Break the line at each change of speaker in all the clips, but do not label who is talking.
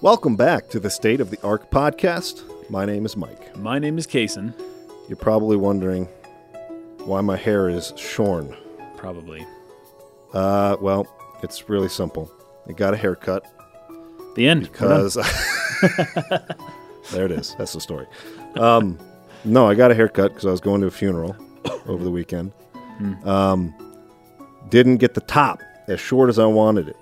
Welcome back to the State of the Arc podcast. My name is Mike.
My name is Kason.
You're probably wondering why my hair is shorn.
Probably.
Uh, well, it's really simple. I got a haircut
The end. We're done.
because there it is. That's the story. Um, no, I got a haircut because I was going to a funeral over the weekend. Um, didn't get the top as short as I wanted it.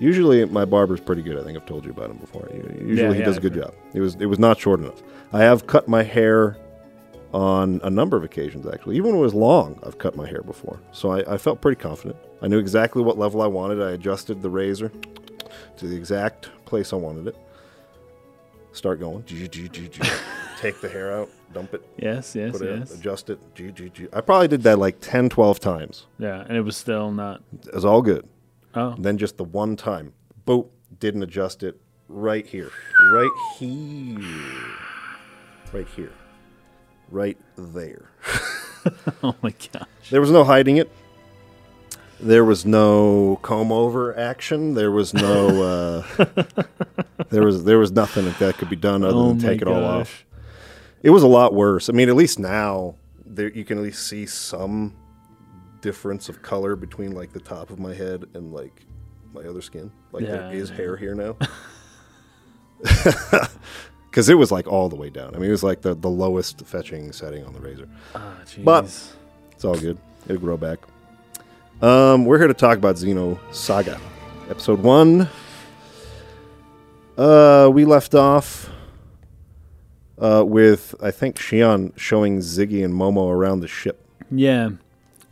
Usually, my barber's pretty good. I think I've told you about him before. Usually, he
yeah,
does a
I've
good job. It was it was not short enough. I have cut my hair on a number of occasions, actually. Even when it was long, I've cut my hair before, so I, I felt pretty confident. I knew exactly what level I wanted. I adjusted the razor to the exact place I wanted it. Start going. Take the hair out, dump it,
yes, yes,
put it,
yes.
in, adjust it. I probably did that like 10, 12 times.
Yeah, and it was still not.
It was all good.
Oh,
And then just the one time, boop, didn't adjust it right here, right here, right here, right there.
oh my god.
There was no hiding it. There was no comb over action. There was no. Uh, there was there was nothing that, that could be done other
Oh
than
my
take it all off.
gosh.
It was a lot worse. I mean, at least now there you can at least see some difference of color between like the top of my head and like my other skin. Like
Yeah,
there is
yeah.
hair here now. Because it was like all the way down. I mean, it was like the, the lowest fetching setting on the razor.
Ah,
But-
jeez.
It's all good. It'll grow back. Um, we're here to talk about Xeno Saga, episode one. Uh, we left off uh, with I think Shion showing Ziggy and Momo around the ship.
Yeah. And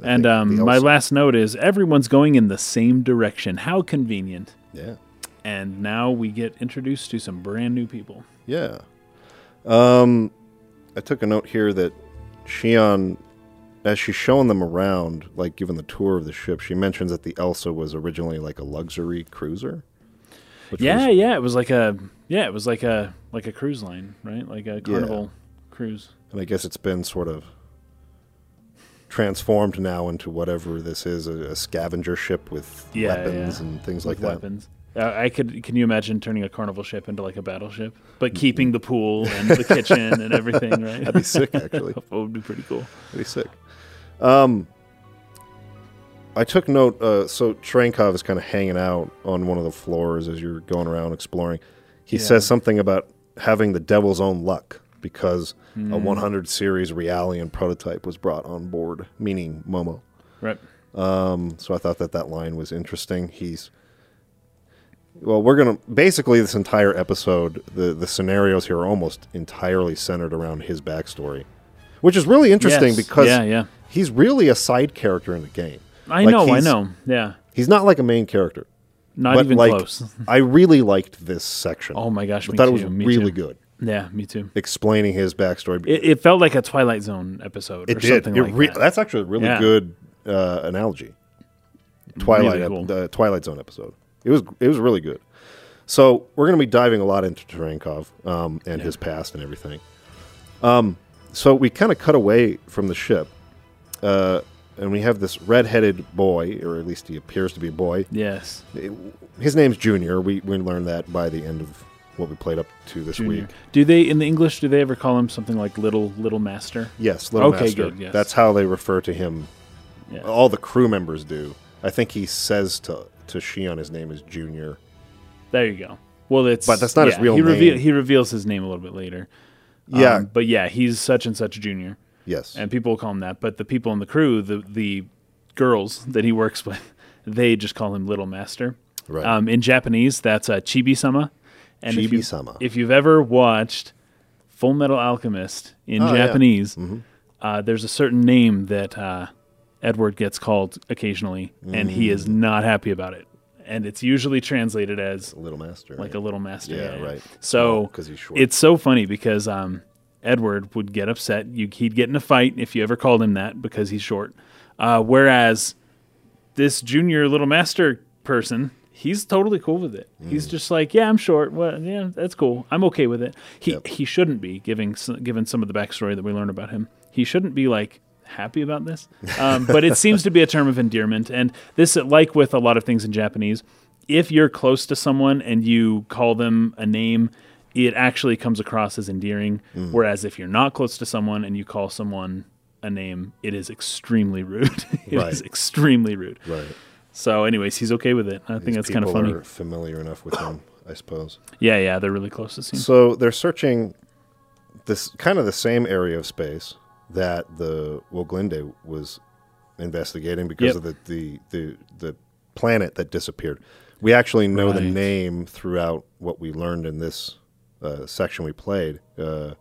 think the
um, my
elves-
last note is everyone's going in the same direction. How convenient.
Yeah,
And now we get introduced to some brand new people.
yeah. Um, I took a note here that Shion, as she's showing them around, like giving the tour of the ship, she mentions that the Elsa was originally like a luxury cruiser. which was
Yeah, yeah. It was like a yeah, it was like a like a cruise line, right? Like a carnival cruise.
And I guess it's been sort of transformed now into whatever this is a, a scavenger ship with
Yeah,
weapons
yeah.
and things like
with
that.
weapons. Uh, I could. Can you imagine turning a carnival ship into like a battleship, but keeping the pool and the kitchen and everything? Right?
Mm-hmm. That'd be sick, actually.
that would be pretty cool.
That'd be sick. Um, I took note. Uh, so Trankov is kind of hanging out on one of the floors as you're going around exploring. He
Yeah.
says something about having the devil's own luck because
Hmm.
a 100 series Realian prototype was brought on board, meaning Momo.
Right?
So I thought that that line was interesting. He's well, we're gonna basically this entire episode. The the scenarios here are almost entirely centered around his backstory, which is really interesting
Yes.
because
Yeah, yeah.
he's really a side character in the game.
I
Like,
know. I
he's-
know. Yeah.
He's not like a main character,
Not
but
even
like
close.
I really liked this section.
Oh my gosh!
I
me
thought
too,
it was
me
really
too.
good
Yeah, me too.
explaining his backstory.
It, it felt like a Twilight Zone episode. or Something
It
like
re-
that.
That's actually a really
Yeah.
good uh, analogy. Twilight,
Really
ep-
cool.
the Twilight Zone episode. It was it was really good. So we're going to be diving a lot into Tarankov um, and his past and everything. Um, so we kind of cut away from the ship, uh, and we have this red-headed boy, or at least he appears to be a boy.
Yes.
His name's Junior. We we learned that by the end of what we played up to this
Junior.
week.
Do they in the English? Do they ever call him something like Little Little Master?
Yes, Little
Okay,
Master.
good, yes.
That's how they refer to him
Yeah.
all the crew members do. I think he says to to Shion his name is Junior.
There you go. Well, it's
But that's not his
yeah,
real
he
name.
he reveals his name a little bit later.
Yeah.
Um, but yeah, he's such and such junior.
Yes.
and people call him that. But the people in the crew, the the girls that he works with, they just call him Little Master.
Right.
Um, in Japanese, that's uh, Chibi Sama. And if you-
Chibi-sama.
If, you've ever watched Full Metal Alchemist in
Oh, yeah.
Japanese, uh, there's a certain name that uh, Edward gets called occasionally, and
Mm.
he is not happy about it. And it's usually translated as
Little Master.
like a
right?
little master.
Yeah, right.
So
'cause he's short.
it's so funny because um, Edward would get upset. You, he'd get in a fight if you ever called him that because he's short. Uh, whereas this junior little master person, he's totally cool with it.
Mm.
He's just like, yeah, I'm short. Well, yeah, that's cool. I'm okay with it. He
Yep.
he shouldn't be giving s- given some of the backstory that we learned about him. He shouldn't be like happy about this. Um, but it seems to be a term of endearment, and this like with a lot of things in Japanese. if you're close to someone and you call them a name, it actually comes across as endearing.
Mm.
Whereas if you're not close to someone and you call someone a name, it is extremely rude. It is
Right.
extremely rude.
Right.
So, anyways, he's okay with it. I think that's kind of funny.
Are familiar enough with him, I suppose.
Yeah, yeah, they're really close to seeing.
So they're searching this kind of the same area of space that the Woglinde was investigating because
Yep.
of the, the the the planet that disappeared. We actually know the
Right.
name throughout what we learned in this uh, section we played. Uh,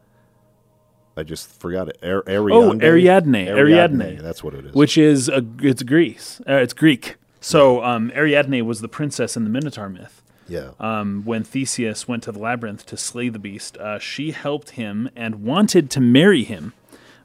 I just forgot it. Ar- Ariande?
Oh, Ariadne. Ariadne.
That's what it is.
which is a, it's Greece. Uh, it's Greek. So um, Ariadne was the princess in the Minotaur myth.
yeah.
Um, when Theseus went to the labyrinth to slay the beast, uh, she helped him and wanted to marry him.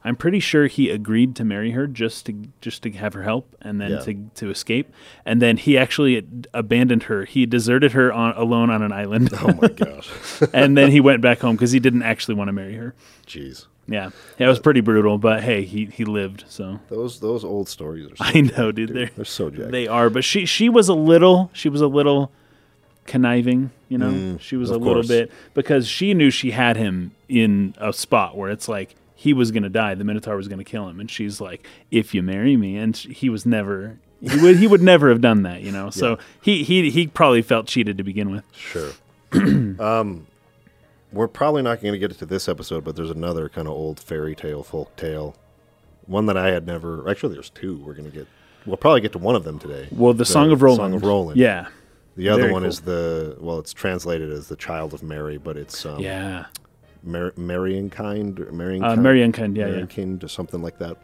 I'm pretty sure he agreed to marry her just to just to have her help and then
Yeah.
to to escape. And then he actually abandoned her. He deserted her on, alone on an island,
oh my gosh.
and then he went back home because he didn't actually want to marry her.
Jeez.
Yeah, yeah, it was pretty brutal. But hey, he he lived. So
Those those old stories are. So
I know, dude. They're,
They're so jacked.
They are, but she she was a little she was a little conniving, you know. she was a
Mm, of
little
course.
bit because she knew she had him in a spot where it's like he was going to die, the minotaur was going to kill him and she's like, "If you marry me." And sh- he was never he would he would never have done that, you know. So he he he probably felt cheated to begin with.
Sure. um, we're probably not going to get to this episode, but there's another kind of old fairy tale, folk tale, one that I had never. Actually, there's two. We're going to get. We'll probably get to one of them today.
Well, the, Song of Roland.
Song of Roland.
Yeah.
The other
very
one
cool.
is the well, it's translated as the Child of Mary, but it's um,
Yeah.
Mar- marrying kind or marrying
Uh,
kind,
Marian kind, yeah, Mm. yeah.
kind or something like that.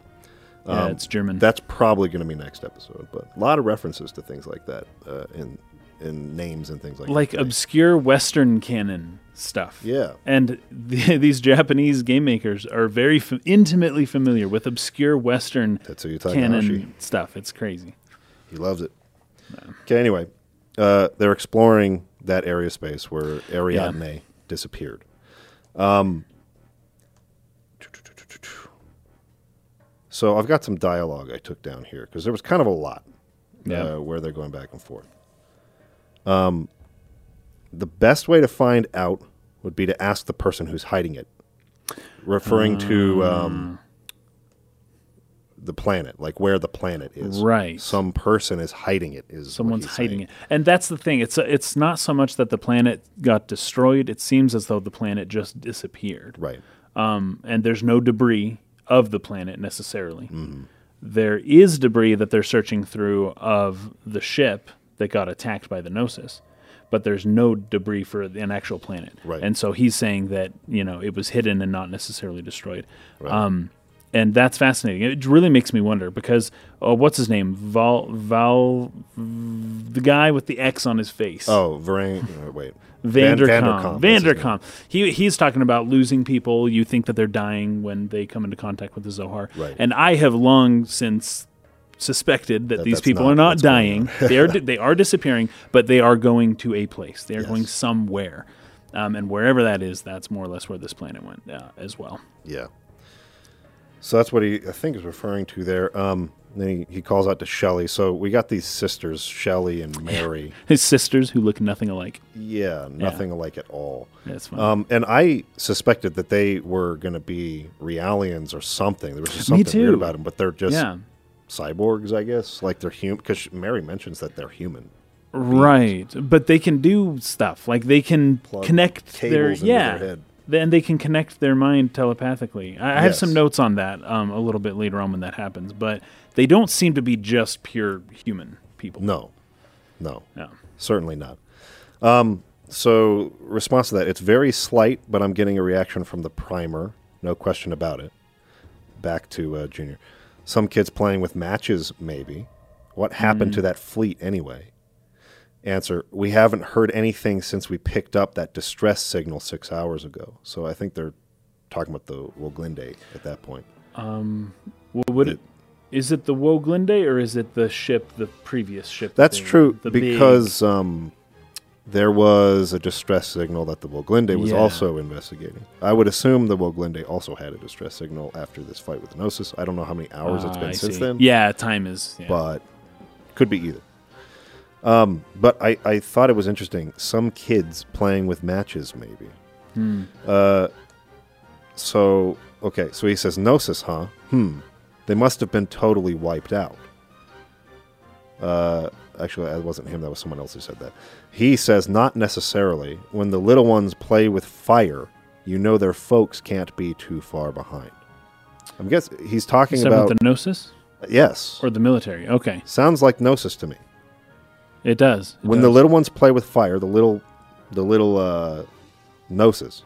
Yeah, it's German.
That's probably going to be next episode, but a lot of references to things like that uh, in in names and things like
like
that.
obscure Western canon stuff.
Yeah.
And th these Japanese game makers are very f- intimately familiar with obscure Western
Tetsuya
canon
Takahashi.
stuff. It's crazy.
He loves it. Okay, anyway, uh, they're exploring that area of space where Ariadne disappeared. Um, so I've got some dialogue I took down here because there was kind of a lot
Yeah.
uh, where they're going back and forth. Um, the best way to find out would be to ask the person who's hiding it, referring to
Ah.
um, the planet, like where the planet is.
Right.
Some person is hiding it. Is what
Someone's
he's
hiding
saying.
it. And that's the thing. It's it's not so much that the planet got destroyed. It seems as though the planet just disappeared.
Right.
um, and there's no debris of the planet necessarily. There is debris that they're searching through of the ship that got attacked by the Gnosis, but there's no debris for an actual planet.
Right.
And so he's saying that you know it was hidden and not necessarily destroyed.
Right.
Um, and that's fascinating. It really makes me wonder because uh, what's his name? Val, Val, the guy with the X on his face.
Oh, Varan. uh, wait. Van-
Vandercom.
that's his name.
Vandercom. He he's talking about losing people. You think that they're dying when they come into contact with the Zohar.
Right.
And I have long since suspected that,
That
these
that's
people
not
are not
what's going
dying. they are they are disappearing, but they are going to a place. They are going
Yes.
somewhere. Um, and wherever that is, that's more or less where this planet went uh, as well.
Yeah. So that's what he, I think, is referring to there. Um, then he, he calls out to Shelley. So we got these sisters, Shelley and Mary.
His sisters, who look nothing alike.
yeah, nothing alike at all.
That's fine.
Um, and I suspected that they were going to be Realians or something. There was just
Me
something weird
too.
about them, but they're just
yeah.
cyborgs, I guess. Like they're human. Because Mary mentions that they're human.
Right, but they can do stuff like they can
Plug
connect
cables
their
into
yeah,
their head.
then they can connect their mind telepathically. I, I have some
Yes.
notes on that um, a little bit later on when that happens, but they don't seem to be just pure human people.
No, no,
No.
certainly not. Um, so response to that, it's very slight, but I'm getting a reaction from the primer. No question about it. Back to uh, Junior. Some kids playing with matches, maybe. What happened to that fleet anyway? Answer: We haven't heard anything since we picked up that distress signal six hours ago. So I think they're talking about the Woglinde at that point.
Well, would it? Is it the Woglinde or is it the ship, the previous ship? that
That's
they were-
true
the big-
because um, there was a distress signal that the Woglinde was
Yeah.
also investigating. I would assume the Woglinde also had a distress signal after this fight with Gnosis. I don't know how many hours it's
Ah,
been
I
since
see.
then,
Yeah, time is. Yeah.
but could be either. Um, but I, I thought it was interesting. Some kids playing with matches, maybe. Uh, so, okay, so he says, Gnosis, huh? Hmm. They must have been totally wiped out. Uh, actually, that wasn't him. That was someone else who said that. He says, not necessarily. When the little ones play with fire, you know their folks can't be too far behind. I'm guess he's talking
Except
about
with the gnosis
yes.
or the military. Okay,
Sounds like gnosis to me.
it does. It
When the
does.
little ones play with fire, the little, the little uh, gnosis,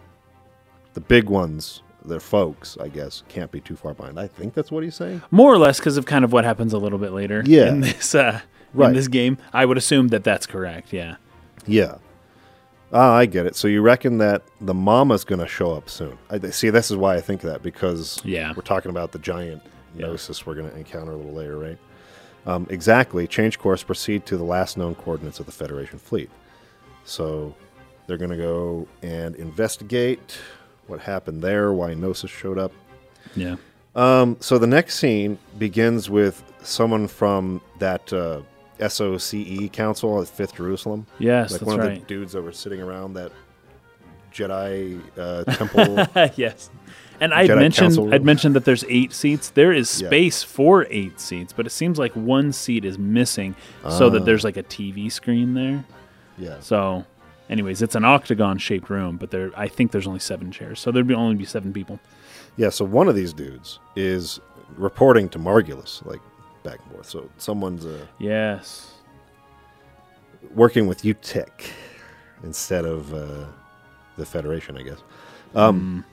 the big ones, their folks, I guess, can't be too far behind. I think that's what he's saying.
more or less because of kind of what happens a little bit later.
Yeah.
in this uh,
Right.
in this game, I would assume that that's correct. Yeah,
Yeah. Ah, I get it. So you reckon that the mama's going to show up soon? I, th- see, this is why I think that because
Yeah.
we're talking about the giant gnosis we're going to encounter a little later, right? Um, exactly. Change course. Proceed to the last known coordinates of the Federation fleet. So they're going to go and investigate what happened there, why gnosis showed up.
yeah.
Um, so the next scene begins with someone from that uh, SOCE E Council at Fifth Jerusalem
Yes,
like
that's
one of
right.
the dudes that were sitting around that Jedi uh, temple.
yes. And I'd
Jedi
mentioned
Council
I'd
room.
mentioned that there's eight seats. There is
Yeah.
space for eight seats, but it seems like one seat is missing, so
Ah.
that there's like a TV screen there.
yeah,
So, anyways, it's an octagon shaped room, but there I think there's only seven chairs, so there'd be only be seven people.
yeah. So one of these dudes is reporting to Margulis, like back and forth. So someone's uh,
Yes.
working with UTEC instead of uh, the Federation, I guess. Um,
Hmm.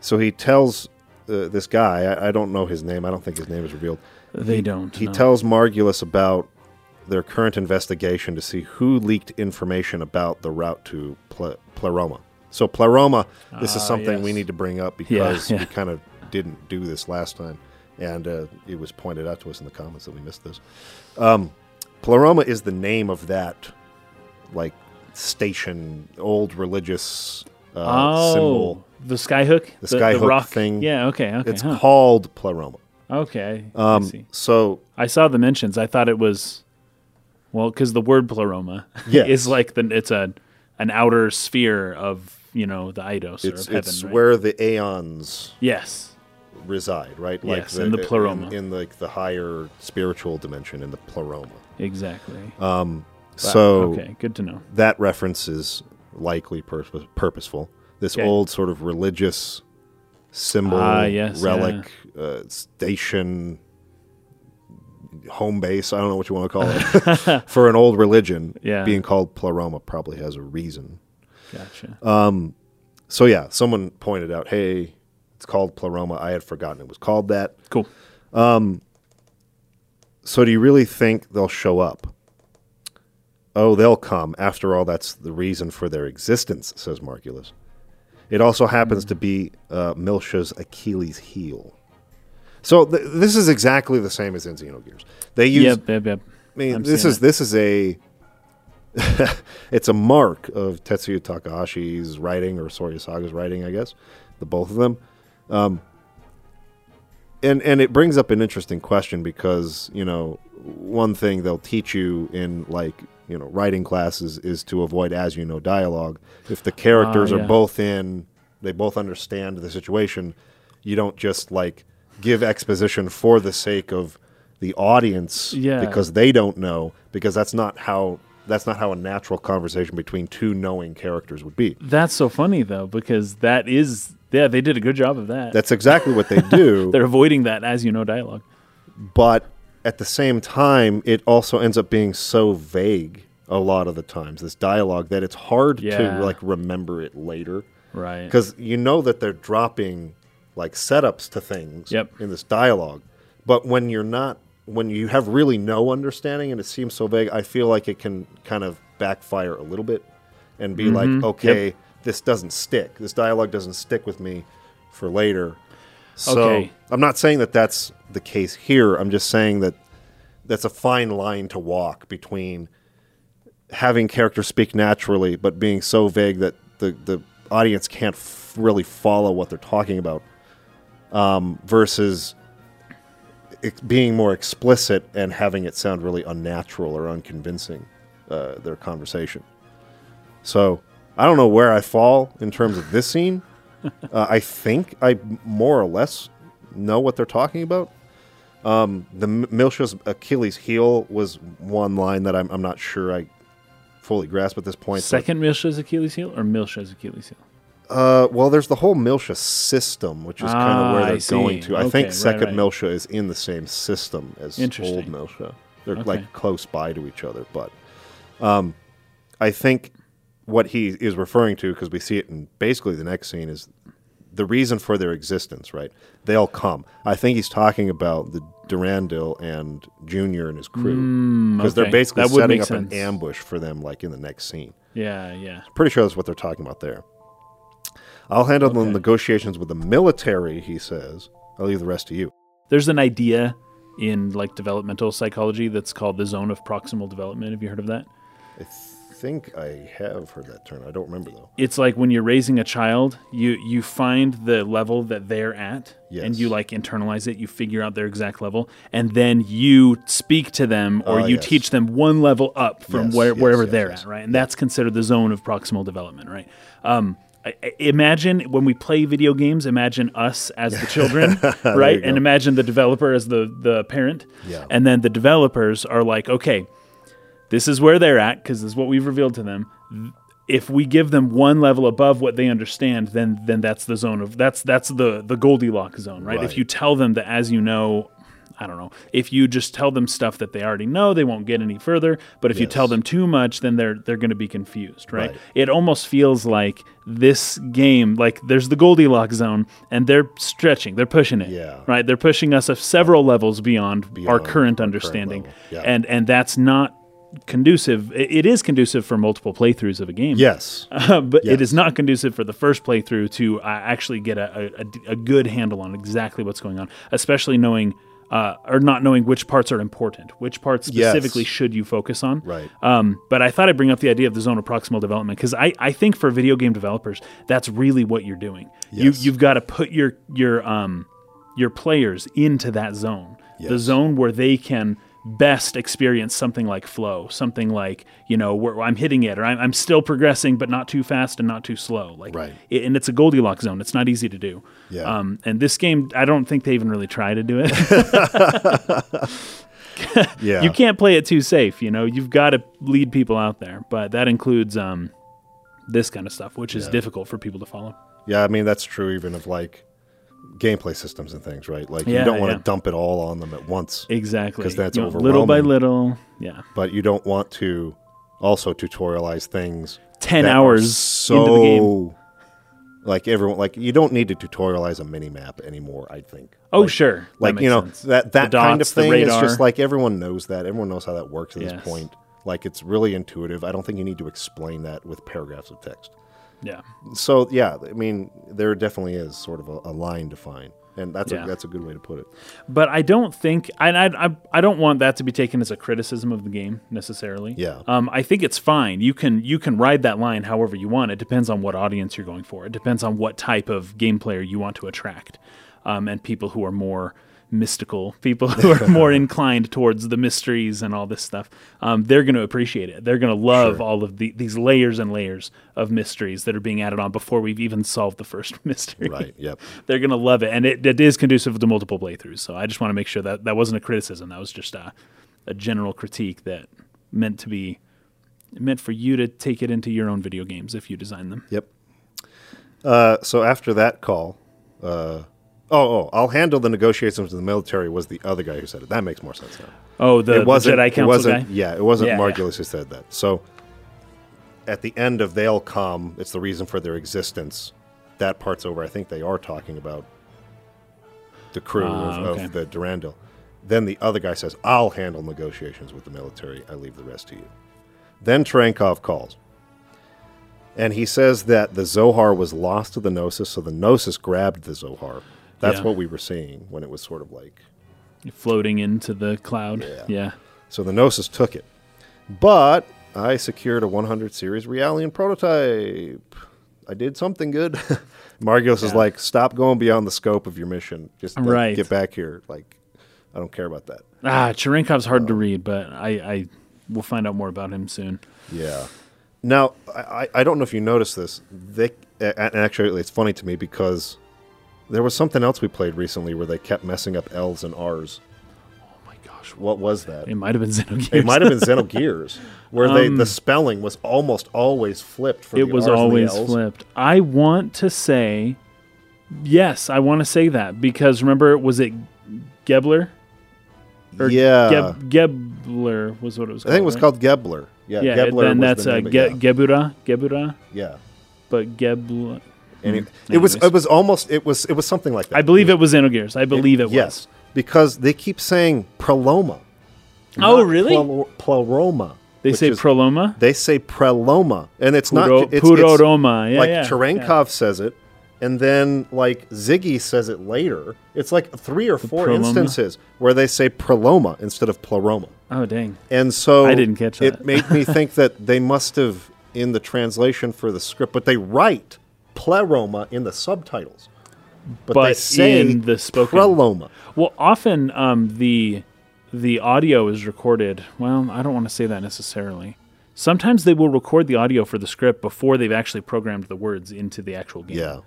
So he tells uh, this guy. I, I don't know his name. I don't think his name is revealed.
They don't.
He
no.
tells Margulis about their current investigation to see who leaked information about the route to Ple- Pleroma. So Pleroma, this is
Ah,
something we
yes.
need to bring up because
yeah.
we kind of didn't do this last time, and uh, it was pointed out to us in the comments that we missed this. Um, Pleroma is the name of that, like station, old religious uh,
oh,
symbol.
the skyhook,
The skyhook
rock
thing.
Yeah. Okay. Okay.
It's
huh.
called Pleroma.
okay. I
Um,
see.
so
I saw the mentions. I thought it was, well, because the word pleroma
Yes.
is like the it's a an outer sphere of you know the
it's
Eidos or of heaven.
it's
right?
where the aeons
yes,
reside, right?
Yes, in the pleroma.
in, in, like the higher spiritual dimension, in the pleroma.
exactly.
Uh, So
okay, good to know.
that reference is likely purpose, purposeful. This
Okay.
old sort of religious symbol,
Ah, yes,
relic, uh, station, home base. I don't know what you want to call it for an old religion.
Yeah.
being called pleroma probably has a reason.
Gotcha.
Uh, So yeah, someone pointed out, hey. It's called pleroma. I had forgotten it was called that.
cool.
So do you really think they'll show up? Oh, they'll come. After all, that's the reason for their existence, says Margulis. It also happens to be uh, Milsha's Achilles' heel. So th- this is exactly the same as in Xenogears. They use.
Yep, yep, yep.
I mean,
I'm
this
seeing
is this is a. it's a mark of Tetsuya Takahashi's writing or Soryu Saga's writing, I guess, the both of them Um, and and it brings up an interesting question because you know one thing they'll teach you in like you know writing classes is to avoid as you know dialogue if the characters
Ah, yeah.
are both in they both understand the situation you don't just like give exposition for the sake of the audience
Yeah.
because they don't know because that's not how that's not how a natural conversation between two knowing characters would be
That's so funny though because that is yeah they did a good job of that.
that's exactly what they do
They're avoiding that as you know dialogue.
but at the same time, it also ends up being so vague a lot of the times this dialogue that it's hard
Yeah.
to like remember it later
Right.
because you know that they're dropping like setups to things
Yep.
in this dialogue, but when you're not when you have really no understanding and it seems so vague, I feel like it can kind of backfire a little bit and be like,
Mm-hmm.
okay, this doesn't stick. This dialogue doesn't stick with me for later. So
Okay.
I'm not saying that that's the case here. I'm just saying that that's a fine line to walk between having characters speak naturally but being so vague that the, the audience can't f- really follow what they're talking about um, versus ex- being more explicit and having it sound really unnatural or unconvincing. uh, their conversation. So I don't know where I fall in terms of this scene. uh, I think I more or less know what they're talking about. Um, the M- Milsha's Achilles heel was one line that I'm, I'm not sure I fully grasp at this point. but-
Second Milsha's Achilles heel or Milsha's Achilles heel?
uh, well, there's the whole Milsha system, which is kind
Ah,
of where
I
they're
see.
going to. I
Okay,
think
right,
Second
right.
Milsha is in the same system as
Interesting.
Old Milsha. They're
Okay.
like close by to each other, but um, I think what he is referring to, because we see it in basically the next scene, is the reason for their existence. Right? They'll come. I think he's talking about the Durandal and Junior and his crew, because
Hmm, okay.
they're basically
That would
setting
make
up
sense.
an ambush for them, like in the next scene.
Yeah, yeah.
Pretty sure that's what they're talking about there. I'll handle the
Okay.
negotiations with the military, he says. I'll leave the rest to you.
There's an idea in like developmental psychology that's called the zone of proximal development. Have you heard of that?
I think I have heard that term. I don't remember though.
It's like when you're raising a child, you you find the level that they're at and
Yes.
you like internalize it, you figure out their exact level, and then you speak to them or
Ah,
you
yes.
teach them one level up from
Yes,
where,
yes,
wherever
yes,
they're
yes.
at, right? And that's considered the zone of proximal development, right? Um I- I- Imagine when we play video games. Imagine us as the children, right?
you
And
go.
imagine the developer as the the parent.
Yeah.
And then the developers are like, okay, this is where they're at because this is what we've revealed to them. Th- If we give them one level above what they understand, then then that's the zone of that's that's the the Goldilocks zone, right? If
Right.
you tell them that as you know, I don't know. If you just tell them stuff that they already know, they won't get any further. But if you tell
Yes.
them too much, then they're they're going to be confused, right?
Right.
It almost feels like this game, like there's the Goldilocks zone, and they're stretching, they're pushing it,
Yeah.
right? They're pushing us of several levels beyond, our
Beyond our
current
current
understanding,
level. Yeah.
and and that's not conducive. It- it is conducive for multiple playthroughs of a game,
Yes.
but it
Yes.
is not conducive for the first playthrough to uh, actually get a, a- a d- a good handle on exactly what's going on, especially knowing. Uh, or not knowing which parts are important, which parts
Yes.
specifically should you focus on?
Right.
Um, but I thought I'd bring up the idea of the zone of proximal development because I, I think for video game developers, that's really what you're doing.
Yes.
You, you've got to put your your um, your players into that zone, the
Yes.
zone where they can best experience something like flow, something like you know where I'm hitting it or I'm, I'm still progressing but not too fast and not too slow. Like,
Right.
it- and it's a Goldilocks zone. It's not easy to do.
Yeah.
Um, and this game, I don't think they even really try to do it.
yeah.
you can't play it too safe. You know, you've got to lead people out there, but that includes um, this kind of stuff, which is difficult for people to follow.
Yeah, I mean that's true even of like gameplay systems and things, right? Like
Yeah,
you don't want to
yeah.
dump it all on them at once.
Exactly,
'Cause that's
You know, little by
overwhelming.
little. Yeah,
but you don't want to also tutorialize things
10
that are
hours into the game.
Like everyone, like you don't need to tutorialize a mini map anymore. I think.
Oh,
Like,
sure. That
like
makes
you know
sense.
that
The
that kind of
dots, the
thing is
radar.
just like everyone knows that. Everyone knows how that works at
Yes.
this point. Like it's really intuitive. I don't think you need to explain that with paragraphs of text.
Yeah,
So yeah, I mean there definitely is sort of a, a line to find, and that's
Yeah.
a, that's a good way to put it.
but I don't think, and I, I, I don't want that to be taken as a criticism of the game necessarily.
Yeah.
Um, I think it's fine. You can you can ride that line however you want. It depends on what audience you're going for. It depends on what type of game player you want to attract, um, and people who are more mystical, people who are more inclined towards the mysteries and all this stuff. Um, they're going to appreciate it. They're going to love all of the, these layers and layers of mysteries that are being added on before we've even solved the first mystery
Right. yep.
they're gonna love it, and it, it is conducive to multiple playthroughs. So I just want to make sure that that wasn't a criticism. That was just a, a general critique that meant to be meant for you to take it into your own video games if you design them.
Yep. Uh, so after that call, uh, oh, oh, I'll handle the negotiations with the military was the other guy who said it. That makes more sense now.
Oh, the,
it wasn't.
the Jedi
it
Council
wasn't-
guy.
Yeah, it wasn't
Yeah,
Margulis
yeah.
who said that. So at the end of they'll come, it's the reason for their existence. That part's over. I think they are talking about the crew
Ah,
of,
okay.
of the Durandal. Then the other guy says, "I'll handle negotiations with the military. I leave the rest to you." Then Trankov calls. And he says that the Zohar was lost to the Gnosis, so the Gnosis grabbed the Zohar. That's
Yeah.
what we were seeing when it was sort of like.
floating into the cloud.
Yeah.
yeah.
So the Gnosis took it. But I secured a 100 series Realian prototype. I did something good. Margulis is like, stop going beyond the scope of your mission. Just like,
Right.
get back here. Like, I don't care about that.
Ah, Cherenkov's hard to read, but I, I we'll find out more about him soon.
Yeah. Now, I, I- I don't know if you noticed this. They a- and actually, it's funny to me because there was something else we played recently where they kept messing up L's and R's.
Oh my gosh,
What was that?
it might have been Xenogears.
It might have been Xenogears, where they the spelling was almost always flipped. For
Um, it
the
was
Rs and the
always
Ls.
flipped. I want to say, yes, I want to say that because remember, was it Gebler? Or
yeah,
Geb- Gebler was what it
I
was called.
think it was
right?
called Gebler. Yeah,
Yeah,
Gebler.
then
was
that's
the
uh,
name,
Ge-
but yeah.
Gebura, Gebura,
yeah.
but Gebler.
And it, it was
Mm, Anyways.
it was almost it was it was something like that.
I believe it was Xenogears. I believe it, was.
yes, because they keep saying preloma.
Oh,
not
really?
Plel- pleroma.
They
which
say
is-
Proloma,
They say preloma, and it's
Puro,
not. It's, it's
Puroroma. yeah,
like
yeah,
Cherenkov says it, and then like Ziggy says it later. It's like three or four
preloma?
instances where they say preloma instead of pleroma,
yeah. Oh dang!
and so
I didn't catch
It
that.
made me think that they must have in the translation for the script, but they write pleroma in the subtitles, but, they
But
say
in the spoken-
preloma.
Well, often um, the the audio is recorded. Well, I don't want to say that necessarily. Sometimes they will record the audio for the script before they've actually programmed the words into the actual game.
Yeah,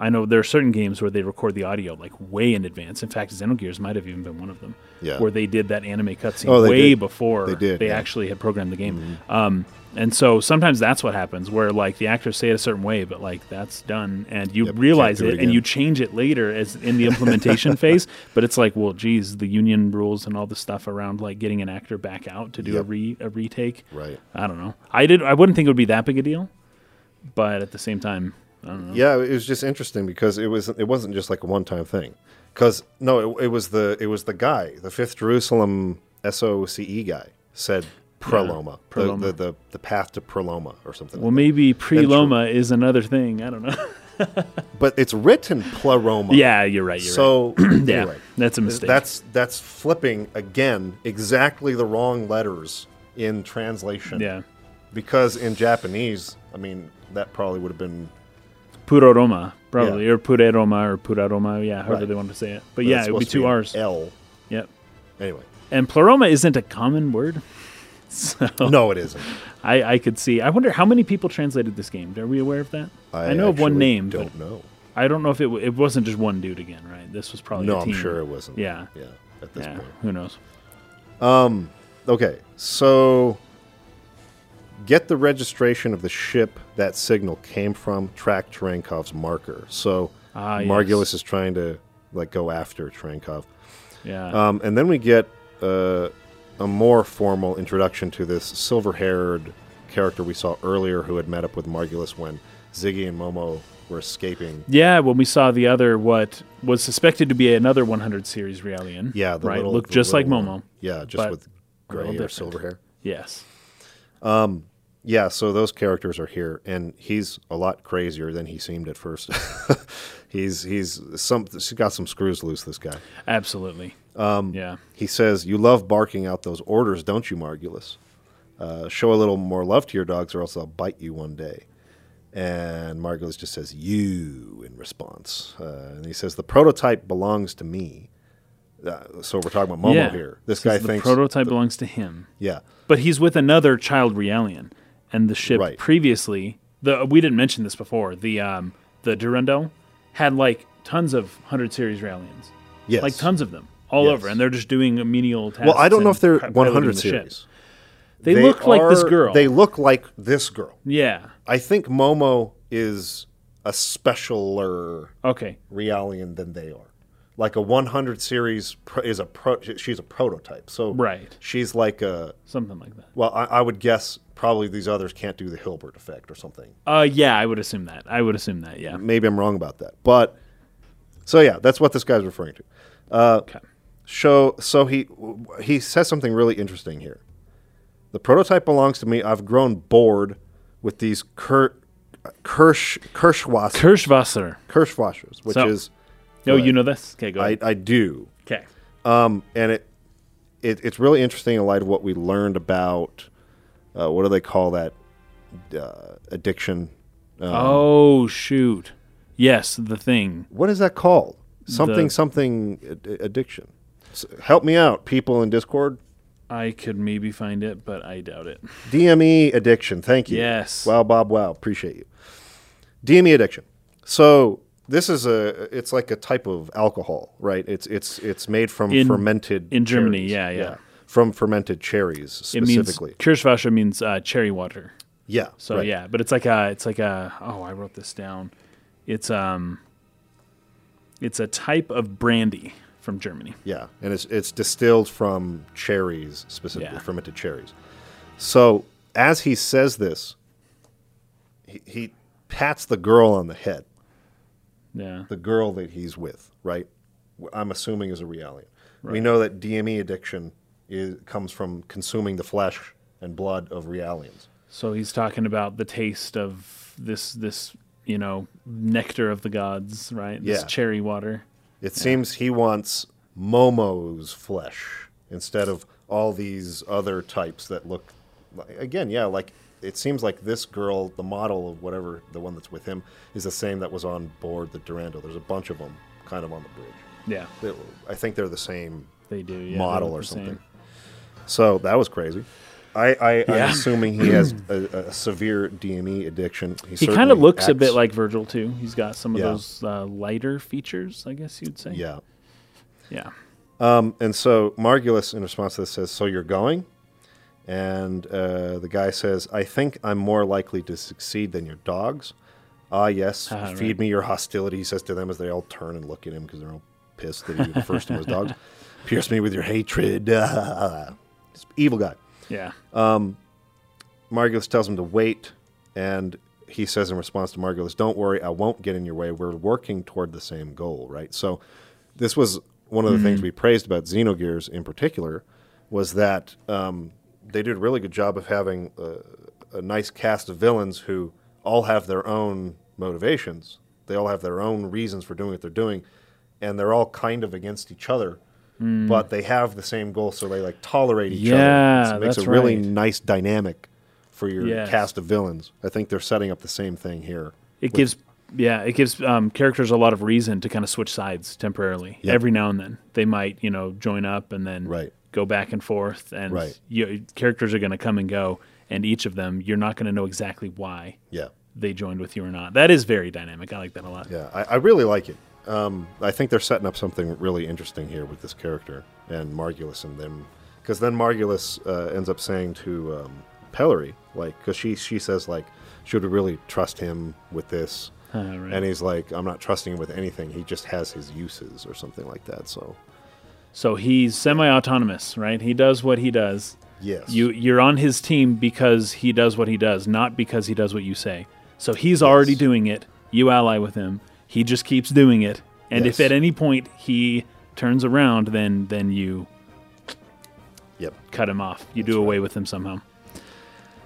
I know there are certain games where they record the audio like way in advance. In fact, Xenogears might have even been one of them.
Yeah.
Where they did that anime cutscene
Oh, they
way
did.
before
They did, yeah. Mm-hmm.
actually had programmed the game. Um, and so sometimes that's what happens where like the actors say it a certain way, but like that's done and you
can't
realize
do
it,
it
and
again.
you change it later as in the implementation phase. But it's like, well, geez, the union rules and all the stuff around like getting an actor back out to do a
Yep.
re a retake.
right.
I don't know. I did I wouldn't think it would be that big a deal, but at the same time, I don't know.
Yeah, it was just interesting because it was it wasn't just like a one time thing. Because no, it, it was the it was the guy, the Fifth Jerusalem SOCE E guy said preloma, the-
Preloma.
The, the, the path to preloma or something.
Well, maybe preloma is another thing. I don't know.
but it's written pleroma.
yeah, you're right. You're
So
right. Yeah,
anyway,
that's a mistake.
that's that's flipping again exactly the wrong letters in translation.
yeah,
Because in Japanese, I mean, that probably would have been
puroroma probably
Yeah.
or pureroma or puraroma. Yeah, however
Right.
they want to say it. But
that's
yeah, it would be
supposed to
two
an
R's.
L.
Yep.
Anyway,
And pleroma isn't a common word, so
no, it isn't.
I, I could see. I wonder how many people translated this game. Are we aware of that? know of one
actually
name,
Don't
but
know.
I don't know if it w- it wasn't just one dude again, right? This was probably
No,
a
I'm
team.
sure it wasn't.
Yeah.
Yeah. At this
Yeah,
point.
who knows?
Okay. So get the registration of the ship that signal came from, track Terenkov's marker. So
Ah,
Margulis is trying to like go after Terenkov.
Yeah,
Um, and then we get uh, a more formal introduction to this silver haired character we saw earlier who had met up with Margulis when Ziggy and Momo were escaping.
yeah. When we saw the other, what was suspected to be another 100 series Realian.
Yeah, the
right.
little,
Looked
the
just like
little
Momo.
one. Yeah, just
but
with
a little
gray or
different.
silver hair.
Yes.
yeah, so those characters are here, and he's a lot crazier than he seemed at first. he's he's some he's got some screws loose. This guy.
Absolutely. Um, yeah.
He says, "You love barking out those orders, don't you, Margulis? Uh, show a little more love to your dogs, or else I'll bite you one day." And Margulis just says, "You" in response, uh, and he says, "The prototype belongs to me." Uh, so we're talking about Momo
yeah.
here. This
Says
guy
the
thinks,
prototype belongs to him,
yeah,
but he's with another child Realian, and the ship
Right.
previously. The we didn't mention this before. The um the Durando had like tons of hundred series Realians,
yes,
like tons of them all
Yes.
over, and they're just doing menial tasks.
Well, I don't know
and
if they're
pi- piloting
100
the ship.
series.
They, look like this
are-
girl.
They look like this girl.
yeah.
I think Momo is a specialer
Okay.
Realian than they are. Like a 100 series pro- is a pro- she's a prototype. So
Right.
she's like a
Something like that.
well, I, I would guess probably these others can't do the Hilbert effect or something.
Uh, yeah, I would assume that. I would assume that. Yeah.
Maybe I'm wrong about that, but so yeah, that's what this guy's referring to.
Okay.
So so he he says something really interesting here. The prototype belongs to me. I've grown bored with these Kir- Kirsch Kirschwas
Kirschwasser.
Kirschwashers, which
So-
is
No,
Right.
you know this. Okay, go
I,
ahead.
I do.
Okay.
Um, and it, it it's really interesting in light of what we learned about uh, what do they call that uh, addiction? um,
oh shoot! Yes, the thing.
What is that called? Something
The-
something ad- addiction. S help me out, people in Discord.
I could maybe find it, but I doubt it.
DME E addiction. Thank you.
Yes.
Wow, Bob. Wow. Appreciate you. DME addiction. So this is a. It's like a type of alcohol, right? It's it's it's made from
In-
fermented
in Germany,
cherries.
yeah, yeah.
From fermented cherries
It means
specifically.
Kirschwasser means uh, cherry water.
yeah.
So
right.
yeah, but it's like a it's like a oh I wrote this down. It's um it's a type of brandy from Germany.
Yeah, and it's it's distilled from cherries specifically,
Yeah.
fermented cherries. So as he says this, he, he pats the girl on the head,
Yeah.
the girl that he's with, right? Wh- I'm assuming is a realian. We know that DME addiction is, comes from consuming the flesh and blood of realians.
So he's talking about the taste of this this you know nectar of the gods, right? This
Yeah.
cherry water.
It seems he wants Momo's flesh instead of all these other types that look like- again, yeah, like it seems like this girl, the model of whatever the one that's with him, is the same that was on board the Durando. There's a bunch of them kind of on the bridge.
Yeah,
They- I think they're the same
they do. Yeah, they
model
look
or
the same.
something. So that was crazy. I, I,
Yeah.
I'm assuming he has a, a severe DME addiction.
He kind
certainly
of looks a
acts-
bit like Virgil too. He's got some of
Yeah.
those uh, lighter features, I guess you'd say.
yeah. Um,
Yeah.
And so Margulis, in response to this, says, So you're going? And uh, the guy says, I think I'm more likely to succeed than your dogs. Ah, yes.
Ah,
feed me your hostility, he says to them as they all turn and look at him because they're all pissed that he was first of his dogs. Pierce me with your hatred. Ah. This Evil guy.
Yeah.
Uh, Margulis tells him to wait. And he says in response to Margulis, Don't worry, I won't get in your way. We're working toward the same goal, right? So this was one of the
Mm-hmm.
things we praised about Xenogears in particular was that um, they did a really good job of having a, a nice cast of villains who all have their own motivations. They all have their own reasons for doing what they're doing, and they're all kind of against each other, but they have the same goal, so they like tolerate each
Mm. Yeah,
other. It makes
that's
a really
right.
nice dynamic for your
Yes.
cast of villains. I think they're setting up the same thing here.
It gives yeah, it gives um, characters a lot of reason to kind of switch sides temporarily.
Yep.
Every now and then, they might you know join up and then
Right.
go back and forth, and
Right.
you, characters are going to come and go, and each of them you're not going to know exactly why
Yeah.
they joined with you or not. That is very dynamic. I like that a lot.
Yeah, I, I really like it. Um, I think they're setting up something really interesting here with this character and Margulis and them, because then Margulis uh, ends up saying to um, Pellery, like, because she she says like, should we really trust him with this?
Uh, right.
And he's like, I'm not trusting him with anything. He just has his uses or something like that. So
So he's semi-autonomous, right? He does what he does.
yes,
You you're on his team because he does what he does, not because he does what you say. So he's already doing it. You ally with him. He just keeps doing it. And if
Yes.
at any point he turns around, then then you
yep.
cut him off. You do away with him somehow.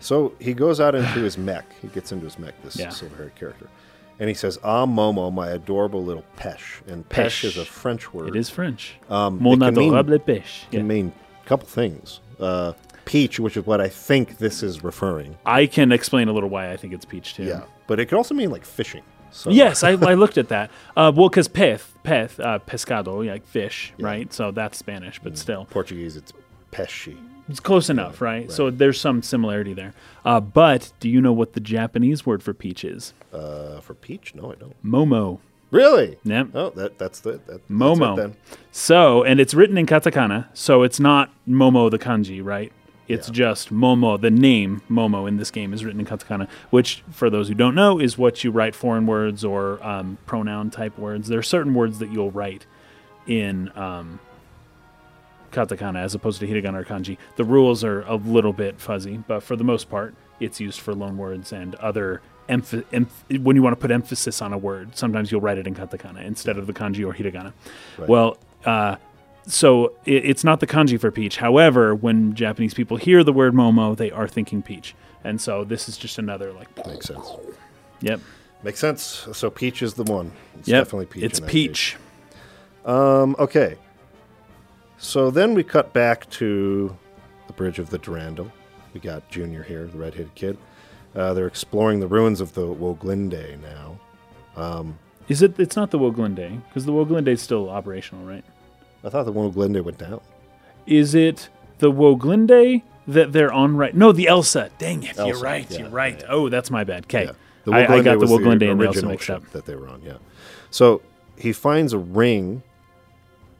So he goes out into his mech. He gets into his mech, this
Yeah.
silver haired character. And he says, Ah, Momo, my adorable little Pesh. And Pesh,
Pesh.
is a French word.
It is French.
Um,
Mon
it can mean-
adorable pêche.
can
Yeah.
mean a couple things. Uh, peach, which is what I think this is referring.
I can explain a little why I think it's peach too.
But it could also mean like fishing. So
Yes, I, I looked at that. Uh, well, because peth, peth, uh, pescado, like fish, right? So that's Spanish,
Mm.
but still.
Portuguese, it's pesci.
It's close enough, right? So there's some similarity there. Uh, but do you know what the Japanese word for peach is?
Uh, for peach? No, I don't.
Momo.
Really?
Yep.
Oh, that, that's the that, that's it
Momo.
then.
So, and it's written in katakana, so it's not Momo the kanji, right? It's just Momo. The name Momo in this game is written in katakana, which, for those who don't know, is what you write foreign words or um, pronoun type words. There are certain words that you'll write in um, katakana as opposed to hiragana or kanji. The rules are a little bit fuzzy, but for the most part, it's used for loan words and other emph- emph- when you want to put emphasis on a word. Sometimes you'll write it in katakana instead of the kanji or hiragana. Well, uh, so it, it's not the kanji for peach. However, when Japanese people hear the word momo, they are thinking peach, and so this is just another like.
Makes sense.
Yep.
Makes sense. So peach is the one. It's
yep.
definitely peach.
It's
in that case.
peach.
Um, okay. So then we cut back to the bridge of the Durandal. We got Junior here, the red-headed kid. Uh, they're exploring the ruins of the Woglinde now.
Is it? It's not the Woglinde because the Woglinde is still operational, right?
I thought the Woglinde went down.
Is it the Woglinde that they're on right. No, the Elsa. Dang it! you're
Elsa,
right.
yeah,
you're right. Oh, that's my bad. Okay,
Yeah.
I, I
Woglinde
got the
was
Woglinde and the Elsa
original
mixed
ship
up.
that they were on. Yeah. So he finds a ring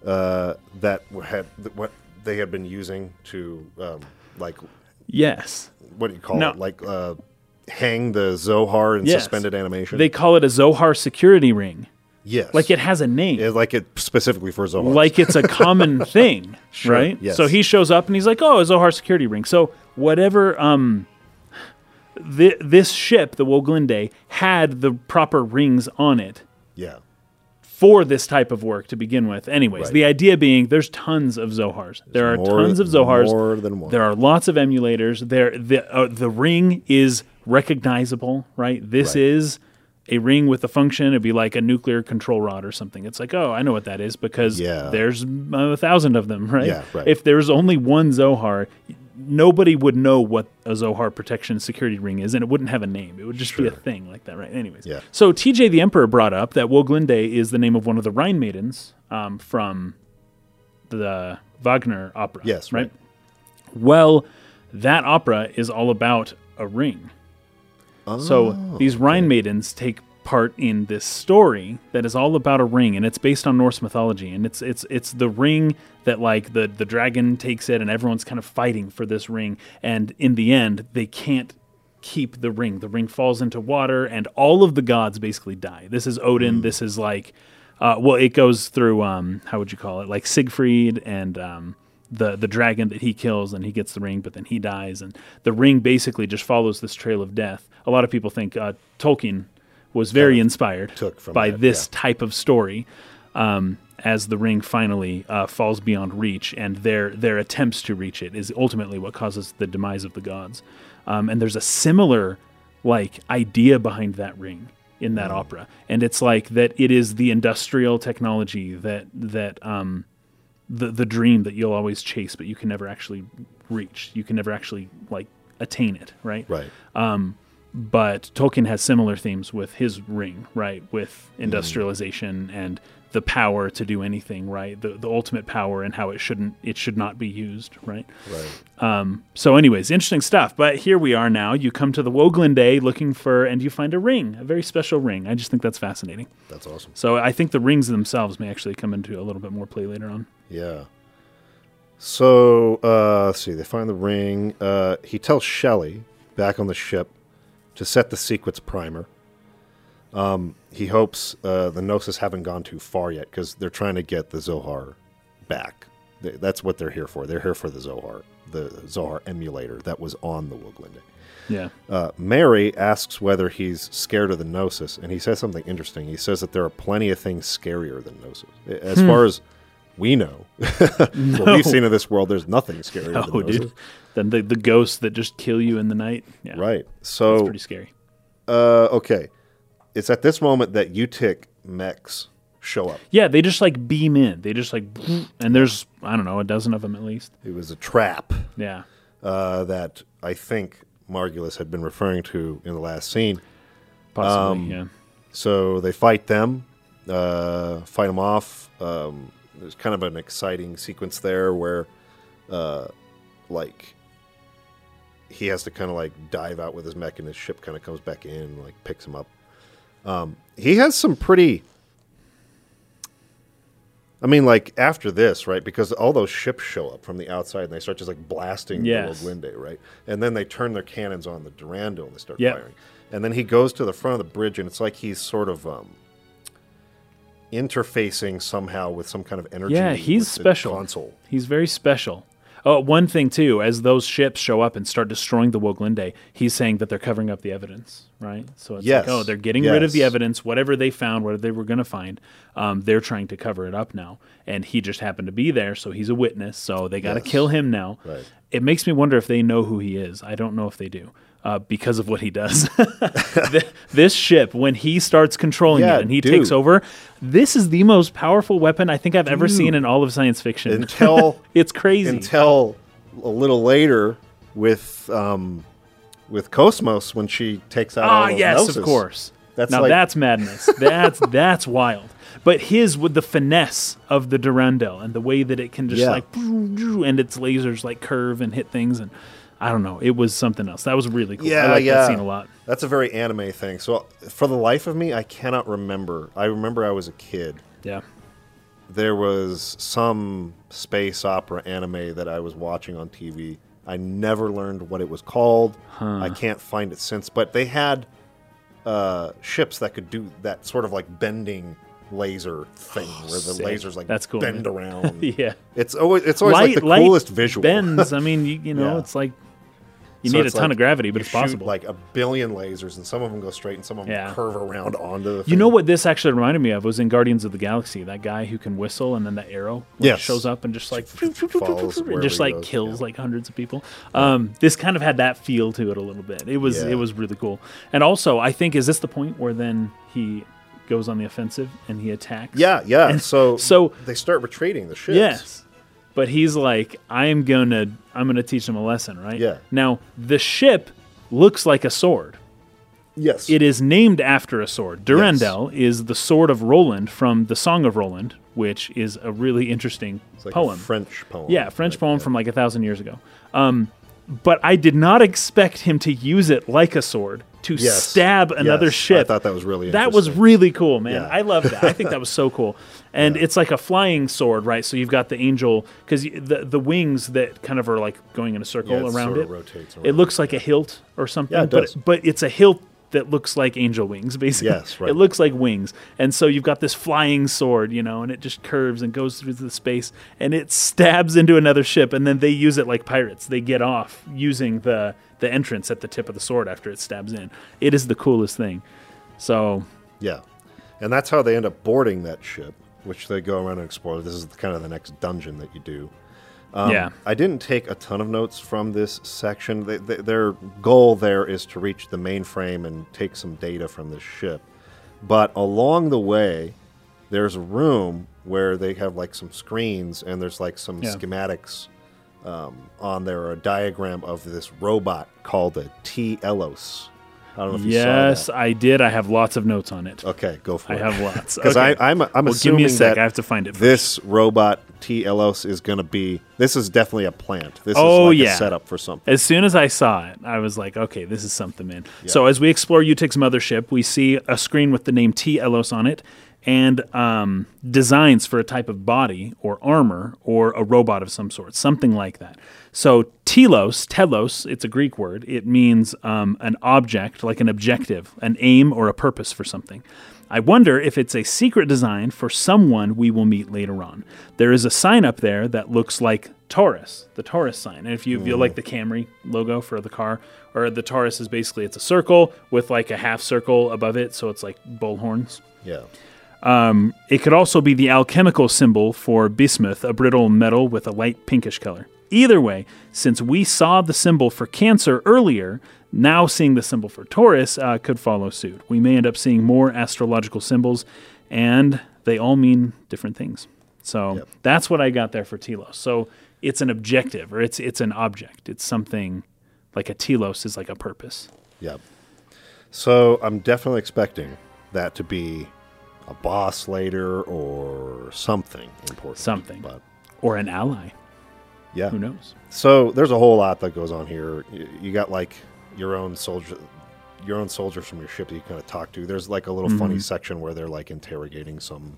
uh, that w- had that what they had been using to um, like
Yes,
what do you call
No.
it? Like uh, hang the Zohar in
Yes.
suspended animation.
they call it a Zohar security ring.
yes,
Like it has a name.
Yeah, like it specifically for Zohar.
like it's a common thing, right?
yes.
So he shows up and he's like, "Oh, a Zohar security ring." So whatever, um, thi this ship, the Woglinde, had the proper rings on it
yeah,
for this type of work to begin with. Anyways, the idea being, there's tons of Zohars. there are
more-
tons of Zohars.
more than one.
There are lots of emulators. There, the uh, the ring is recognizable, right? This
Right.
is. A ring with a function, it'd be like a nuclear control rod or something. It's like, oh, I know what that is because
Yeah.
there's mm, a thousand of them, right?
Yeah, right.
If there's only one Zohar, nobody would know what a Zohar protection security ring is, and it wouldn't have a name. It would just be a thing like that, right? Anyways,
Yeah.
So TJ the Emperor brought up that Woglinde is the name of one of the Rhine maidens um, from the Wagner opera.
Yes, right.
Well, that opera is all about a ring.
Oh,
So these Rhine maidens take part in this story that is all about a ring and it's based on Norse mythology and it's it's it's the ring that like the the dragon takes it and everyone's kind of fighting for this ring and in the end they can't keep the ring the ring falls into water and all of the gods basically die this is
Hmm.
Odin this is like uh, well it goes through um how would you call it like Siegfried and um the the dragon that he kills and he gets the ring, but then he dies, and the ring basically just follows this trail of death. A lot of people think uh, Tolkien was very inspired
took from
by
that,
this type of story, um, as the ring finally uh, falls beyond reach, and their their attempts to reach it is ultimately what causes the demise of the gods. Um, and there's a similar like idea behind that ring in that opera, and it's like that it is the industrial technology that that um, the the dream that you'll always chase, but you can never actually reach. You can never actually like attain it, right?
right.
But Tolkien has similar themes with his ring, right? With industrialization and the power to do anything, right? The the ultimate power and how it shouldn't it should not be used, right?
Right.
So, anyways, interesting stuff. But here we are now. You come to the Woglin Day looking for, and you find a ring, a very special ring. I just think that's fascinating.
That's awesome.
So, I think the rings themselves may actually come into a little bit more play later on.
Yeah. So uh, let's see. They find the ring. Uh, he tells Shelley back on the ship to set the sequence primer. Um, he hopes uh, the Gnosis haven't gone too far yet because they're trying to get the Zohar back. Th- That's what they're here for. They're here for the Zohar, the Zohar emulator that was on the Woglinde.
Yeah.
Uh, Mary asks whether he's scared of the gnosis, and he says something interesting. He says that there are plenty of things scarier than gnosis. A-
Hmm.
As far as we know, what we've seen in this world, there's nothing scarier
Oh,
than gnosis.
dude. Then the, the ghosts that just kill you in the night. Yeah.
Right. So,
Pretty scary.
uh, okay. It's at this moment that Utic mechs show up.
Yeah, they just like beam in. They just like, and there's, I don't know, a dozen of them at least.
It was a trap
Yeah.
uh, that I think Margulis had been referring to in the last scene.
Possibly. yeah.
So they fight them, uh, fight them off. Um, there's kind of an exciting sequence there where, uh, like, he has to kind of like dive out with his mech, and his ship kind of comes back in, like picks him up. Um, he has some pretty. I mean, like after this, right? Because all those ships show up from the outside, and they start just like blasting
Yes.
the Linde, right? And then they turn their cannons on the Durando, and they start
Yep.
firing. And then he goes to the front of the bridge, and it's like he's sort of um, interfacing somehow with some kind of energy.
Yeah, he's
with the
special.
Console.
He's very special. Oh, one thing too, as those ships show up and start destroying the Woglinde, he's saying that they're covering up the evidence, right? So it's
Yes.
like, oh, they're getting rid of the
Yes.
evidence, whatever they found, whatever they were going to find, um, they're trying to cover it up now. And he just happened to be there, so he's a witness. So they got to
Yes.
kill him now.
Right.
It makes me wonder if they know who he is. I don't know if they do. Uh, because of what he does, Th- this ship when he starts controlling
Yeah,
it and he
dude.
takes over, this is the most powerful weapon I think I've ever seen in all of science fiction.
Until-
it's crazy.
Until a little later with um, with Cosmos when she takes out. all
ah,
those
yes,
Gnosis.
of course.
That's
now
like-
that's madness. That's that's wild. But his with the finesse of the Durandal and the way that it can just
Yeah.
like and its lasers like curve and hit things and I don't know. It was something else. That was really cool. I like that scene a lot.
That's a very anime thing. So for the life of me, I cannot remember. I remember I was a kid.
Yeah.
There was some space opera anime that I was watching on TV. I never learned what it was called. I can't find it since. But they had uh, ships that could do that sort of like bending laser thing where the
Oh, sick.
lasers like
That's cool,
bend
man.
around.
Yeah.
It's always it's always like the coolest visual.
bends. I mean, you, you know,
Yeah.
it's like you
So
need a
it's
ton
like
of gravity, but
you
it's
shoot,
possible.
Like a billion lasers, and some of them go straight, and some of them
Yeah.
curve around onto. The
You know what this actually reminded me of was in Guardians of the Galaxy, that guy who can whistle and then the arrow like,
Yes.
shows up and just like
Follows
and
wherever he
just like
goes,
kills
yeah.
like hundreds of people. Um, this kind of had that feel to it a little bit. It was
Yeah.
it was really cool. And also, I think is this the point where then he goes on the offensive and he attacks?
Yeah, yeah. So
so-
they start retreating the ships.
Yes. But he's like, I'm gonna I'm gonna teach him a lesson, right?
Yeah.
Now the ship looks like a sword.
yes.
It is named after a sword. Durandal is the sword of Roland from the Song of Roland, which is a really interesting
It's like a
poem.
French poem.
yeah, French
Like,
poem from like a thousand years ago. Um, but I did not expect him to use it like a sword to
Yes.
stab another
Yes,
ship.
I thought that was really
That was
interesting.
really cool, man.
Yeah.
I love that. I think that was so cool. And it's like a flying sword, right? So you've got the angel because the the wings that kind of are like going in a circle
Yeah, it
around
sorta
it.
rotates
It
around,
looks like a hilt or something,
Yeah, it does.
but but it's a hilt that looks like angel wings basically.
Yes, right.
It looks like wings. And so you've got this flying sword, you know, and it just curves and goes through the space and it stabs into another ship and then they use it like pirates. They get off using the the entrance at the tip of the sword after it stabs in. It is the coolest thing. So
yeah, and that's how they end up boarding that ship, which they go around and explore. This is kind of the next dungeon that you do. Um,
yeah,
I didn't take a ton of notes from this section. They, they, their goal there is to reach the mainframe and take some data from the ship. But along the way, there's a room where they have like some screens and there's like some
Yeah.
schematics um, on there, or a diagram of this robot called a T Elos. I don't know if you
yes,
saw
I did. I have lots of notes on it.
that. Okay, go for
I
it.
have lots.
Because
Okay.
I'm, I'm
well, give
assuming
me a sec.
that
I have to find it. First.
this robot T Elos is going to be. This is definitely a plant. This
Oh,
is like
yeah.
a setup for something.
As soon as I saw it, I was like, okay, this is something, man. So as we explore Utik's mothership, we see a screen with the name T. Elos on it and um, designs for a type of body or armor or a robot of some sort, something like that. So telos, telos, it's a Greek word. It means um, an object, like an objective, an aim or a purpose for something. I wonder if it's a secret design for someone we will meet later on. There is a sign up there that looks like Taurus, the Taurus sign. And if you feel like the Camry logo for the car, or the Taurus is basically it's a circle with like a half circle above it, so it's like bull horns.
Yeah.
It could also be the alchemical symbol for bismuth, a brittle metal with a light pinkish color. Either way, since we saw the symbol for Cancer earlier, now seeing the symbol for Taurus uh, could follow suit. We may end up seeing more astrological symbols, and they all mean different things. So that's what I got there for telos. So it's an objective, or it's it's an object. It's something like a telos is like a purpose.
Yeah. So I'm definitely expecting that to be a boss later or something important.
Something.
But
or an ally.
yeah.
Who knows?
So there's a whole lot that goes on here. You, you got like your own soldier, your own soldiers from your ship that you kind of talk to. There's like a little
Mm-hmm.
funny section where they're like interrogating some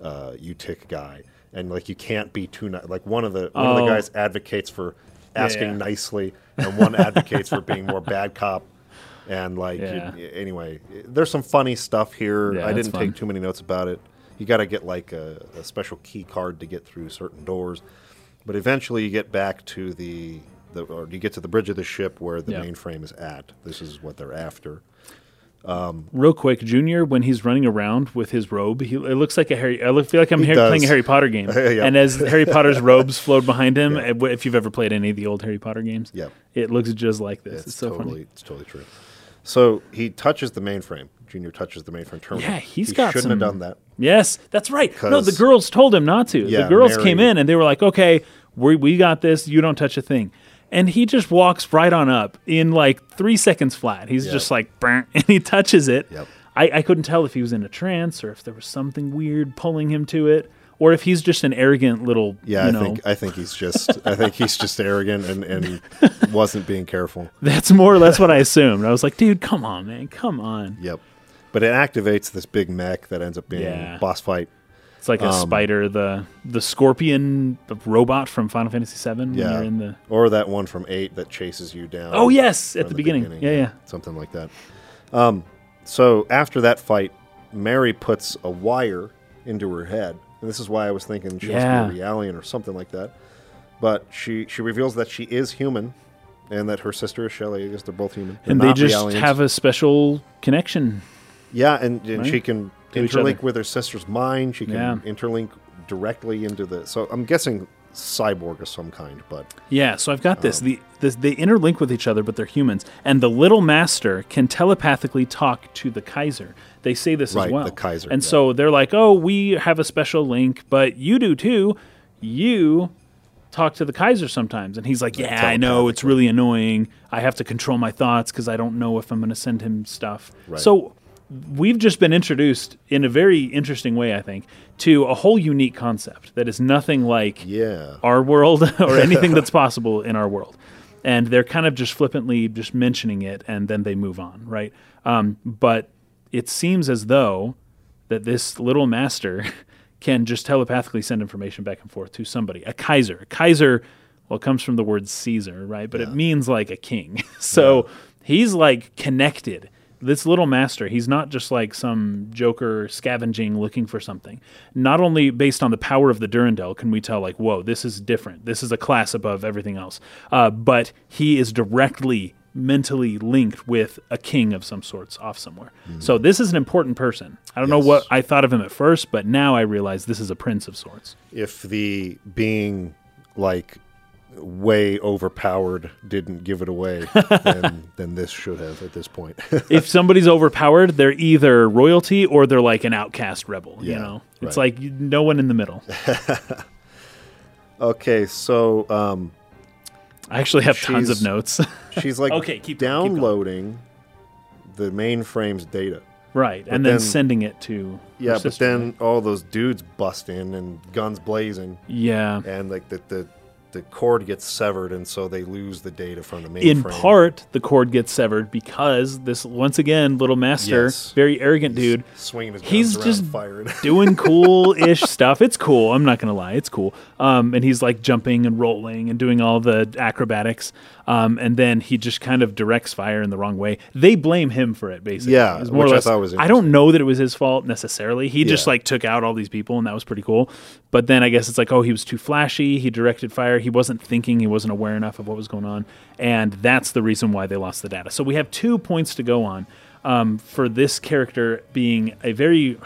uh, UTIC guy, and like you can't be too ni- like one of the one of
Oh.
the guys advocates for asking
yeah.
nicely, and one advocates for being more bad cop. And like you-
Yeah.
anyway, there's some funny stuff here.
Yeah,
I
that's
didn't
fun.
take too many notes about it. You got to get like a, a special key card to get through certain doors, but eventually you get back to the, the or you get to the bridge of the ship where the
Yeah.
mainframe is at. This is what they're after.
real quick, Junior, when he's running around with his robe, he, it looks like a Harry. I look, feel like I'm Harry,
does.
playing a Harry Potter game.
Yeah.
And as Harry Potter's robes flowed behind him, eh, w- if you've ever played any of the old Harry Potter games,
Yeah.
it looks just like this. It's, so
totally,
funny.
it's totally true. So he touches the mainframe. Junior touches the mainframe terminal.
Yeah, he's
he
got
shouldn't have done
some-
that.
Yes, that's right. No, the
'Cause-
girls told him not to. the
Yeah,
girls
Mary-
came in and they were like, "Okay, we we got this. You don't touch a thing." And he just walks right on up in like three seconds flat. He's
Yep.
just like, "Brr," and he touches it.
Yep.
I, I couldn't tell if he was in a trance or if there was something weird pulling him to it, or if he's just an arrogant little.
Yeah,
you
I
know,
think I think he's just I think he's just arrogant and, and wasn't being careful.
that's more or less what I assumed. I was like, dude, come on, man, come on.
Yep. But it activates this big mech that ends up being
Yeah.
boss fight.
It's like a
Um,
spider, the the scorpion robot from Final Fantasy VII. When
Yeah.
you're in the
Or that one from eight that chases you down.
oh yes, at
from
the, beginning. Yeah, yeah.
Something like that. Um, so after that fight, Mary puts a wire into her head. And this is why I was thinking she
Yeah.
must be a realien or something like that. But she, she reveals that she is human and that her sister is Shelley. I guess they're both human. They're
and they
not
just
realiens.
have a special connection.
Yeah, and, and
Right?
she can
To each
interlink
other.
with her sister's mind. She can
Yeah.
interlink directly into the. So I'm guessing cyborg of some kind, but
Yeah, so I've got this.
Oh.
The, this they interlink with each other, but they're humans. And the little master can telepathically talk to the Kaiser. They say this
Right,
as well.
the Kaiser,
And
yeah.
so they're like, "Oh, we have a special link, but you do too. You talk to the Kaiser sometimes." And he's like, "Yeah, I know. It's really annoying. I have to control my thoughts because I don't know if I'm going to send him stuff."
Right.
So we've just been introduced in a very interesting way, I think, to a whole unique concept that is nothing like
yeah,
our world or anything that's possible in our world. And they're kind of just flippantly just mentioning it and then they move on, right? Um, but it seems as though that this little master can just telepathically send information back and forth to somebody, a Kaiser. A Kaiser, well, it comes from the word Caesar, right? But it means like a king. so he's like connected. This little master, he's not just like some joker scavenging looking for something. Not only based on the power of the Durandal can we tell, like, whoa, this is different. This is a class above everything else. Uh, but he is directly mentally linked with a king of some sorts off somewhere.
Hmm.
So this is an important person. I don't know what I thought of him at first, but now I realize this is a prince of sorts.
if the being like way overpowered didn't give it away, then, then this should have at this point.
if somebody's overpowered, they're either royalty or they're like an outcast rebel. you
Yeah,
know, it's
right.
like you- no one in the middle.
okay, so um,
I actually have tons of
She's-
notes.
she's like
Okay, keep going, keep going.
downloading the mainframe's data.
right, and then,
then-
sending it to
Yeah,
her
but
sister,
then
right?
all those dudes bust in and guns blazing.
yeah,
and like the the, the cord gets severed, and so they lose the data from the mainframe.
in part the cord gets severed because this once again little master,
Yes.
very arrogant dude,
swinging his guns
he's
around,
just
firing.
doing cool ish stuff. It's cool. I'm not gonna lie, it's cool. Um, and he's like jumping and rolling and doing all the acrobatics. Um, and then he just kind of directs fire in the wrong way. They blame him for it, basically.
Yeah,
It's
which I thought was
I don't know that it was his fault necessarily. He just
Yeah.
like took out all these people, and that was pretty cool. But then I guess it's like, oh, he was too flashy. He directed fire. He wasn't thinking. He wasn't aware enough of what was going on, and that's the reason why they lost the data. So we have two points to go on um, for this character being a very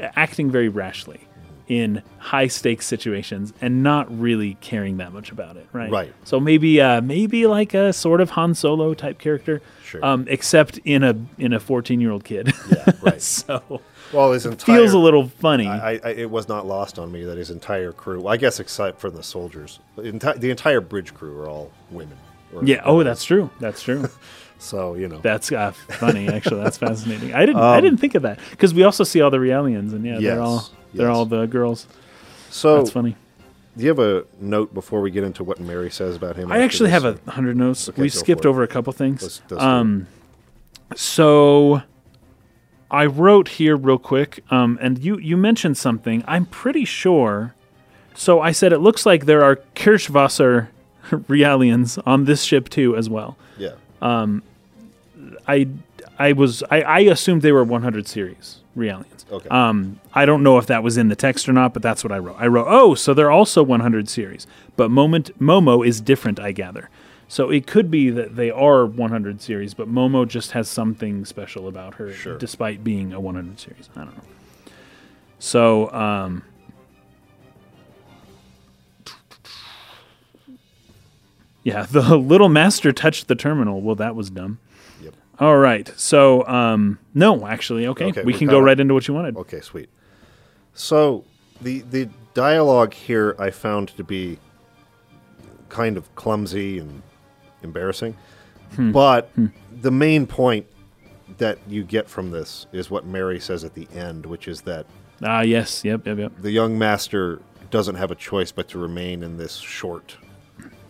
acting very rashly in high stakes situations and not really caring that much about it, right?
Right.
So maybe uh, maybe like a sort of Han Solo type character,
Sure.
um, except in a in a fourteen year old kid.
yeah, right.
so
Well, his entire
feels a little funny.
I, I, it was not lost on me that his entire crew, I guess, except for the soldiers, the enti- the entire bridge crew are all women. or-
yeah. Oh, that's true. That's true.
So you know,
That's uh, funny. Actually, that's fascinating. I didn't. I didn't think of that because we also see all the Realians, and yeah,
Um, Yes,
they're all they're
yes.
all the girls.
so
That's funny.
do you have a note before we get into what Mary says about him?
I
after
actually
this?
have a hundred notes.
go
we skipped
for it.
over a couple things.
Let's- let's do it.
um, so I wrote here real quick, um, and you you mentioned something. I'm pretty sure. So I said it looks like there are Kirschwasser Realians on this ship too, as well.
yeah.
I I was I, I assumed they were 100 series Realians.
Okay.
Um, I don't know if that was in the text or not, but that's what I wrote. I wrote, oh, so they're also 100 series, but moment Momo is different, I gather. So it could be that they are 100 series, but Momo just has something special about her,
Sure.
despite being a 100 series. I don't know. So um, yeah, the little master touched the terminal. Well, that was dumb.
Yep.
All right. So, um, no, actually, okay.
Okay,
we
we're
can
caught
go
up.
right into what you wanted.
Okay, sweet. So the the dialogue here I found to be kind of
Hmm.
clumsy and embarrassing, but the main point that you get from this is what Mary says at the end, which is that
Ah, yes. Yep, yep, yep.
the young master doesn't have a choice but to remain in this short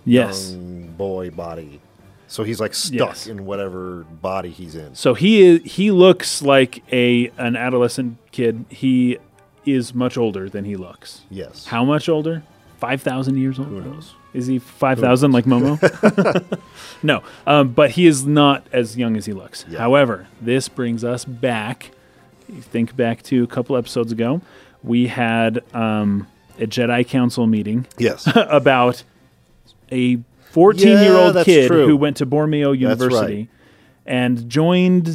Yes.
young boy body. So he's like stuck
Yes.
in whatever body he's in.
So he is, he looks like a an adolescent kid. He is much older than he looks.
Yes.
How much older? Five thousand years old.
Who knows?
Is he five thousand like Momo? no, um, but he is not as young as he looks.
Yeah.
However, this brings us back. You think back to a couple episodes ago, we had um, a Jedi Council meeting
Yes.
about a 14 year
Yeah,
old
that's
kid
true.
who went to Bormio University
right.
and joined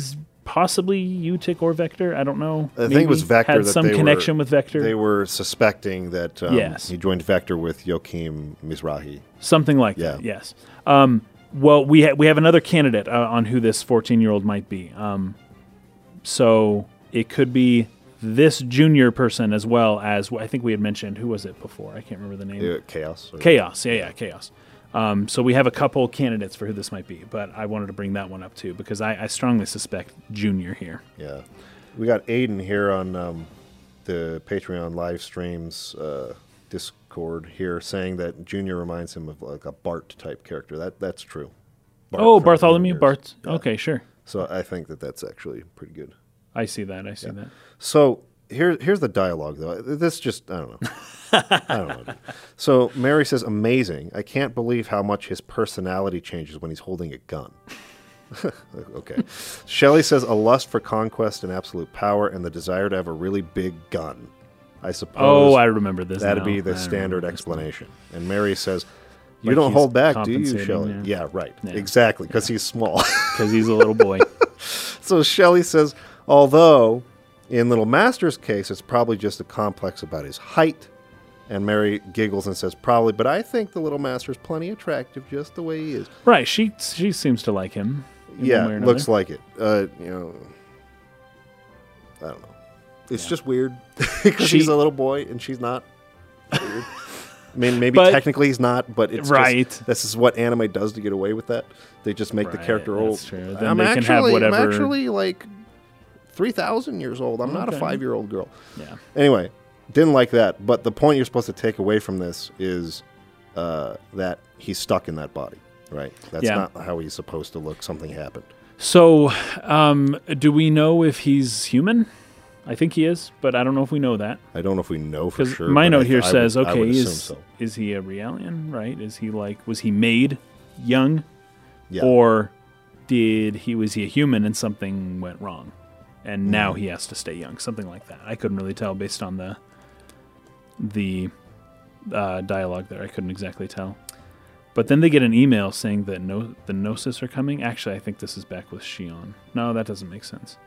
possibly UTIC or Vector. I don't know.
I think it was Vector
Had
that
some
they were-
connection with Vector.
they were suspecting that um,
Yes.
he joined Vector with Joachim Mizrahi.
something like that.
Yeah.
Yes. Um, well, we ha- we have another candidate uh, on who this 14 year old might be. Um, so it could be this junior person as well as I think we had mentioned who was it before? I can't remember the name.
Uh, chaos. or-
Chaos. Yeah, yeah, chaos. Um, so we have a couple candidates for who this might be, but I wanted to bring that one up too because I, I strongly suspect Junior here.
Yeah. We got Aiden here on um, the Patreon live streams uh, Discord here saying that Junior reminds him of like a Bart type character. That That's true. Bart
oh,
from
Bartholomew
Wonder Years.
Barth. Okay, sure.
So I think that that's actually pretty good.
I see that. I see that.
So here, here's the dialogue, though. This just, I don't know. I don't know. dude. So Mary says, amazing. I can't believe how much his personality changes when he's holding a gun. okay. Shelley says, a lust for conquest and absolute power and the desire to have a really big gun. I suppose
Oh, I remember this.
that'd
now.
be the
I
standard
remember.
explanation. And Mary says, you
Like
don't
he's
hold back, do you,
compensating,
Shelley?
yeah.
Yeah, right.
Yeah.
Exactly, because he's small.
because he's a little boy.
So Shelley says, although in Little Master's case, it's probably just a complex about his height. And Mary giggles and says, probably, but I think the Little Master's plenty attractive just the way he is.
right. She she seems to like him. in one way
yeah,
or
looks
another.
like it. Uh, you know, I don't know. It's just weird because
She-
he's a little boy and she's not. Weird. I mean, maybe
But-
technically he's not, but it's just-
Right.
this is what anime does to get away with that. They just make the
Right,
character old.
that's true. Then
I'm
they can
actually,
have whatever-
I'm actually like three thousand years old. I'm not a
Okay.
five year old girl.
yeah.
Anyway, didn't like that. But the point you're supposed to take away from this is uh, that he's stuck in that body, right? That's
Yeah.
not how he's supposed to look. Something happened.
So, um, do we know if he's human? I think he is, but I don't know if we know that.
I don't know if we know for
Because
sure.
my
but I
note
th-
here
I would-
says,
I would
okay,
assume
is
so.
is he a Realian, right? Is he like was he made young,
Yeah.
or did he was he a human and something went wrong, and
Mm-hmm.
now he has to stay young, something like that. I couldn't really tell based on the the uh, dialogue there. I couldn't exactly tell. But then they get an email saying that no, the Gnosis are coming. Actually, I think this is back with Shion. No, that doesn't make sense.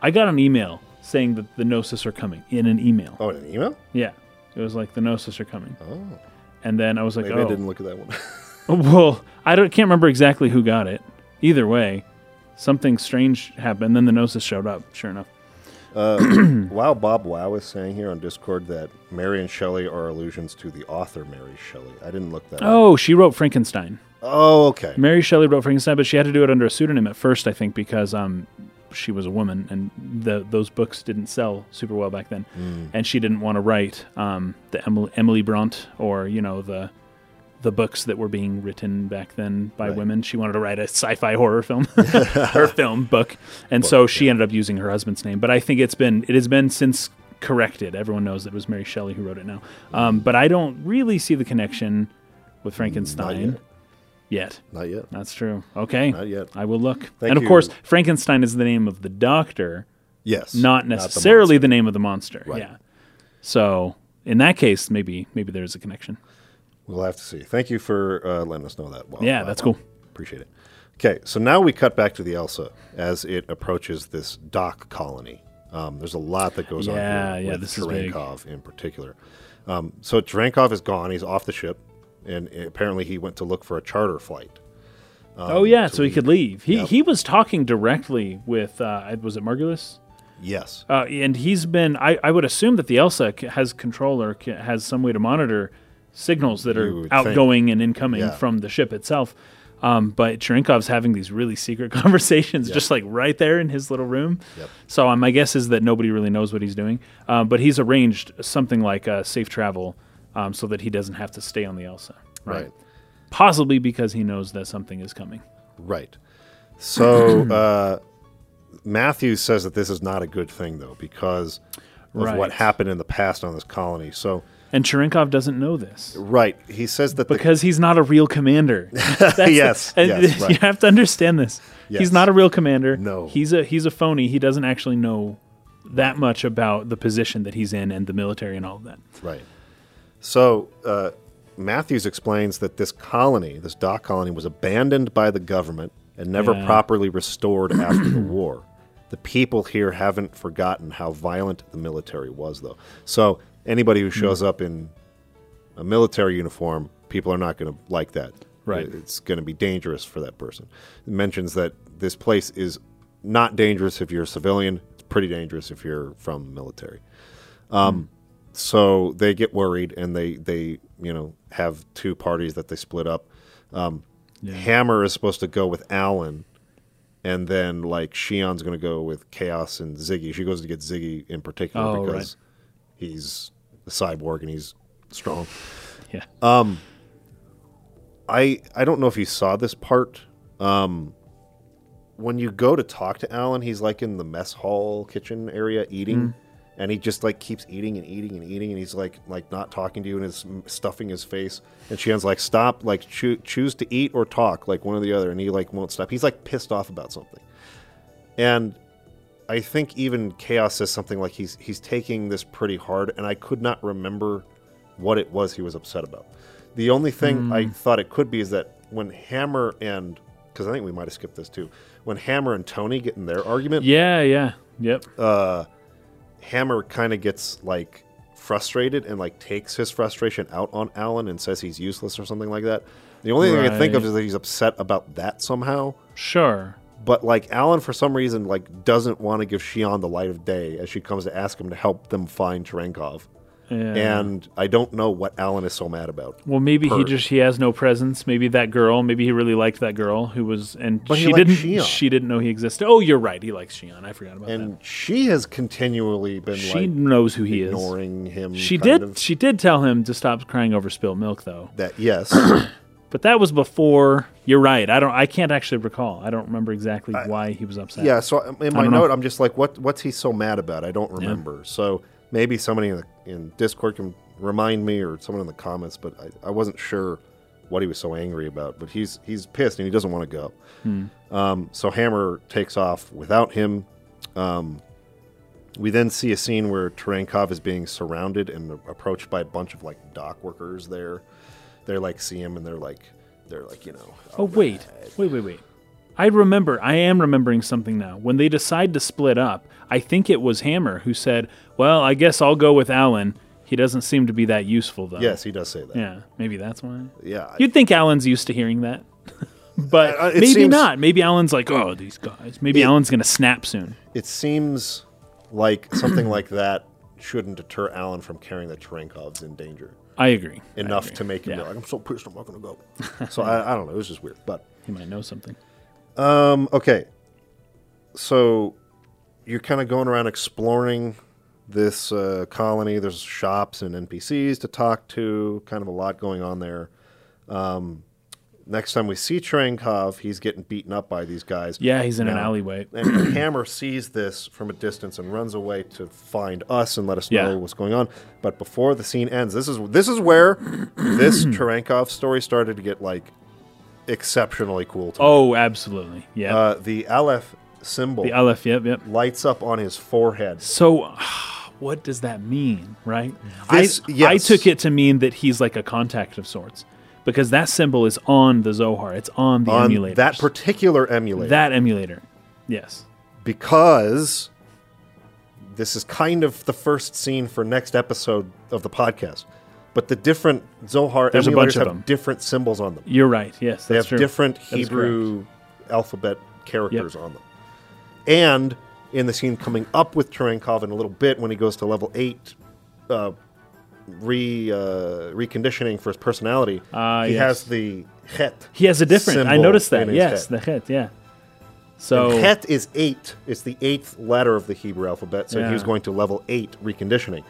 I got an email saying that the Gnosis are coming in an email.
oh, an email?
Yeah. It was like the Gnosis are coming.
Oh,
And then I was like,
maybe I
oh.
didn't look at that one.
Well, I don't, can't remember exactly who got it. Either way, something strange happened. Then the Gnosis showed up, sure enough. Hmm.
wow, Bob Wow is saying here on Discord that Mary and Shelley are allusions to the author Mary Shelley. I didn't look that. up.
Oh, she wrote Frankenstein.
Oh, okay.
Mary Shelley wrote Frankenstein, but she had to do it under a pseudonym at first, I think, because um, she was a woman and the, those books didn't sell super well back then. And she didn't want to write um, the Emily, Emily Bront or, you know, the the books that were being written back then by
Right.
women. She wanted to write a sci-fi horror film, her film book, and so she ended up using her husband's name. But I think it's been it has been since corrected. Everyone knows that it was Mary Shelley who wrote it now. Um, but I don't really see the connection with Frankenstein yet.
Not yet.
That's true. Okay.
Not yet.
I will look.
Thank
and of
you.
course, Frankenstein is the name of the doctor,
Yes.
not
the
necessarily
monster.
the, name of the monster.
Right.
Yeah. So in that case, maybe maybe there's a connection.
We'll have to see. Thank you for uh, letting us know that. Wow,
Yeah,
wow,
that's
wow.
cool.
Appreciate it. Okay, so now we cut back to the Elsa as it approaches this dock colony. Um, there's a lot that goes
Yeah,
on here
yeah,
with
this is big.
Cherenkov in particular. Um, so Cherenkov is gone. He's off the ship, and apparently he went to look for a charter flight.
oh yeah, so he could leave. He
Um, Yep.
he was talking directly with uh, was it Margulis?
Yes.
Uh, and he's been. I, I would assume that the Elsa c- has control or c- has some way to monitor signals that
You
are
would think.
outgoing and incoming
Yeah.
from the ship itself. Um, but Cherenkov's having these really secret conversations, just like right there in his little room.
Yep.
So um, my guess is that nobody really knows what he's doing. Um, but he's arranged something like uh, safe travel um, so that he doesn't have to stay on the Elsa.
Right.
Possibly because he knows that something is coming.
Right. So uh, Matthews says that this is not a good thing, though, because of
Right.
what happened in the past on this colony. So,
And Cherenkov doesn't know this.
right, he says that
because he's not a real commander. That's the-
Yes,
and
yes,
you
right.
have to understand this.
Yes.
He's not a real commander.
No.
he's a he's a phony. He doesn't actually know that much about the position that he's in and the military and all of that.
the right. So uh, Matthews explains that this colony, this dock colony, was abandoned by the government and never
Yeah.
properly restored after the war. The people here haven't forgotten how violent the military was, though. So anybody who shows up in a military uniform, people are not going to like that.
Right.
It- It's going to be dangerous for that person. It mentions that this place is not dangerous if you're a civilian. It's pretty dangerous if you're from the military. Um, So they get worried and they, they, you know, have two parties that they split up. Um, Hammer is supposed to go with Alan. And then, like, Shion's going to go with Chaos and Ziggy. She goes to get Ziggy in particular
Oh, right.
because he's a cyborg and he's strong.
Yeah,
Uh, I I don't know if you saw this part. Um, when you go to talk to Alan, he's like in the mess hall kitchen area eating, and he just like keeps eating and eating and eating, and he's like like not talking to you and is stuffing his face. And Shion's like, stop, like choo- choose to eat or talk, like one or the other, and he like won't stop. He's like pissed off about something, and. I think even Chaos says something like he's he's taking this pretty hard, and I could not remember what it was he was upset about. The only thing
Hmm.
I thought it could be is that when Hammer and because I think we might have skipped this too, when Hammer and Tony get in their argument,
yeah, yeah, yep.
uh, Hammer kind of gets like frustrated and like takes his frustration out on Alan and says he's useless or something like that. The only thing I can think of
Right.
is that he's upset about that somehow.
sure.
But like Alan, for some reason, like doesn't want to give Shion the light of day as she comes to ask him to help them find Cherenkov.
Yeah.
And I don't know what Alan is so mad about.
well, maybe he
Purge.
just he has no presence. Maybe that girl. Maybe he really liked that girl who was and
But he
she
liked
didn't
Shion.
she didn't know he existed. Oh, you're right. He likes Shion. I forgot about that.
And she has continually been
She
like
knows who he is.
ignoring him.
She
kind
did.
of.
She did tell him to stop crying over spilled milk, though.
that. Yes,
But that was before. You're right. I don't. I can't actually recall. I don't remember exactly why he was upset.
yeah. So uh, in my
don't know.
note, I'm just like, what? What's he so mad about? I don't remember. So maybe somebody in, the, in Discord can remind me, or someone in the comments. But I, I wasn't sure what he was so angry about. But he's he's pissed and he doesn't want to go.
Hmm.
Um, so Hammer takes off without him. Um, We then see a scene where Terenkov is being surrounded and approached by a bunch of like dock workers there. They like see him and they're like they're like, you know,
Oh wait. Wait. Wait. Wait. I remember. I am remembering something now. When they decide to split up, I think it was Hammer who said, "Well, I guess I'll go with Alan. He doesn't seem to be that useful, though."
yes, he does say that.
Yeah. Maybe that's why.
Yeah.
You'd think Alan's used to hearing that. But
Uh, uh, it
maybe
seems-
not. Maybe Alan's like, oh, these guys. Maybe
It-
Alan's going to snap soon.
It seems like something like that shouldn't deter Alan from caring that Terenkov's in danger
I agree. I
enough
agree.
to make him
Yeah.
be like, I'm so pissed I'm not gonna go. so I, I don't know, it was just weird. But
He might know something.
Um, okay. So you're kind of going around exploring this uh, colony. There's shops and NPCs to talk to, kind of a lot going on there. Um, next time we see Trenkov, he's getting beaten up by these guys.
Yeah, he's in an
Now-
alleyway.
And Hammer sees this from a distance and runs away to find us and let us
Yeah.
know what's going on. But before the scene ends, this is this is where this Terenkov story started to get like exceptionally cool. To me.
Oh, absolutely. Yeah.
Uh, the Aleph symbol
the Aleph, yep, yep.
lights up on his forehead.
So, what does that mean, right?
This-
I, I
yes.
took it to mean that he's like a contact of sorts because that symbol is on the Zohar. It's on the
On
emulator.
that particular emulator.
that emulator. Yes.
because this is kind of the first scene for next episode of the podcast. But the different Zohar
There's a
emulators
bunch of
have
them.
different symbols on them.
You're right. Yes,
They
that's
have
true.
different
That is
Hebrew alphabet characters on them. And in the scene coming up with Terenkov in a little bit, when he goes to level eight, uh, re uh, reconditioning for his personality,
Ah,
he
yes.
has the Het.
He has a different. I
symbol
noticed that.
in his
Yes,
head.
the het. Yeah.
And
So
Het is eight. It's the eighth letter of the Hebrew alphabet. So
Yeah.
he was going to level eight reconditioning.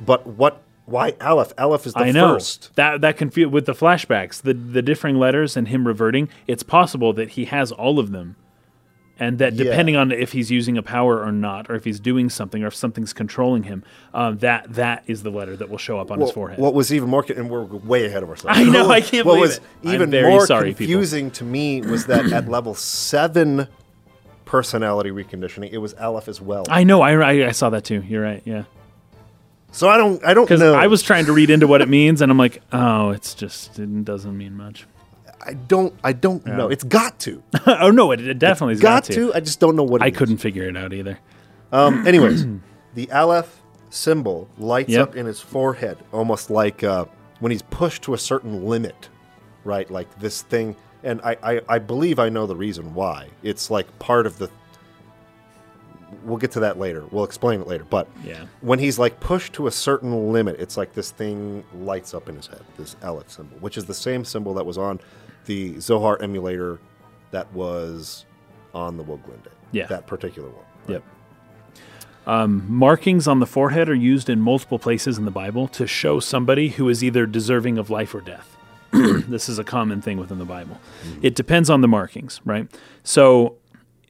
But what? Why Aleph? Aleph is the
I know
first.
that that confused with the flashbacks, the the differing letters and him reverting. It's possible that he has all of them, and that
Yeah.
depending on if he's using a power or not, or if he's doing something, or if something's controlling him, um, that that is the letter that will show up on his
Well,
forehead.
What was even more, con- and we're way ahead of ourselves.
I know, I can't
What
believe
was
it. I'm
even
very
more
sorry, people.
confusing to me was that at level seven personality reconditioning, it was Aleph as well.
I know. I, I I saw that too. You're right. Yeah,
so I don't, I don't
because
know.
I was trying to read into what it means, and I'm like, oh, it's just it doesn't mean much.
I don't, I don't know. It's got to,
oh no, it, it definitely has
got to. I just don't know what. It
I
is.
couldn't figure it out either.
Um, anyways, the Aleph symbol lights
Yep.
up in his forehead, almost like uh, when he's pushed to a certain limit, right? Like this thing. And I, I, I believe I know the reason why. It's like part of the. We'll get to that later. We'll explain it later. But
Yeah.
when he's like pushed to a certain limit, it's like this thing lights up in his head, this Aleph symbol, which is the same symbol that was on the Zohar emulator that was on the Woglinde.
Yeah.
That particular one.
Yep. Um, markings on the forehead are used in multiple places in the Bible to show somebody who is either deserving of life or death. this is a common thing within the Bible.
Mm.
It depends on the markings, right? So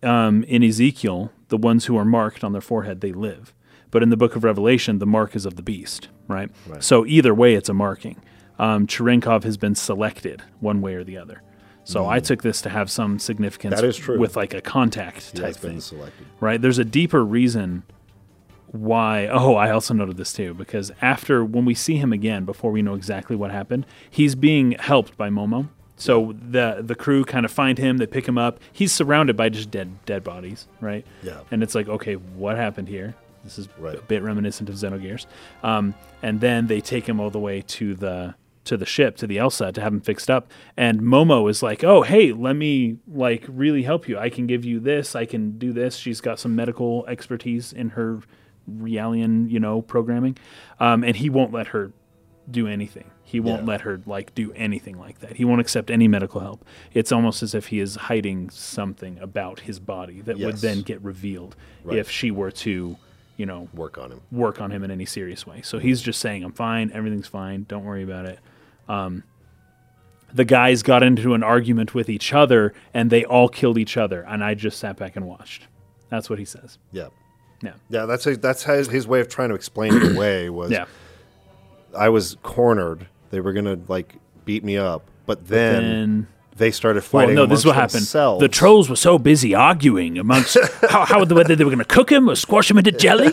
um, in Ezekiel, the ones who are marked on their forehead, they live. But in the book of Revelation, the mark is of the beast, right? So either way, it's a marking. Um, Cherenkov has been selected one way or the other. So I took this to have some significance
Mm. That is true.
with like a contact
He
type
has
thing
been selected.
right? There's a deeper reason why. Oh, I also noted this too, because after when we see him again, before we know exactly what happened, he's being helped by Momo. So the the crew kind of find him, they pick him up. He's surrounded by just dead dead bodies, right?
Yeah.
And it's like, okay, what happened here? This is
Right.
a bit reminiscent of Xenogears. Um, and then they take him all the way to the to the ship to the Elsa to have him fixed up. And Momo is like, "Oh, hey, let me like really help you. I can give you this. I can do this." She's got some medical expertise in her Realian, you know, programming. Um, and he won't let her do anything. He won't
Yeah.
let her like do anything like that. He won't accept any medical help. It's almost as if he is hiding something about his body that would
Yes.
then get revealed
Right.
if she were to, you know,
work on him.
work on him in any serious way. So he's just saying, "I'm fine. Everything's fine. Don't worry about it." Um, the guys got into an argument with each other, and they all killed each other. And I just sat back and watched. That's what he says.
Yeah,
Yeah.
yeah. That's his, that's his, his way of trying to explain it away. Was
Yeah.
I was cornered. They were gonna like beat me up, but then
And
they started
Well,
fighting.
no, this is what
amongst
happened.
themselves.
The trolls were so busy arguing amongst how, how whether they were going to cook him or squash him into jelly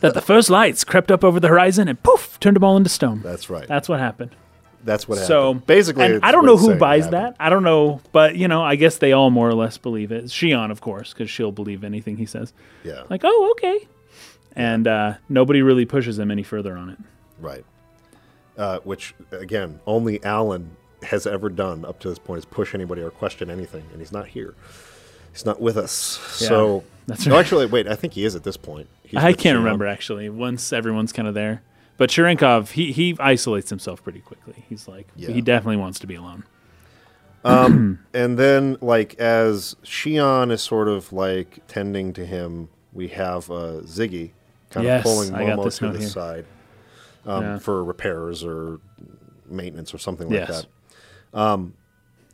that the first lights crept up over the horizon and poof turned them all into stone.
That's right.
That's what happened.
That's what
So
happened. Basically,
and
it's
I don't
what
know
it's
who
saying
buys
happened.
that. I don't know, but you know, I guess they all more or less believe it. Shion, of course, because she'll believe anything he says.
Yeah,
Like, oh, okay. And uh, nobody really pushes him any further on it.
right. Uh, which again, only Alan has ever done up to this point is push anybody or question anything, and he's not here. He's not with us. So
that's
no,
right.
actually, wait. I think he is at this point. He's
I
with
can't
Shion.
remember actually. Once everyone's kind of there, but Cherenkov, he he isolates himself pretty quickly. He's like,
Yeah.
he definitely wants to be alone.
and then like as Shion is sort of like tending to him, we have uh, Ziggy kind
Yes,
of pulling
I got
Momo
this
to
note
the
here.
side um,
Yeah.
for repairs or maintenance or something like
Yes.
that. Um,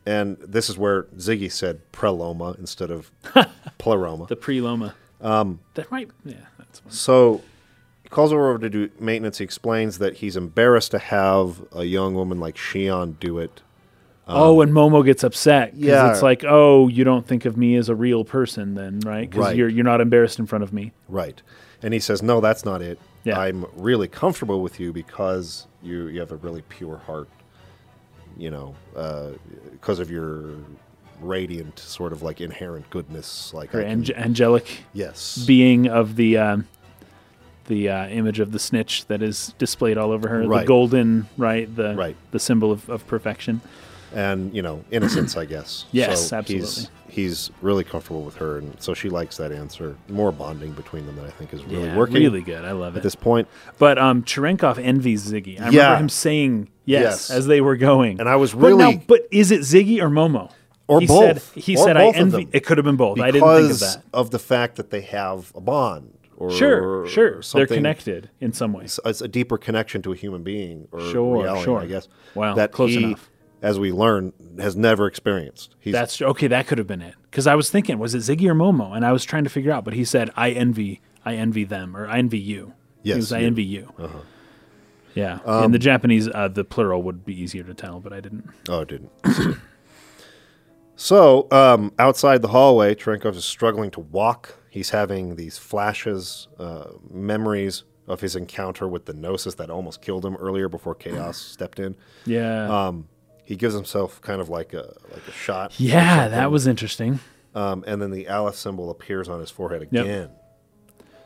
and this is where Ziggy said preloma instead of pleroma.
The pre-Loma. Um, that might. Yeah, that's one.
So he calls her over to do maintenance. He explains that he's embarrassed to have a young woman like Shion do it.
oh, and Momo gets upset because
um, Yeah.
it's like, oh, you don't think of me as a real person, then, right? Because
Right.
you're you're not embarrassed in front of me.
Right. And he says, No, that's not it.
Yeah.
I'm really comfortable with you because you, you have a really pure heart, you know, because of your radiant, sort of like inherent goodness. Like,
Her
I can,
ange- angelic
yes.
being of the um, the uh, image of the snitch that is displayed all over her. The
Right.
golden, right? The
Right.
the symbol of, of perfection.
and, you know, innocence, I guess.
Yes,
he's-
absolutely.
He's, he's really comfortable with her, and so she likes that answer. More bonding between them that I think is really
yeah,
working
really good. I love
at
it.
this point.
But um, Cherenkov envies Ziggy. I
Yeah.
remember him saying yes,
Yes.
as they were going,
And I was
But,
really-
now, but is it Ziggy or Momo?
Or
he
both.
Said, he
Or
said,
both
"I
of
envy."
them.
It could have been both.
Because
I didn't think of that.
of the fact that they have a bond. Or,
Sure, sure.
or
They're
something-
connected in some way.
it's- it's a deeper connection to a human being or
Sure,
reality,
sure.
I guess.
Wow,
that
close
he,
enough.
As we learn, has never experienced. He's
That's okay. That could have been it. Because I was thinking, was it Ziggy or Momo? And I was trying to figure out. But he said, "I envy, I envy them, or I envy you." He
Yes, Uh-huh. Um,
was, I
you.
envy you. Yeah. In the Japanese, uh, the plural would be easier to tell, but I didn't.
oh, it didn't. so um, outside the hallway, Trenkov is struggling to walk. He's having these flashes, uh, memories of his encounter with the gnosis that almost killed him earlier before chaos stepped in.
Yeah.
Um, he gives himself kind of like a like a shot.
yeah, that was interesting.
Um, and then the Aleph symbol appears on his forehead
Yep.
again.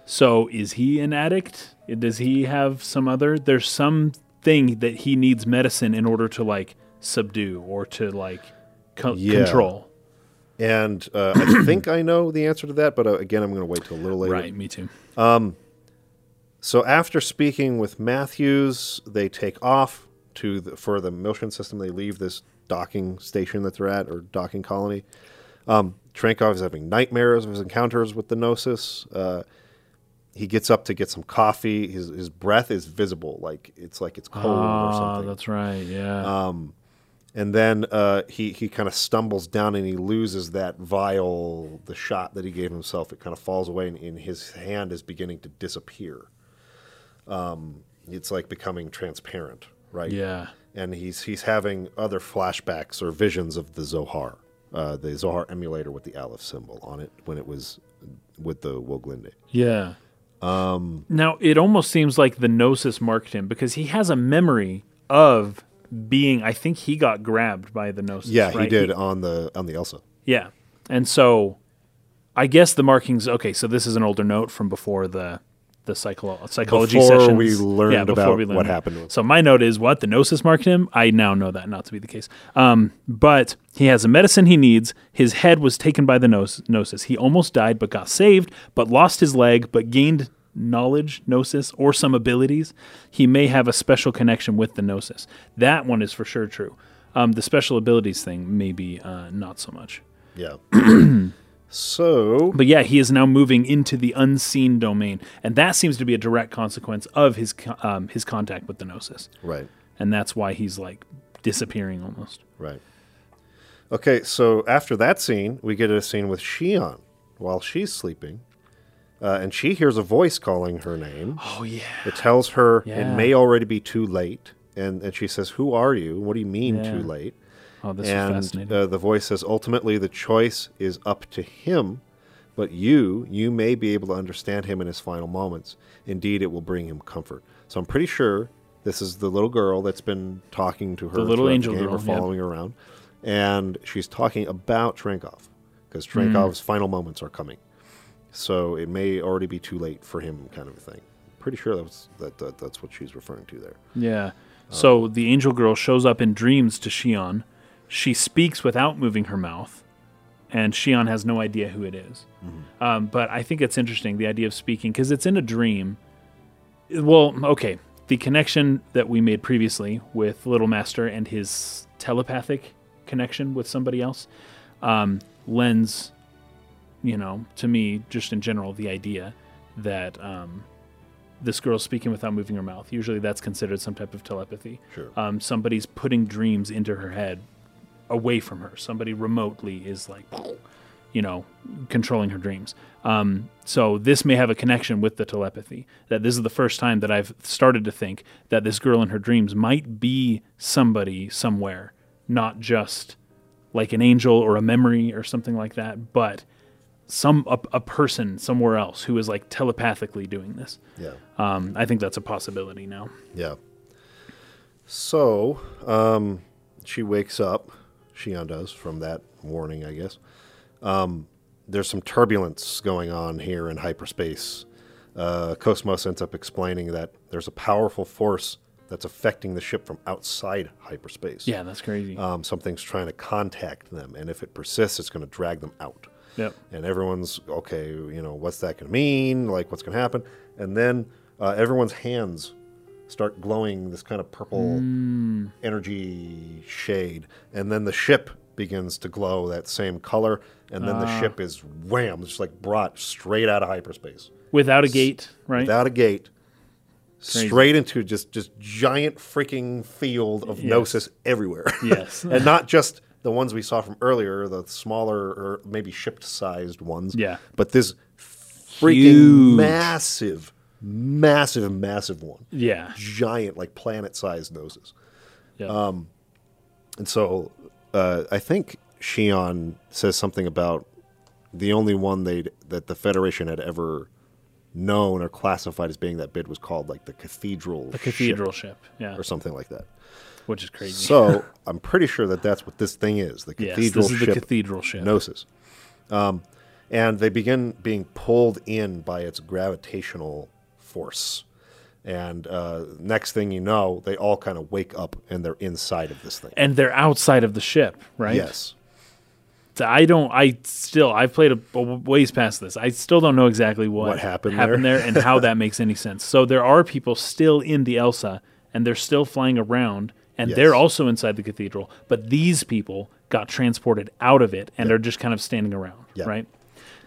So is he an addict? Does he have some other? There's some thing that he needs medicine in order to like subdue or to like co-
Yeah.
control.
And uh, I think I know the answer to that, but uh, again, I'm going to wait till a little later.
Right. Me too.
So after speaking with Matthews, they take off to the, for the Milshin system. They leave this docking station that they're at or docking colony. Um, Trenkov is having nightmares of his encounters with the Gnosis. Uh, he gets up to get some coffee. His, his breath is visible, like it's like it's cold or
Ah,
something. Uh,
that's right. Yeah.
and then uh, he he kind of stumbles down and he loses that vial, the shot that he gave himself. It kind of falls away, and, and his hand is beginning to disappear. Um, it's like becoming transparent, right?
yeah.
And he's he's having other flashbacks or visions of the Zohar, uh, the Zohar emulator with the Aleph symbol on it when it was with the Woglinde.
Yeah. Um, now it almost seems like the gnosis marked him because he has a memory of being. I think he got grabbed by the gnosis.
Yeah, he
right?
did on the on the Elsa.
yeah, and so I guess the markings. Okay, so this is an older note from before the the psycholo- psychology
Before
sessions.
we learned
Yeah, before
about
we
what
that.
happened to him.
So my note is what the gnosis marked him. I now know that not to be the case. Um, but he has the medicine he needs. His head was taken by the gnos- gnosis. He almost died, but got saved. But lost his leg, but gained knowledge, gnosis, or some abilities. He may have a special connection with the gnosis. That one is for sure true. Um, the special abilities thing maybe uh, not so much.
Yeah. so
But yeah, he is now moving into the unseen domain, and that seems to be a direct consequence of his co- um, his contact with the gnosis,
right.
and that's why he's like disappearing almost.
Right. Okay, so after that scene, we get a scene with Shion while she's sleeping, uh, and she hears a voice calling her name.
Oh yeah,
It tells her
Yeah.
it may already be too late, and, and she says, "Who are you? What do you mean too
Yeah.
late?"
oh this is
and
fascinating.
uh, the voice says, "Ultimately, the choice is up to him, but you you may be able to understand him in his final moments. Indeed, it will bring him comfort." So I'm pretty sure this is the little girl that's been talking to her
The little
throughout
angel
the game or
girl, yep.
following her around, and she's talking about Trenkov because
Hmm.
Trenkov's final moments are coming. So it may already be too late for him, kind of a thing. Pretty sure that was that, that that's what she's referring to there.
yeah. So the angel girl shows up in dreams to Shion. She speaks without moving her mouth, and Shion has no idea who it is. Um, but I think it's interesting the idea of speaking because it's in a dream. Well, okay. The connection that we made previously with Little Master and his telepathic connection with somebody else um, lends, you know, to me, just in general, the idea that um, this girl's speaking without moving her mouth. Usually that's considered some type of telepathy.
Sure.
Um, somebody's putting dreams into her head away from her. Somebody remotely is like, you know, controlling her dreams. Um, so this may have a connection with the telepathy. That this is the first time that I've started to think that this girl in her dreams might be somebody somewhere, not just like an angel or a memory or something like that, but some a, a person somewhere else who is like telepathically doing this.
Yeah.
Um, I think that's a possibility now.
Yeah. So, um, she wakes up, Shion does, from that warning, I guess. Um, there's some turbulence going on here in hyperspace. Uh, Cosmos ends up explaining that there's a powerful force that's affecting the ship from outside hyperspace.
Yeah, that's crazy.
Um, something's trying to contact them, and if it persists, it's going to drag them out.
yep.
And everyone's okay. You know what's that going to mean? Like what's going to happen? And then uh, everyone's hands start glowing this kind of purple energy shade, and then the ship begins to glow that same color, and then the ship is wham, just like brought straight out of hyperspace
Without a gate, right?
without a gate, straight into just just giant freaking field of gnosis everywhere.
Yes.
and not just the ones we saw from earlier, the smaller or maybe ship-sized ones.
Yeah.
but this freaking
Huge.
massive, massive, massive one,
yeah.
giant like planet-sized gnosis.
Yeah.
um, And so uh, I think Shion says something about the only one they would that the Federation had ever known or classified as being that bid was called like the cathedral,
the
ship
cathedral ship. Yeah.
or something like that.
Which is crazy.
So I'm pretty sure that that's what this thing is the
yes.
cathedral
this is
ship
the cathedral ship.
gnosis. Um, and they begin being pulled in by its gravitational force. And uh, next thing you know, they all kind of wake up and they're inside of this thing.
And they're outside of the ship, right?
Yes.
I don't. I still. I've played a, a ways past this. I still don't know exactly what,
What happened
there. and how that makes any sense. So there are people still in the Elsa, and they're still flying around, and
Yes.
they're also inside the cathedral. But these people got transported out of it and are just kind of standing around,
Yeah.
right?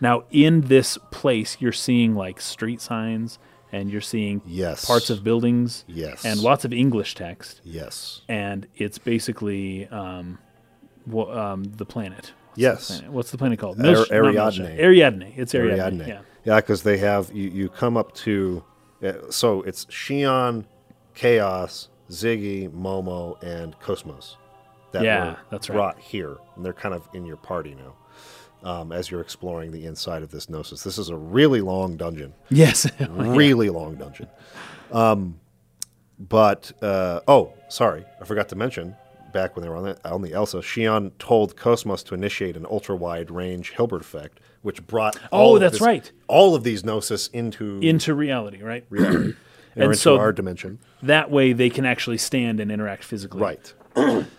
Now in this place, you're seeing like street signs, and you're seeing
Yes.
parts of buildings,
Yes.
and lots of English text,
Yes.
and it's basically um, wha- um, the planet.
Yes.
planet. What's the planet called?
Ar-
Milsh- not Milsh-
Ariadne.
Ariadne. It's Ariadne.
Ariadne.
Yeah.
Yeah, because they have you, you come up to uh, so it's Shion, Chaos, Ziggy, Momo, and Cosmos. That
Yeah, that's right.
brought here, and they're kind of in your party now. Um, as you're exploring the inside of this gnosis, this is a really long dungeon,
Yes.
really long dungeon. Um, but uh, oh, sorry, I forgot to mention. Back when they were on the, on the Elsa, Shion told Cosmos to initiate an ultra wide range Hilbert effect, which brought all
oh,
of
that's
this-
right.
all of these gnosis into
Into reality, right?
reality or
And
into
so-
our dimension.
That way they can actually stand and interact physically.
Right.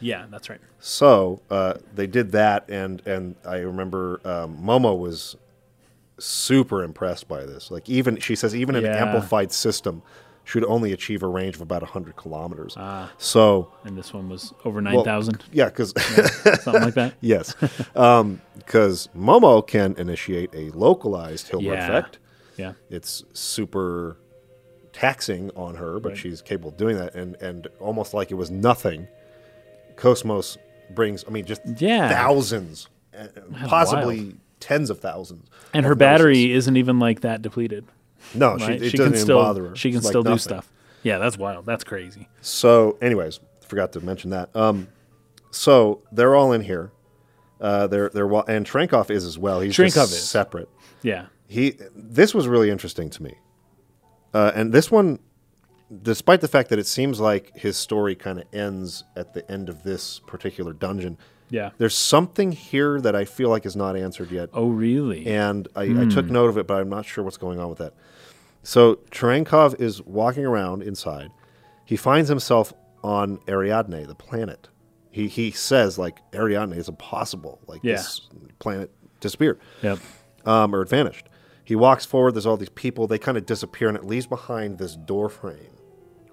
Yeah, that's right.
So uh, they did that, and and I remember um, Momo was super impressed by this. Like even she says, even an
Yeah.
amplified system should only achieve a range of about hundred kilometers.
Ah.
so
And this one was over 9,000,
yeah, because
something like that.
yes, because Momo can initiate a localized Hilbert
Yeah.
effect.
Yeah.
it's super taxing on her, but
Right.
she's capable of doing that. And and almost like it was nothing, Cosmos brings. I mean, just
Yeah.
thousands, uh, possibly tens of thousands.
And
of
her
notices.
battery isn't even like that depleted.
No,
Right?
she, it doesn't
she can
even
still
bother her.
she can
It's like
still do
nothing.
stuff. Yeah, that's wild. That's crazy.
So, anyways, forgot to mention that. Um, so they're all in here. Uh, they're they're wa- and Trenkov is as well. He's
Trenkov
just
is.
separate.
Yeah.
he this was really interesting to me uh, and this one despite the fact that it seems like his story kind of ends at the end of this particular dungeon
Yeah.
there's something here that i feel like is not answered yet
Oh, Hmm. really?
and I, I took note of it but i'm not sure what's going on with that so Terenkov is walking around inside he finds himself on ariadne the planet he, he says like ariadne is impossible like
Yeah.
this planet disappeared
Yep.
um, or it vanished. He walks forward. There's all these people. They kind of disappear, and it leaves behind this door frame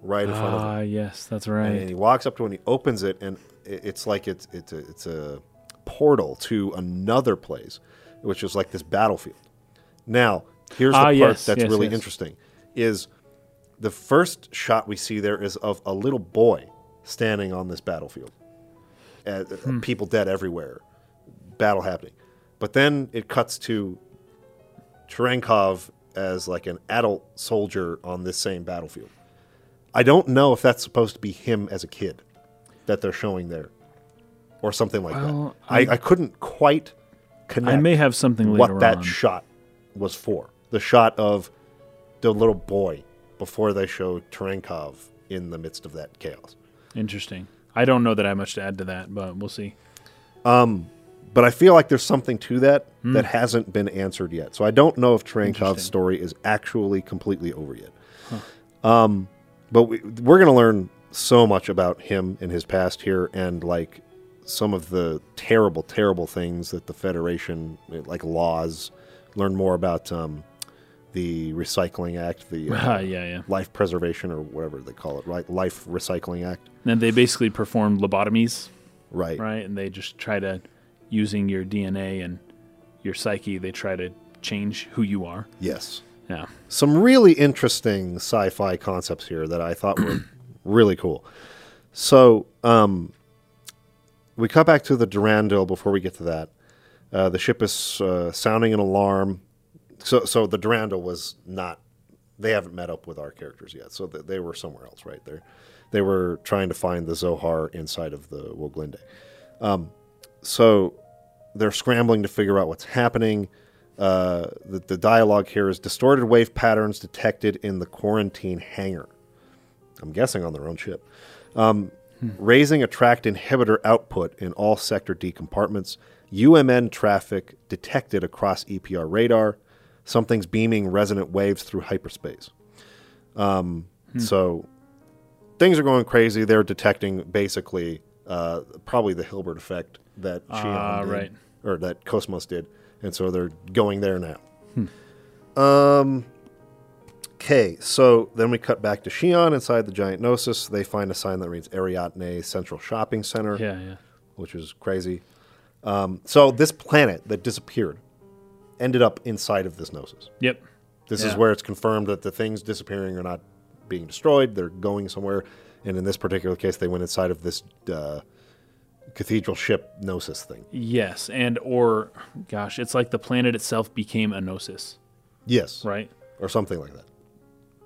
right in front of him.
Ah, yes, that's
And
right.
he walks up to it and he opens it, and it- it's like it's it's a, it's a portal to another place, which is like this battlefield. Now, here's the
Ah,
part
yes,
that's
yes,
really
yes.
interesting: is the first shot we see there is of a little boy standing on this battlefield, Uh, uh,
Hmm.
people dead everywhere, battle happening. But then it cuts to Cherenkov as like an adult soldier on this same battlefield. I don't know if that's supposed to be him as a kid that they're showing there, or something like
Well,
that. I, I couldn't quite
I
connect
may have something later
what that
on.
shot was for. The shot of the little boy before they show Terenkov in the midst of that chaos.
Interesting. I don't know that I have much to add to that, but we'll see.
But I feel like there's something to that that hasn't been answered yet. So I don't know if Terenkov's
Interesting.
story is actually completely over yet. Um, but we, we're going to learn so much about him and his past here and like some of the terrible, terrible things that the Federation, like laws, learn more about um, the Recycling Act, the uh,
Ah, yeah, yeah.
Life Preservation or whatever they call it, right? Life Recycling Act.
And they basically perform lobotomies,
Right.
right? And they just try to, using your DNA and your psyche, they try to change who you are.
Yes.
Yeah.
Some really interesting sci fi concepts here that I thought were really cool. So um, we cut back to the Durandal before we get to that. Uh, the ship is uh, sounding an alarm. So, so the Durandal was not. They haven't met up with our characters yet, so th- they were somewhere else, right? They they were trying to find the Zohar inside of the Woglinde. Um, so they're scrambling to figure out what's happening. Uh, the, the dialogue here is distorted wave patterns detected in the quarantine hangar. I'm guessing on their own ship. Um, Raising a tracked inhibitor output in all Sector D compartments. UMN traffic detected across EPR radar. Something's beaming resonant waves through hyperspace.
Hmm.
Um, So things are going crazy. They're detecting basically uh, probably the Hilbert effect that Xi'an
Ah,
did,
right.
or that Cosmos did, and so they're going there now. Okay, so then we cut back to Shion inside the giant Gnosis. They find a sign that reads Ariadne Central Shopping Center,
Yeah, yeah.
which is crazy. Um, so this planet that disappeared ended up inside of this Gnosis.
Yep.
This is
Yeah.
where it's confirmed that the things disappearing are not being destroyed; they're going somewhere. And in this particular case, they went inside of this uh, cathedral ship Gnosis thing.
Yes, and or gosh, it's like the planet itself became a gnosis,
Yes,
right?
or something like that.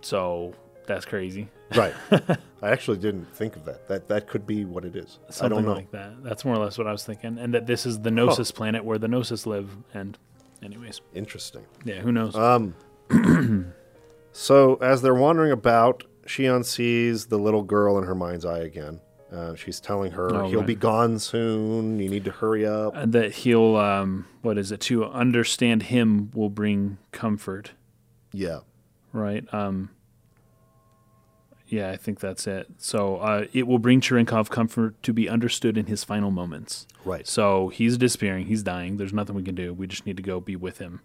So that's crazy.
Right. I actually didn't think of that. That that could be what it is.
Something
I don't know.
like that. That's more or less what I was thinking, and that this is the gnosis planet where the gnosis live. And, anyways,
Interesting.
yeah, who knows?
Uh. So as they're wandering about, Shion sees the little girl in her mind's eye again. Uh, she's telling her
Oh,
he'll
right.
be gone soon. You need to hurry up.
And that he'll, um, what is it? To understand him will bring comfort,
Yeah,
right? Um, yeah, I think that's it. So uh, it will bring Cherenkov comfort to be understood in his final moments.
right.
So he's disappearing. He's dying. There's nothing we can do. We just need to go be with him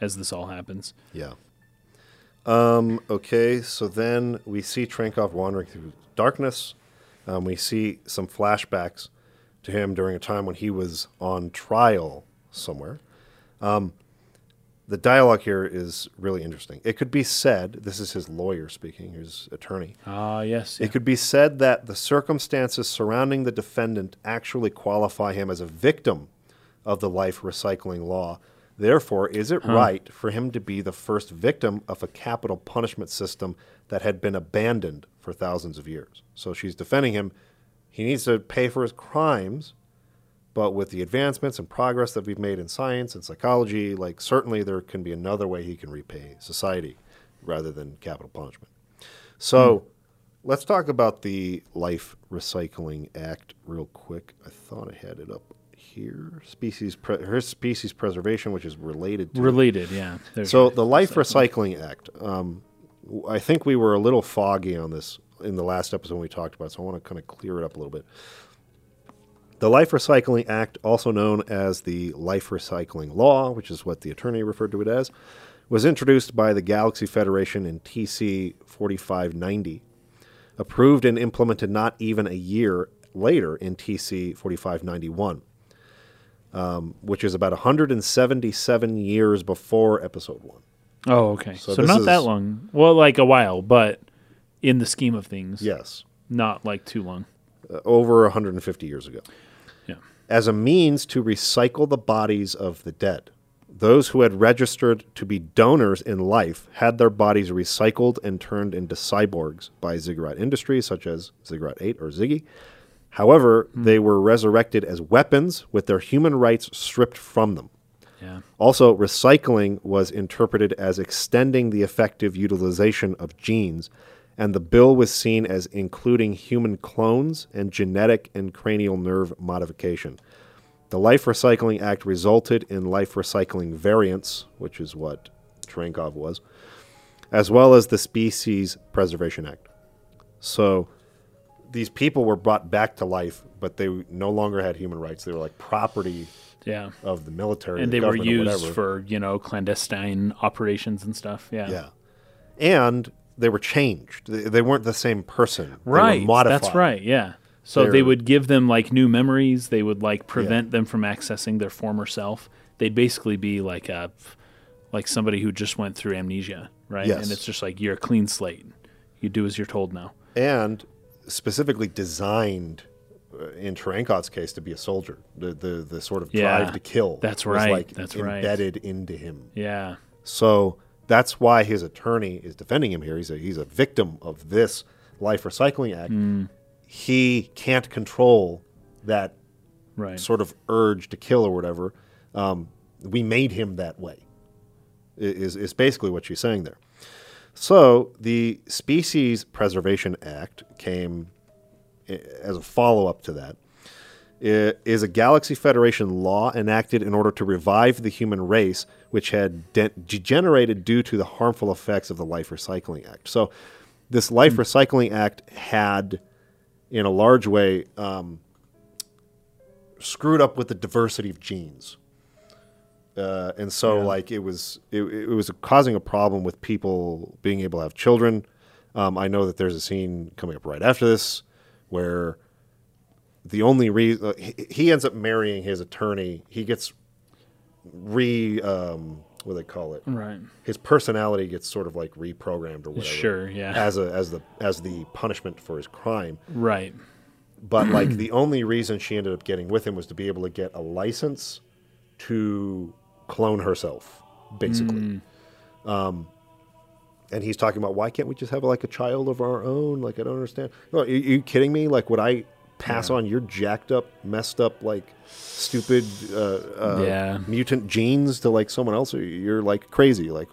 as this all happens.
Yeah. Um, okay, so then we see Trankov wandering through darkness. Um, we see some flashbacks to him during a time when he was on trial somewhere. Um, the dialogue here is really interesting. It could be said this is his lawyer speaking, his attorney.
Ah, yes.
It could be said that the circumstances surrounding the defendant actually qualify him as a victim of the life recycling law. Therefore, is it right for him to be the first victim of a capital punishment system that had been abandoned for thousands of years? So she's defending him. He needs to pay for his crimes, but with the advancements and progress that we've made in science and psychology, like certainly there can be another way he can repay society rather than capital punishment. So let's talk about the Life Recycling Act real quick. I thought I had it up here. Species pre- her species preservation, which is related to
Related, yeah. There's
so the Life Recycling Act. Um, w- I think we were a little foggy on this in the last episode when we talked about, it, so I want to kind of clear it up a little bit. The Life Recycling Act, also known as the Life Recycling Law, which is what the attorney referred to it as, was introduced by the Galaxy Federation in TC 4590, approved and implemented not even a year later in TC 4591 which is about 177 years before episode one.
Oh, okay.
So
So,
this
not that
is-
long. Well, like a while, but in the scheme of things,
Yes,
not like too long.
uh, over 150 years ago.
Yeah.
As a means to recycle the bodies of the dead. Those who had registered to be donors in life had their bodies recycled and turned into cyborgs by ziggurat industries such as Ziggurat 8 or Ziggy. However, they were resurrected as weapons with their human rights stripped from them.
Yeah.
Also, recycling was interpreted as extending the effective utilization of genes, and the bill was seen as including human clones and genetic and cranial nerve modification. The Life Recycling Act resulted in life recycling variants, which is what Trenkov was, as well as the Species Preservation Act. So, these people were brought back to life, but they no longer had human rights. They were like property
Yeah.
of the military
And
the
they were
government or
used
whatever.
for, you know, clandestine operations and stuff. Yeah.
yeah, and they were changed. They, they weren't the same person. They were
Right.
modified.
That's right. Yeah. So they
They're-
would give them like new memories. They would like prevent them from accessing their former self. They'd basically be like a, like somebody who just went through amnesia, right?
Yes.
And it's just like you're a clean slate. You do as you're told now.
and specifically designed uh, in Terankot's case to be a soldier. The the, the sort of
Yeah,
drive to kill.
that's
was
right,
Like
that's right.
embedded into him.
Yeah.
So that's why his attorney is defending him here. He's a he's a victim of this life recycling act.
Hmm.
He can't control that
Right.
sort of urge to kill or whatever. Um, we made him that way. i- Is is basically what she's saying there. So the Species Preservation Act came i- as a follow up to that. It is a Galaxy Federation law enacted in order to revive the human race, which had de- degenerated due to the harmful effects of the Life Recycling Act. So, this Life Recycling Act had, in a large way, um, screwed up with the diversity of genes. Uh, and so, like, it was it, it was causing a problem with people being able to have children. Um, I know that there's a scene coming up right after this where the only reason he, he ends up marrying his attorney, he gets re um, what do they call it?
Right.
His personality gets sort of like reprogrammed or whatever.
Sure, yeah.
As a as the as the punishment for his crime,
Right.
but like the only reason she ended up getting with him was to be able to get a license to clone herself, basically. Um, and he's talking about why can't we just have like a child of our own? Like I don't understand. No, are you kidding me? Like would I pass on your jacked up, messed up, like stupid uh, uh,
Yeah.
mutant genes to like someone else? You're like crazy. Like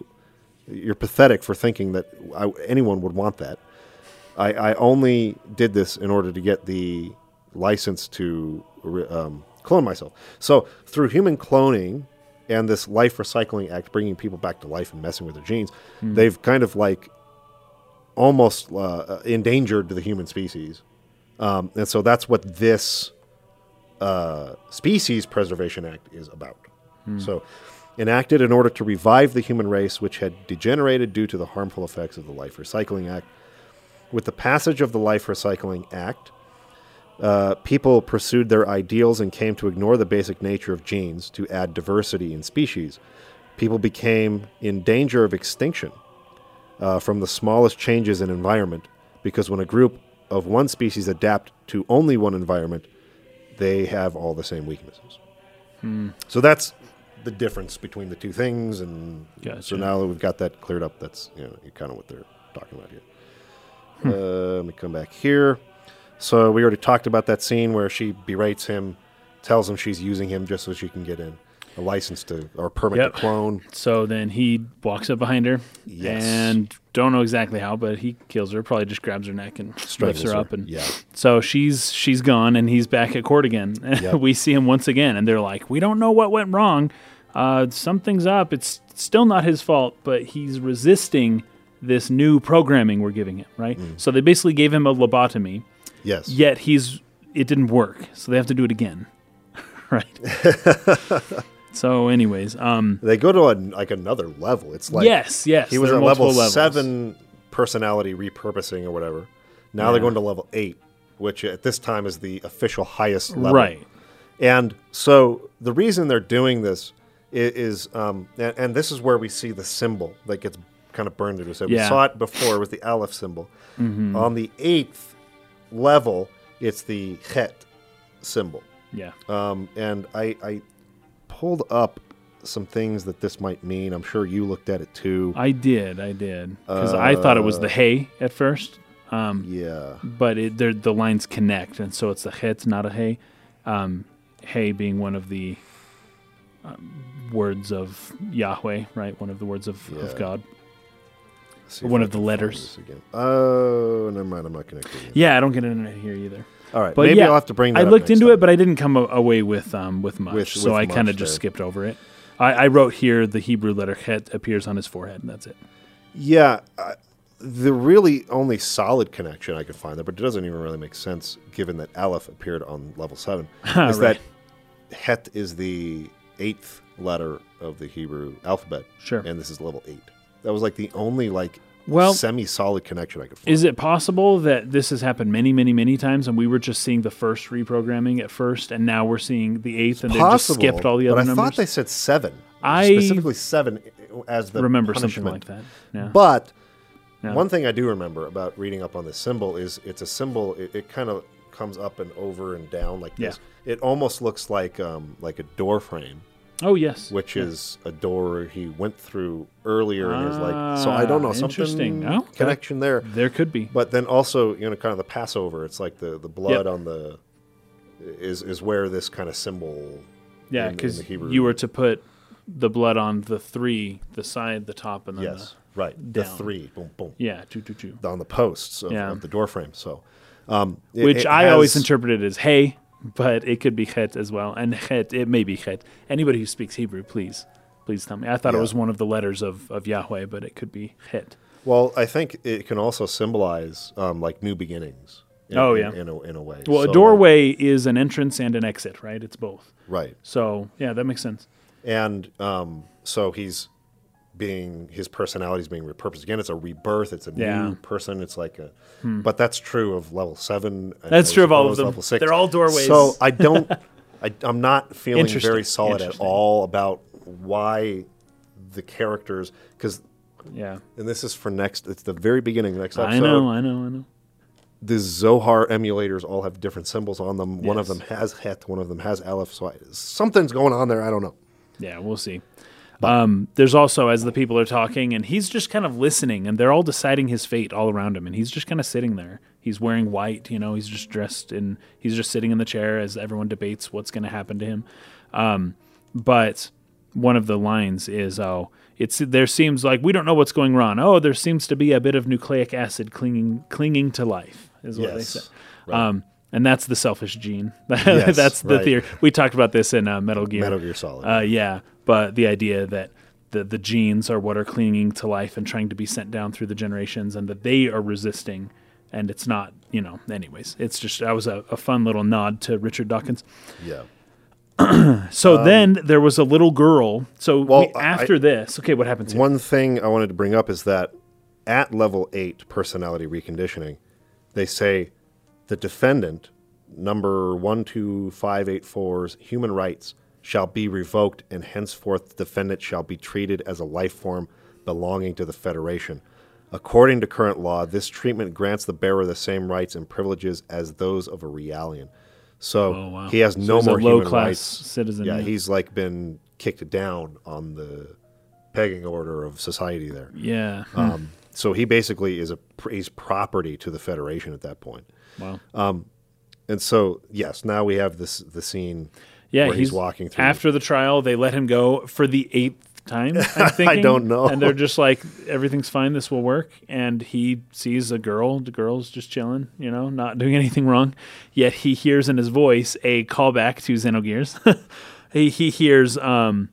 you're pathetic for thinking that I, anyone would want that. I, I only did this in order to get the license to re- um, clone myself. So through human cloning and this life recycling act, bringing people back to life and messing with their genes, they've kind of like almost uh, endangered the human species. Um, and so that's what this uh, Species Preservation Act is about. So, enacted in order to revive the human race, which had degenerated due to the harmful effects of the Life Recycling Act. With the passage of the Life Recycling Act, uh, people pursued their ideals and came to ignore the basic nature of genes to add diversity in species. People became in danger of extinction uh, from the smallest changes in environment because when a group of one species adapt to only one environment, they have all the same weaknesses. So that's the difference between the two things, and so
Gotcha.
now that we've got that cleared up, that's you know kind of what they're talking about here. Uh, let me come back here. So we already talked about that scene where she berates him, tells him she's using him just so she can get in a license to or a permit
Yep.
to clone.
So then he walks up behind her.
Yes.
And don't know exactly how, but he kills her. Probably just grabs her neck and
Strangles
lifts her,
her.
up. And
Yeah.
So she's she's gone, and he's back at court again.
Yep.
we see him once again, and they're like, "We don't know what went wrong. Uh, something's up. It's still not his fault, but he's resisting this new programming we're giving him, right?
Mm.
So they basically gave him a lobotomy,
Yes.
yet he's it didn't work, so they have to do it again, right? so, anyways, um,
They go to an, like another level. It's like
yes, yes.
he was
there
at
are
level
multiple levels.
seven personality repurposing or whatever. Now they're
Yeah.
going to level eight, which at this time is the official highest level.
Right.
And so the reason they're doing this i- is, um, and, and this is where we see the symbol that gets kind of burned into. So we
Yeah. Mm-hmm.
saw it before with the aleph symbol. On the eighth level, it's the het symbol.
Yeah.
Um, and I, I pulled up some things that this might mean. I'm sure you looked at it too.
I did. I did. Because I thought it was
Uh,
the hay at first, Um,
yeah.
but it, they're- the lines connect. And so it's a het, not a hay. Um, hay being one of the um, words of Yahweh, right? One of the words of, of
Yeah.
God.
Let's see if
One
I
of the
can find
letters.
this again. Oh, never mind. I'm not connecting. it.
Yeah, I don't get it in here either.
All right.
But
maybe
yeah,
I'll have to bring that
I
up
looked
next
into
time.
it, but I didn't come a- away with um, with much.
With-
so
with
I kind
much
of just
there.
skipped over it. I, I wrote here the Hebrew letter het appears on his forehead, and that's it.
Yeah, I, the really only solid connection I could find there, but it doesn't even really make sense given that Aleph appeared on level seven, is
Right.
that Het is the eighth letter of the Hebrew alphabet.
Sure.
And this is level eight. That was like the only like
Well-
semi solid connection I could find.
Is it possible that this has happened many, many, many times, and we were just seeing the first reprogramming at first, and now we're seeing the eighth, and they just
Possible,
skipped all the
but
other
I thought
numbers?
they said seven.
I
specifically seven eh, as the
Remember
punishment.
something like that? Yeah.
But
Uh-huh. Yeah.
one thing I do remember about reading up on this symbol is it's a symbol. It, it kind of comes up and over and down like this. It almost looks like um, like a door frame,
oh yes.
which is a door he went through earlier in his life. So I don't know
Ah,
something
interesting. Oh, okay.
connection there.
there could be.
But then also you know kind of the Passover. It's like the the blood on the is is where this kind of symbol. in the-
Yeah,
in the
because
Hebrew-
you were to put the blood on the three, the side, the top, and then
Yes, right. The
down.
three, boom, boom.
the yeah, two, two, two.
on the posts of,
Yeah.
of the door frame. So, um, it-
Which
it
I always
has-
interpreted as hey, but it could be het as well, and het it may be het. Anybody who speaks Hebrew, please, please tell me. I thought
Yeah.
it was one of the letters of of Yahweh, but it could be het.
Well, I think it can also symbolize um, like new beginnings. In,
Oh, yeah.
in, in a, in a way.
Well,
So,
a
like-
doorway is an entrance and an exit, right? It's both.
right?
So yeah, that makes sense.
And um, so he's being his personality is being repurposed again. It's a rebirth. It's a
Yeah. Hmm.
new person. It's like a, but that's true of level seven. and
That's
as
true of
well
all of
as
them.
Level six.
They're all doorways.
So I don't. I, I'm not feeling
Interesting,
very solid at
interesting.
all about why the characters because
Yeah,
and this is for next. It's the very beginning of next episode.
I know, I know, I know.
The Zohar emulators all have different symbols on them. One of
Yes.
them has Het, one of them has Aleph. So I, something's going on there. I don't know.
Yeah, we'll see. Um, there's also as the people are talking, and he's just kind of listening, and they're all deciding his fate all around him, and he's just kind of sitting there. He's wearing white, you know. He's just dressed in. He's just sitting in the chair as everyone debates what's going to happen to him. Um, but one of the lines is, "Oh, it's there seems like we don't know what's going on. Oh, there seems to be a bit of nucleic acid clinging clinging to life." Is what they
Yes,
said.
right.
Um, and that's the selfish gene.
Yes,
that's the
right.
theory. We talked about this in uh, Metal Gear.
Metal Gear Solid.
Uh, yeah, but the idea that the the genes are what are clinging to life and trying to be sent down through the generations, and that they are resisting, and it's not, you know. Anyways, it's just that was a, a fun little nod to Richard Dawkins.
yeah.
So then there was a little girl. So
Um, Well,
we, after this, okay, what happens? Here?
One thing I wanted to bring up is that at level eight personality reconditioning, they say the defendant, number 12584's human rights shall be revoked, and henceforth the defendant shall be treated as a life form belonging to the Federation. According to current law, this treatment grants the bearer the same rights and privileges as those of a realian. So
Oh, wow.
he has
So
no
he's a
more human
low-class
rights
citizen.
yeah,
Yeah,
he's like been kicked down on the pegging order of society there.
yeah.
Um, so he basically is a he's property to the Federation at that point. Um,
wow.
And so yes, now we have this the scene
Yeah,
where he's, walking through.
After the trial, they let him go for the eighth time. I'm thinking.
don't know.
And they're just like, everything's fine. This will work. And he sees a girl. The girl's just chilling, you know, not doing anything wrong. Yet he hears in his voice a callback to Xenogears. he, he hears, um,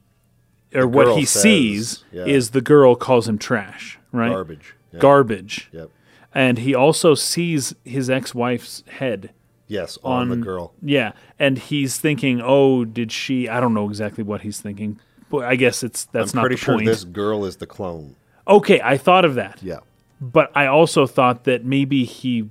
or what
girl
he
says-
sees
yeah.
is the girl calls him trash, right?
garbage. Yeah.
Garbage.
Yep.
And he also sees his ex wife's head.
Yes, on, the girl.
Yeah, and he's thinking, "Oh, did she?" I don't know exactly what he's thinking, but I guess it's that's
I'm
not
pretty
the
sure
point.
this girl is the clone.
Okay, I thought of that,
Yeah.
but I also thought that maybe he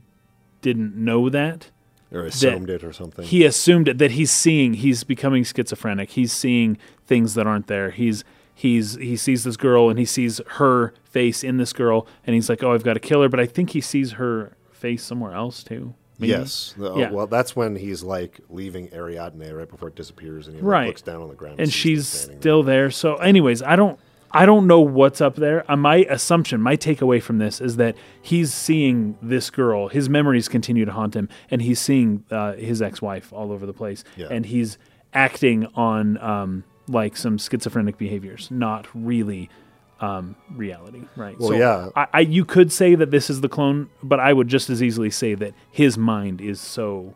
didn't know that.
Or assumed it or something.
He assumed that he's seeing, he's becoming schizophrenic. He's seeing things that aren't there. He's he's he sees this girl and he sees her face in this girl, and he's like, "Oh, I've got to kill her," but I think he sees her face somewhere else too. maybe.
yes. The- oh,
Yeah.
Well, that's when he's like leaving Ariadne right before it disappears, and he like,
Right.
looks down on the ground. sees
and
them
she's
standing
still there. So, anyways, I don't, I don't know what's up there. Uh, my assumption, my takeaway from this is that he's seeing this girl. His memories continue to haunt him, and he's seeing uh, his ex-wife all over the place,
Yeah.
and he's acting on um, like some schizophrenic behaviors, not really. Um, reality, right?
Well, yeah.
I, I, you could say that this is the clone, but I would just as easily say that his mind is so,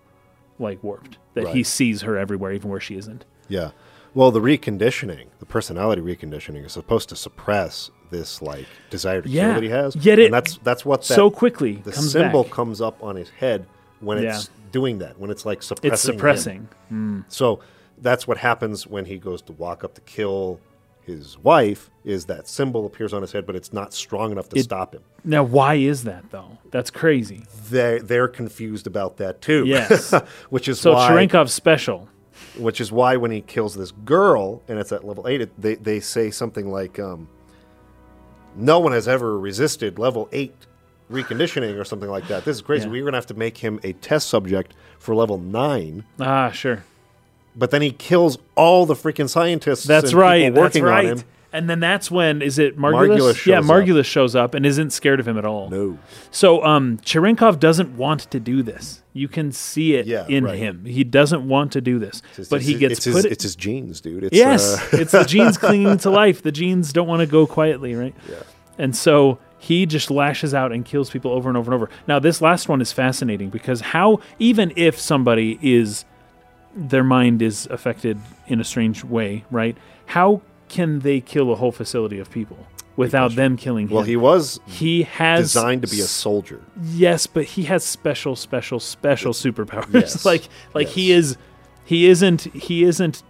like, warped that he
Right.
sees her everywhere, even where she isn't.
Yeah. Well, the reconditioning, the personality reconditioning, is supposed to suppress this like desire to
Yeah.
kill that he has.
Yet it-
and that's that's what that,
so quickly
the
comes
symbol
back.
comes up on his head when it's
Yeah.
doing that when it's like suppressing.
It's
him.
suppressing.
So that's what happens when he goes to walk up to kill his wife. Is that symbol appears on his head, but it's not strong enough to stop him.
Now, why is that though? That's crazy.
They they're confused about that too.
Yes.
which is
So
why
Cherenkov's special.
which is why when he kills this girl and it's at level eight, it, they they say something like, um, "No one has ever resisted level eight reconditioning or something like that." This is crazy.
Yeah.
We We're gonna have to make him a test subject for level nine,
Ah, sure.
but then he kills all the freaking scientists. and
That's
people
right. That's
working
right.
on him.
And then that's when is it Margulis?
Margulis
yeah,
shows
Margulis shows up and isn't scared of him at all.
No.
So um Cherenkov doesn't want to do this. You can see it
Yeah,
in
right.
him. He doesn't want to do this.
It's-
but
it's-
he gets
it's
put
His,
it-
it's his genes, dude. It's,
Yes,
uh,
it's the genes clinging to life. The genes don't want to go quietly, right? Yeah. And so he just lashes out and kills people over and over and over. Now, this last one is fascinating because how, even if somebody is, their mind is affected in a strange way, right? How can they kill a whole facility of people without them killing him?
well, he was
he has
designed to be a soldier.
Yes, but he has special, special, special superpowers.
yes,
like, like he is, he isn't, he isn't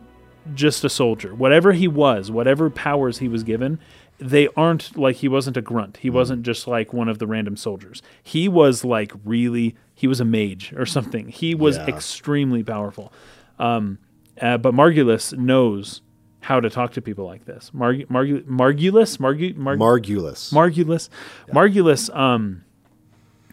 just a soldier. Whatever he was, whatever powers he was given, they aren't like he wasn't a grunt.
Mm.
He wasn't just like one of the random soldiers. He was like really, he was a mage or something. He was
Yeah.
extremely powerful. Um, uh, but Margulis knows how to talk to people like this. Mar- Mar- Margulis, Margu- Mar-
Margulis.
Margulis. Margulis, um,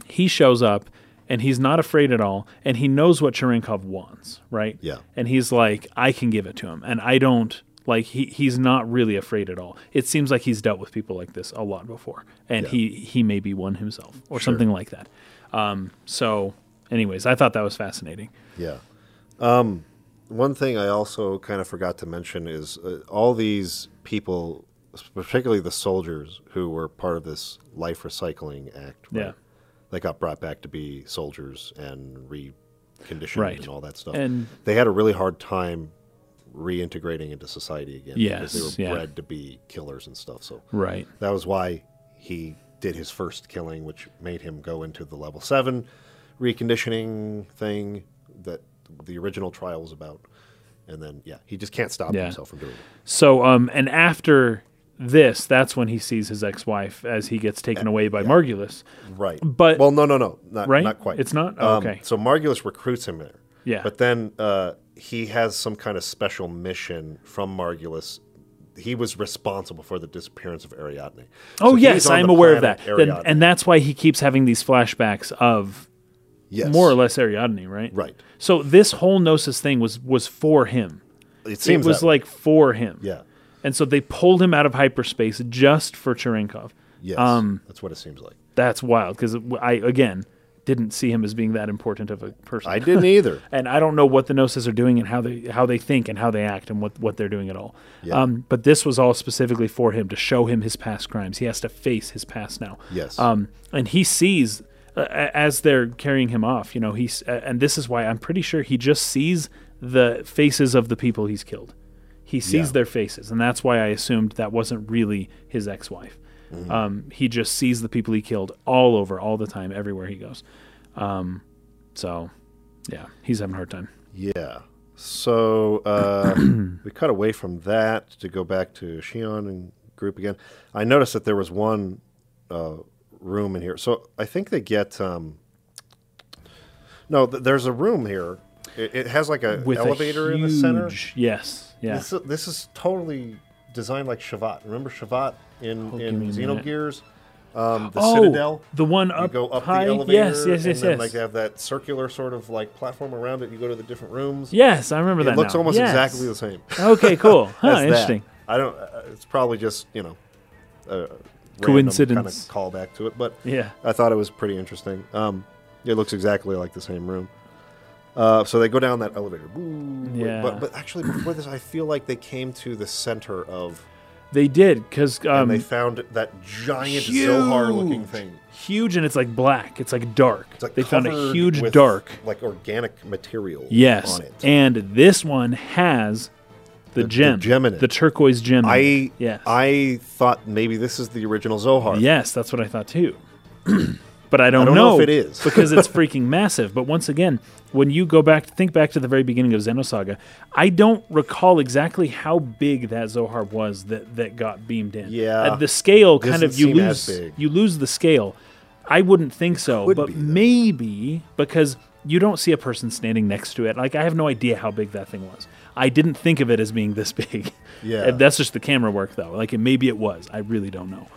he shows up and he's not afraid at all, and he knows what Cherenkov wants, right?
Yeah.
And he's like, I can give it to him, and I don't like he he's not really afraid at all. It seems like he's dealt with people like this a lot before, and he he may be one himself or something like that. Um, so, anyways, I thought that was fascinating.
Yeah. Um, one thing I also kind of forgot to mention is uh, all these people, particularly the soldiers who were part of this life recycling act, right?
Yeah.
They got brought back to be soldiers and reconditioned
Right.
and all that stuff.
And-
they had a really hard time reintegrating into society again. because
Yes,
They were
yeah.
bred to be killers and stuff. So
Right.
that was why he did his first killing, which made him go into the level seven reconditioning thing that the original trial was about. And then, yeah, he just can't stop
Yeah.
himself from doing it.
So, um, and after this, that's when he sees his ex-wife as he gets taken away by Margulis.
Right.
But-
well, no, no, no, not
Right?
not quite. Um,
It's not? Oh, okay.
So Margulis recruits him there.
Yeah.
But then uh, he has some kind of special mission from Margulis. He was responsible for the disappearance of Ariadne.
Oh
So
yes,
he's on
I'm
the
aware of
planet
that, Then-
Ariadne.
and that's why he keeps having these flashbacks of
yes.
more or less Ariadne, right?
Right.
So this whole gnosis thing was was for him.
It seems
it was
that way.
like for him.
yeah.
And so they pulled him out of hyperspace just for Cherenkov.
Yes.
Um,
that's what it seems like.
That's wild because I again didn't see him as being that important of a person.
I didn't either.
and I don't know what the gnosis are doing and how they how they think and how they act and what what they're doing at all.
Yeah.
Um, but this was all specifically for him to show him his past crimes. He has to face his past now.
Yes.
Um, and he sees uh, a- as they're carrying him off. You know, he's uh, and this is why I'm pretty sure he just sees the faces of the people he's killed. He sees
Yeah.
their faces, and that's why I assumed that wasn't really his ex-wife.
Mm-hmm.
Um, he just sees the people he killed all over, all the time, everywhere he goes. Um, so, yeah, he's having a hard time.
Yeah. So uh, we cut away from that to go back to Shion and group again. I noticed that there was one uh, room in here. So I think they get. Um, no, th- there's a room here. It, it has like a
With a
elevator in the center.
huge- Yes, yeah.
This, this is totally designed like Shavat. Remember Shavat in,
give
in
me a minute.
Xenogears? Um, the
oh,
Citadel?
the one
you
up,
go up
high.
the elevator
yes, yes, yes,
and then
yes.
like they have that circular sort of like platform around it you go to the different rooms
Yes, I remember
it
that.
looks
now.
almost
Yes.
exactly the same
Okay, cool. Huh,
That's that.
interesting.
i don't uh, it's probably just you know a
Coincidence.
kind of callback to it but
Yeah.
i thought it was pretty interesting um it looks exactly like the same room uh, so they go down that elevator Woo.
Yeah.
but, but actually before this i feel like they came to the center of
They did because
and
um,
they found that giant zohar looking
huge,
thing
huge, and it's like black. It's like dark.
It's like
they found a
covered
huge
with,
dark.
like organic material
Yes,
on it
and this one has the, gem,
gem in it.
the turquoise gem. in it.
I
yes,
I thought maybe this is the original Zohar.
yes, that's what I thought too. but I don't,
don't know if it is.
because it's freaking massive. But once again, when you go back, think back to the very beginning of Xenosaga, I don't recall exactly how big that Zohar was that that got beamed in.
Yeah.
At the scale kind
Doesn't
of you
seem as
lose
big.
you lose the scale. I wouldn't think so,
could
but
be, though.
maybe because you don't see a person standing next to it. Like I have no idea how big that thing was. I didn't think of it as being this big.
Yeah.
And that's just the camera work though. Like it, maybe it was. I really don't know.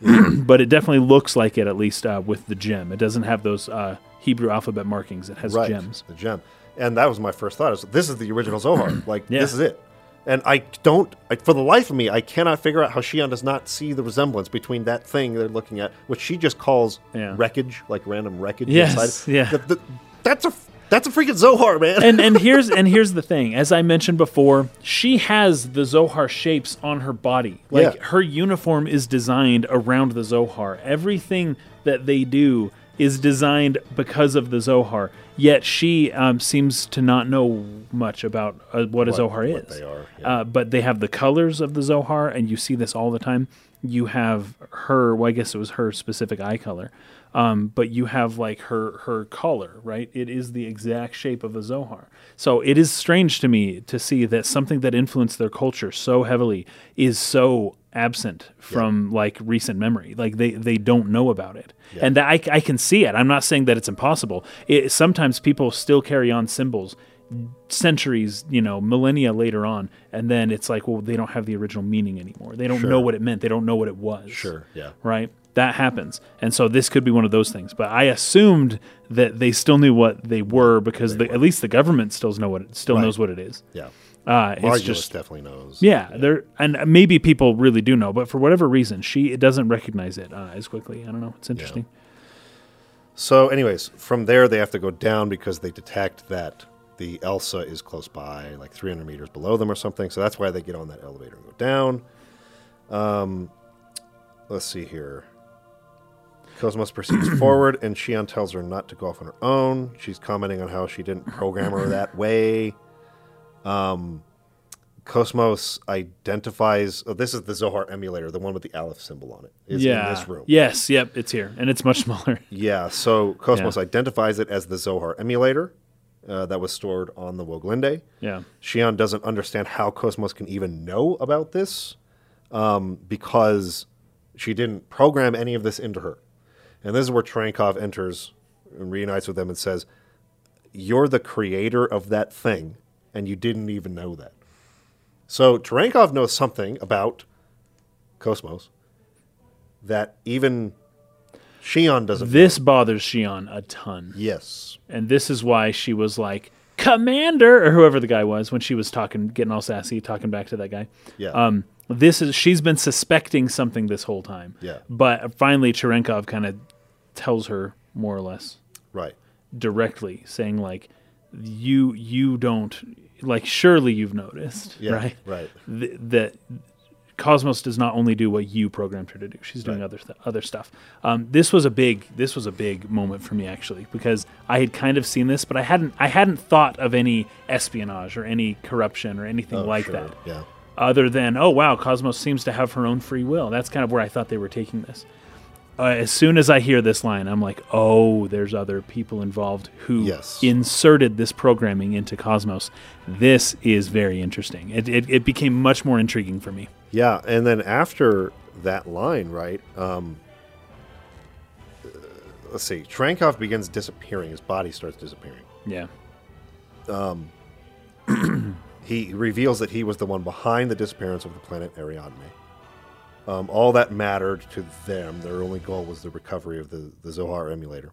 but it definitely looks like it at least uh, with the gem. It doesn't have those uh, Hebrew alphabet markings. It has
right,
gems.
The gem, and that was my first thought. Is this is the original Zohar? like
Yeah.
this is it. And I don't, I, for the life of me, I cannot figure out how Shion does not see the resemblance between that thing they're looking at, which she just calls
Yeah.
wreckage, like random wreckage.
Yes,
inside.
yeah.
The- the- that's a that's a freaking Zohar, man.
and and here's and here's the thing. As I mentioned before, she has the Zohar shapes on her body. Like
Yeah.
her uniform is designed around the Zohar. Everything that they do is designed because of the Zohar. Yet she um, seems to not know much about uh, what a Zohar is.
what they are, yeah.
uh, but they have the colors of the Zohar, and you see this all the time. You have her. Well, I guess it was her specific eye color, um, but you have like her her collar, right? It is the exact shape of a Zohar. So it is strange to me to see that something that influenced their culture so heavily is so absent from like recent memory. Like they they don't know about it, and that I, I can see it. I'm not saying that it's impossible. It, sometimes people still carry on symbols centuries, you know, millennia later on, and then it's like, well, they don't have the original meaning anymore. They don't know what it meant. They don't know what it was.
Sure, yeah.
Right? That happens. And so this could be one of those things. But I assumed that they still knew what they were because the, at least the government still know what it, still knows what it is.
yeah,
Uh, it's
Margulis
just
definitely knows.
yeah, there and maybe people really do know, but for whatever reason, she doesn't recognize it uh, as quickly. I don't know. It's interesting.
So, anyways, from there they have to go down because they detect that the Elsa is close by, like 300 meters below them or something. So that's why they get on that elevator and go down. Um, let's see here. Cosmos proceeds forward, and Shion tells her not to go off on her own. She's commenting on how she didn't program her that way. Um, Cosmos identifies. Oh, this is the Zohar emulator, the one with the Aleph symbol on it. Is
yeah.
in this room.
Yes, yep, it's here. And it's much smaller.
Yeah, so Cosmos
Yeah.
identifies it as the Zohar emulator uh, that was stored on the Woglinde.
yeah.
Shion doesn't understand how Cosmos can even know about this um, because she didn't program any of this into her. And this is where Trankov enters and reunites with them and says, You're the creator of that thing, and you didn't even know that. So Tarankov knows something about Cosmos that even Shion doesn't know.
This bothers Shion a ton.
Yes.
And this is why she was like, Commander, or whoever the guy was when she was talking, getting all sassy, talking back to that guy.
Yeah.
Um, this is she's been suspecting something this whole time.
Yeah.
But finally, Cherenkov kind of tells her more or less
right.
directly, saying like, "You you don't like surely you've noticed,
Yeah.
right?
Right.
th- that Cosmos does not only do what you programmed her to do; she's doing
Right.
other th- other stuff. Um, this was a big this was a big moment for me actually because I had kind of seen this, but I hadn't I hadn't thought of any espionage or any corruption or anything like
Oh, Sure.
that.
Yeah.
Other than oh wow, Cosmos seems to have her own free will. That's kind of where I thought they were taking this. Uh, as soon as I hear this line, I'm like, oh, there's other people involved who
Yes.
inserted this programming into Cosmos. This is very interesting. It, it, it became much more intriguing for me.
Yeah, and then after that line, right? Um, uh, let's see. Trankov begins disappearing. His body starts disappearing.
Yeah.
He reveals that he was the one behind the disappearance of the planet Ariadne. Um, all that mattered to them. Their only goal was the recovery of the, the Zohar emulator.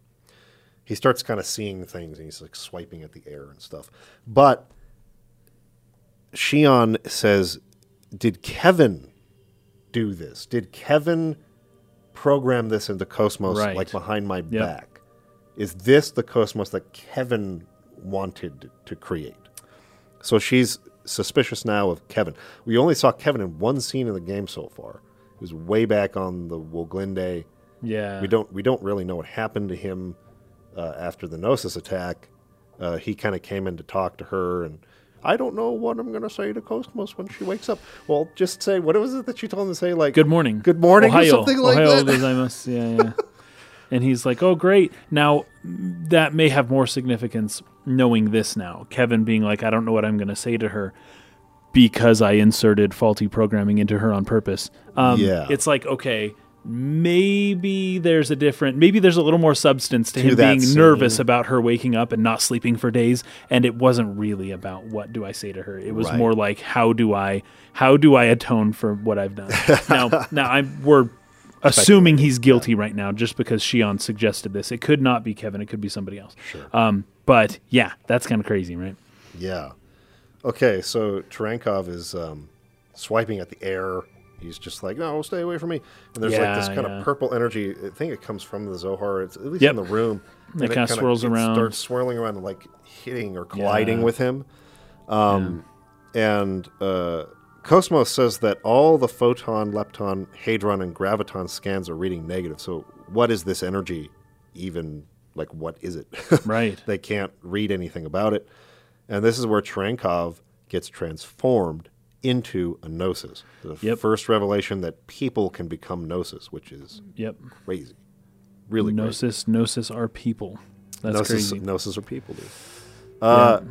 He starts kind of seeing things and he's like swiping at the air and stuff. But Shion says, Did Kevin do this? Did Kevin program this into Cosmos
Right.
like behind my back? Is this the Cosmos that Kevin wanted to create? So she's suspicious now of Kevin. We only saw Kevin in one scene in the game so far. It was way back on the Woglinde.
Yeah.
We don't we don't really know what happened to him uh, after the Gnosis attack. Uh, he kind of came in to talk to her, and I don't know what I'm going to say to Cosmos when she wakes up. Well, just say, what was it that she told him to say? Like,
Good morning.
Good morning or
Ohio.
something like
Ohio
that.
gozaimasu. Yeah, yeah. and he's like, "Oh, great." Now that may have more significance knowing this now. Kevin being like, "I don't know what I'm going to say to her." Because I inserted faulty programming into her on purpose. Um,
Yeah.
It's like, okay, maybe there's a different, maybe there's a little more substance to, him
that
being
scene.
nervous about her waking up and not sleeping for days. And it wasn't really about what do I say to her. It was
Right.
more like how do I how do I atone for what I've done? now, now I'm we're assuming he's guilty right now just because Shion suggested this. It could not be Kevin. It could be somebody else. Sure. Um, but yeah, that's kind of crazy, right?
Yeah. Okay, so Tarankov is um, swiping at the air. He's just like, no, stay away from me. And there's like this
Yeah,
kind
yeah.
of purple energy. I think it comes from the Zohar. It's at least
Yep.
in the room. And
kinda
kinda-
swirls
it
around.
Starts swirling around, and like hitting or colliding
Yeah.
with him. Um, And uh, Cosmos says that all the photon, lepton, hadron, and graviton scans are reading negative. So what is this energy even? Like, what is it?
Right.
they can't read anything about it. And this is where Trankov gets transformed into a gnosis. The
Yep.
first revelation that people can become gnosis, which is
Yep.
crazy. Really crazy.
Gnosis, gnosis are people. That's
Gnosis,
crazy.
gnosis are people, dude.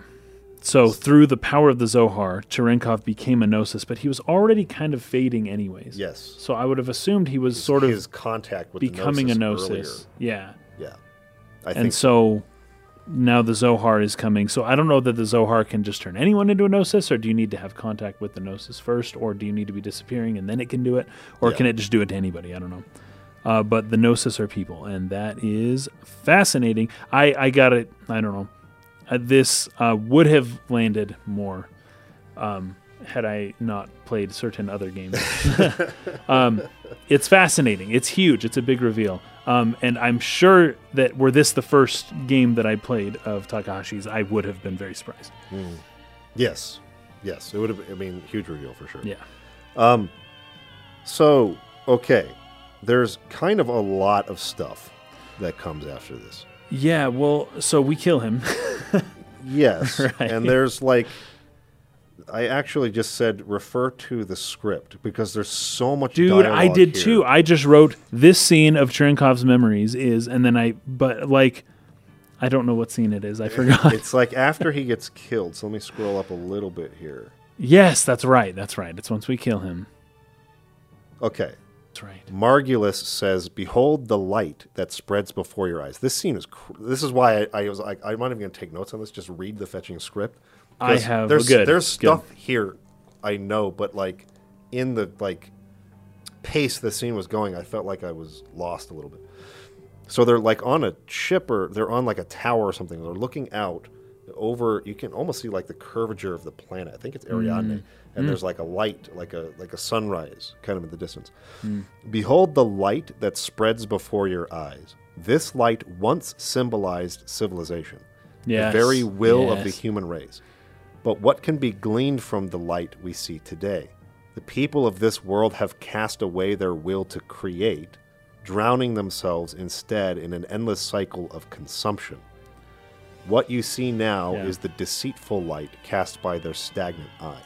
So through the power of the Zohar, Cherenkov became a gnosis, but he was already kind of fading anyways.
Yes.
So I would have assumed he was sort of
His contact with the
becoming a
gnosis
gnosis. Yeah.
Earlier. Yeah. I
and
think
so now the Zohar is coming. So I don't know that the Zohar can just turn anyone into a Gnosis, or do you need to have contact with the Gnosis first, or do you need to be disappearing and then it can do it, or
Yeah.
can it just do it to anybody? I don't know. Uh, but the Gnosis are people, and that is fascinating. I, I got it. I don't know. Uh, this uh, would have landed more um, had I not played certain other games it's fascinating. It's huge. It's a big reveal. Um, and I'm sure that were this the first game that I played of Takahashi's, I would have been very surprised.
yes. Yes. It would have I mean huge reveal for sure.
Yeah.
So, okay. There's kind of a lot of stuff that comes after this.
Yeah. Well, so we kill him.
Yes. And there's like I actually just said refer to the script because there's so much
Dude, I
dialogue
did
here.
too. I just wrote this scene of Chernkov's memories is, and then I, but like, I don't know what scene it is. I forgot.
It's like after he gets killed. So let me scroll up a little bit here.
yes, that's right. That's right. It's once we kill him.
Okay.
That's right.
Margulis says, "Behold the light that spreads before your eyes." This scene is. Cr- this is why I, I was like, I'm not even going to take notes on this. Just read the fetching script.
I
'Cause
have-
There's
good,
there's
good.
stuff here, I know, but like in the like pace the scene was going, I felt like I was lost a little bit. So they're like on a ship or they're on like a tower or something. They're looking out over. You can almost see like the curvature of the planet. I think it's Ariadne,
Mm-hmm.
and there's like a light, like a like a sunrise, kind of in the distance. Behold the light that spreads before your eyes. This light once symbolized civilization,
Yes,
the very will of the
yes.
human race. But what can be gleaned from the light we see today? The people of this world have cast away their will to create, drowning themselves instead in an endless cycle of consumption. What you see now
Yeah.
is the deceitful light cast by their stagnant eyes.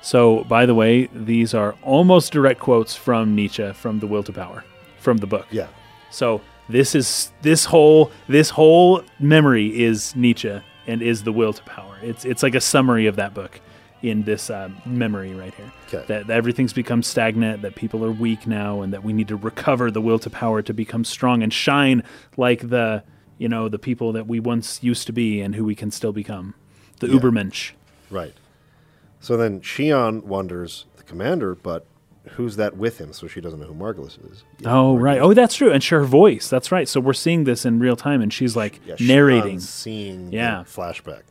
So, by the way, these are almost direct quotes from Nietzsche from The Will to Power, from the book.
Yeah.
So this is this whole this whole memory is Nietzsche and is the will to power. It's it's like a summary of that book in this uh, memory right here.
'Kay.
That, that everything's become stagnant, that people are weak now, and that we need to recover the will to power to become strong and shine like the you know the people that we once used to be and who we can still become. The Ubermensch.
Right. So then Shion wonders the commander, but who's that with him? So she doesn't know who Margulis is. Yeah,
Oh
Margulis-
right. Oh, that's true. And her voice. That's right. So we're seeing this in real time, and she's like
yeah, Shion's
narrating
seeing the
Yeah.
flashback.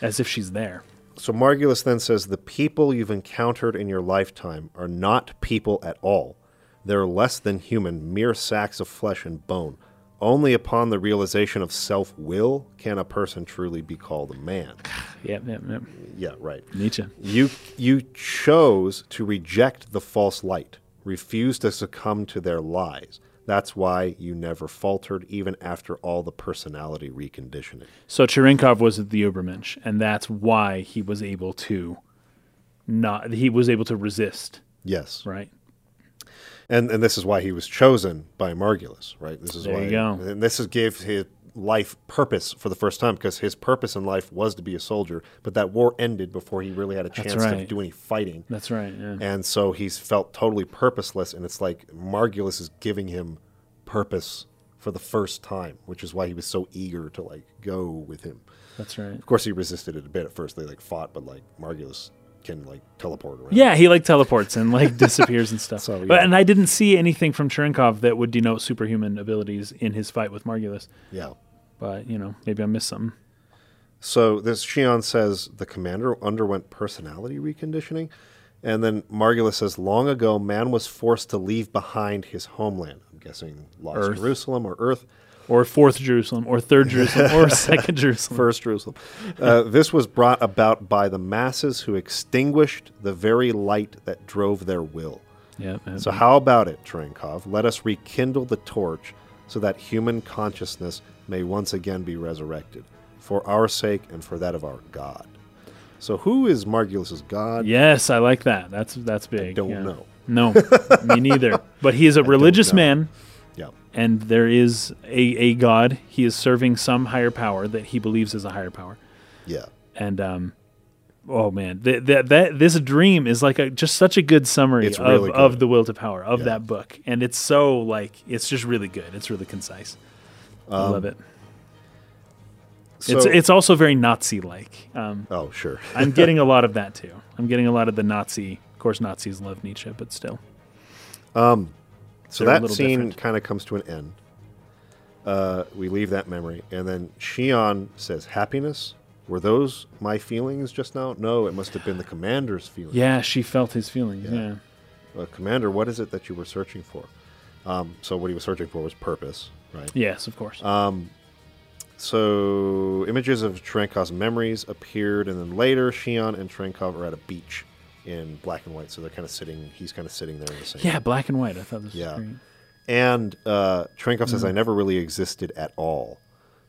as if she's there.
So Margulis then says the people you've encountered in your lifetime are not people at all. They're less than human, mere sacks of flesh and bone. Only upon the realization of self will can a person truly be called a man.
Yep. Yep. Yep.
Yeah, right.
Nietzsche.
You you chose to reject the false light, refuse to succumb to their lies. That's why you never faltered, even after all the personality reconditioning.
So Cherenkov was the Ubermensch, and that's why he was able to not he was able to resist,
Yes.
right?
And and this is why he was chosen by Margulis, right? This is
There
why
you go.
and this is gave his life purpose for the first time because his purpose in life was to be a soldier, but that war ended before he really had a chance to
right.
do any fighting.
That's right. Yeah.
And so he's felt totally purposeless and it's like Margulis is giving him purpose for the first time, which is why he was so eager to like go with him.
That's right.
Of course he resisted it a bit at first. They like fought, but like Margulis can like teleport around.
Yeah, he like teleports and like disappears and stuff.
So,
But
yeah.
and I didn't see anything from Cherenkov that would denote superhuman abilities in his fight with Margulis.
Yeah.
But you know, maybe I missed something.
So this Shion says the commander underwent personality reconditioning, and then Margulis says long ago man was forced to leave behind his homeland. I'm guessing lost
Earth.
Jerusalem or Earth,
Or fourth Jerusalem, or third Jerusalem, or second Jerusalem.
first Jerusalem. Uh, this was brought about by the masses who extinguished the very light that drove their will.
Yeah. man.
So how about it, Trenkov? Let us rekindle the torch so that human consciousness may once again be resurrected, for our sake and for that of our God. So who is Margulis' God?
Yes, I like that. That's that's big.
don't
yeah.
know.
No, me neither. But he is a religious
know.
man,
Yeah.
and there is a, a god. He is serving some higher power that he believes is a higher power.
Yeah.
And um, oh man, that that that this dream is like a just such a good summary
It's
of,
really
of
good.
the will to power of
Yeah.
that book, and it's so like it's just really good. It's really concise. I love it.
Um, So,
it's it's also very Nazi like. Um,
oh sure.
I'm getting a lot of that too. I'm getting a lot of the Nazi. Of course, Nazis love Nietzsche, but still.
So
they're a
that
little
scene
different.
kind of comes to an end. Uh, we leave that memory, and then Shion says, "Happiness." Were those my feelings just now? No, it must have been the commander's feelings.
Yeah, she felt his feelings. Yeah.
Uh, Commander, what is it that you were searching for? Um, so what he was searching for was purpose, right?
Yes, of course.
Uh, So images of Trenkov's memories appeared, and then later Shion and Trenkov are at a beach in black and white. So they're kind of sitting. He's kind of sitting there in the same.
yeah, black and white. I thought this
Yeah.
was great.
And uh, Trenkov says, "I never really existed at all."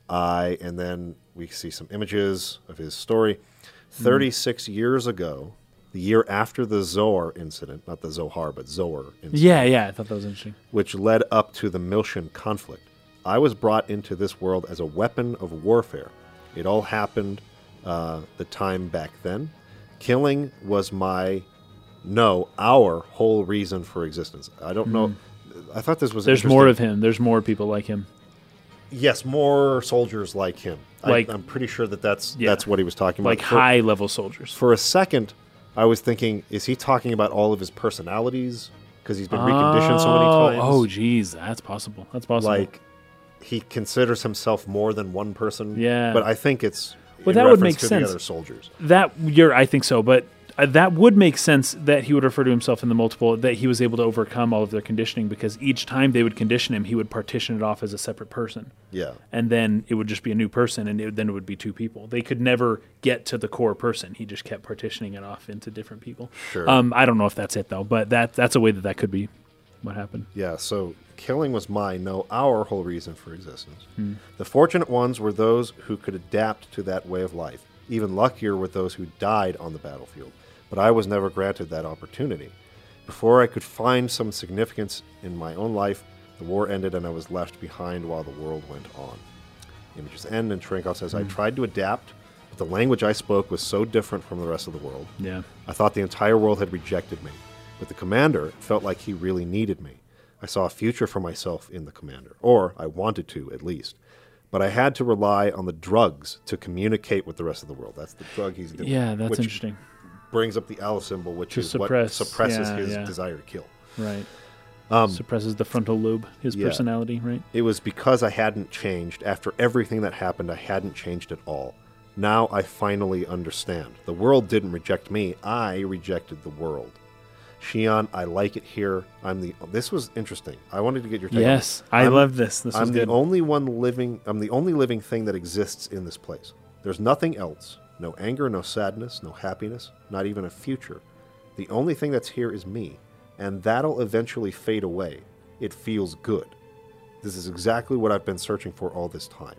I and then we see some images of his story. Thirty-six years ago, the year after the Zohar incident, not the Zohar, but Zohar incident.
Yeah, yeah. I thought that was interesting.
which led up to the Milshan conflict. I was brought into this world as a weapon of warfare. It all happened uh, the time back then. Killing was my, no, our whole reason for existence. I don't know. I thought this was
Mm-hmm. There's more
interesting.
of him. There's more people like him.
yes, more soldiers like him.
Like-
I, I'm pretty sure that that's
Yeah.
that's what he was talking about.
Like
For-
high level soldiers.
for a second, I was thinking, is he talking about all of his personalities? Because he's been reconditioned so many
Oh,
times.
Oh, geez. That's possible. That's possible.
like he considers himself more than one person.
Yeah.
but I think it's
Well,
in
that would
reference
make
to
sense.
The other soldiers,
that, you're, I think so. But uh, that would make sense that he would refer to himself in the multiple, that he was able to overcome all of their conditioning because each time they would condition him, he would partition it off as a separate person.
yeah,
and then it would just be a new person, and it, then it would be two people. They could never get to the core person. He just kept partitioning it off into different people.
Sure.
Um, I don't know if that's it though, but that that's a way that that could be what happened.
yeah. So killing was my no our whole reason for existence. The fortunate ones were those who could adapt to that way of life. Even luckier were those who died on the battlefield. But I was never granted that opportunity. Before I could find some significance in my own life, the war ended and I was left behind while the world went on. images end. And Trenkov says, I tried to adapt, but the language I spoke was so different from the rest of the world.
Yeah.
I thought the entire world had rejected me. But the commander felt like he really needed me. I saw a future for myself in the commander, or I wanted to at least. But I had to rely on the drugs to communicate with the rest of the world. That's the drug he's doing.
Yeah, that's
which
interesting.
Brings up the owl symbol, which
To
is
suppress,
what suppresses
yeah,
his
yeah.
desire to kill.
Right. Suppresses the frontal lobe, his
Um, yeah.
personality, right?
It was because I hadn't changed. After everything that happened, I hadn't changed at all. Now I finally understand. The world didn't reject me, I rejected the world. Shion, I like it here. I'm the This was interesting. I wanted to get your take. on
Yes,
this.
I
I'm-
love this. This
I'm
is
the
good.
only one living I'm the only living thing that exists in this place. There's nothing else. No anger, no sadness, no happiness, not even a future. The only thing that's here is me, and that'll eventually fade away. It feels good. This is exactly what I've been searching for all this time.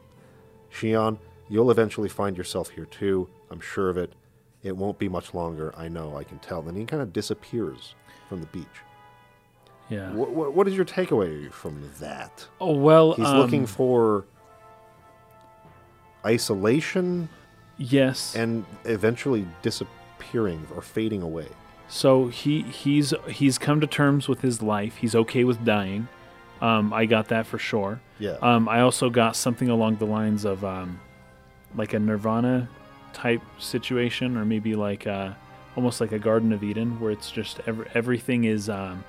Shion, you'll eventually find yourself here too. I'm sure of it. It won't be much longer. I know. I can tell. Then he kind of disappears from the beach.
Yeah.
What, what, what is your takeaway from that?
Oh well.
He's
um,
looking for isolation
Yes.
and eventually disappearing or fading away.
So he he's he's come to terms with his life. He's okay with dying. Um, I got that for sure.
Yeah.
Um, I also got something along the lines of um, like a Nirvana type situation, or maybe like uh, almost like a Garden of Eden, where it's just every, everything is um,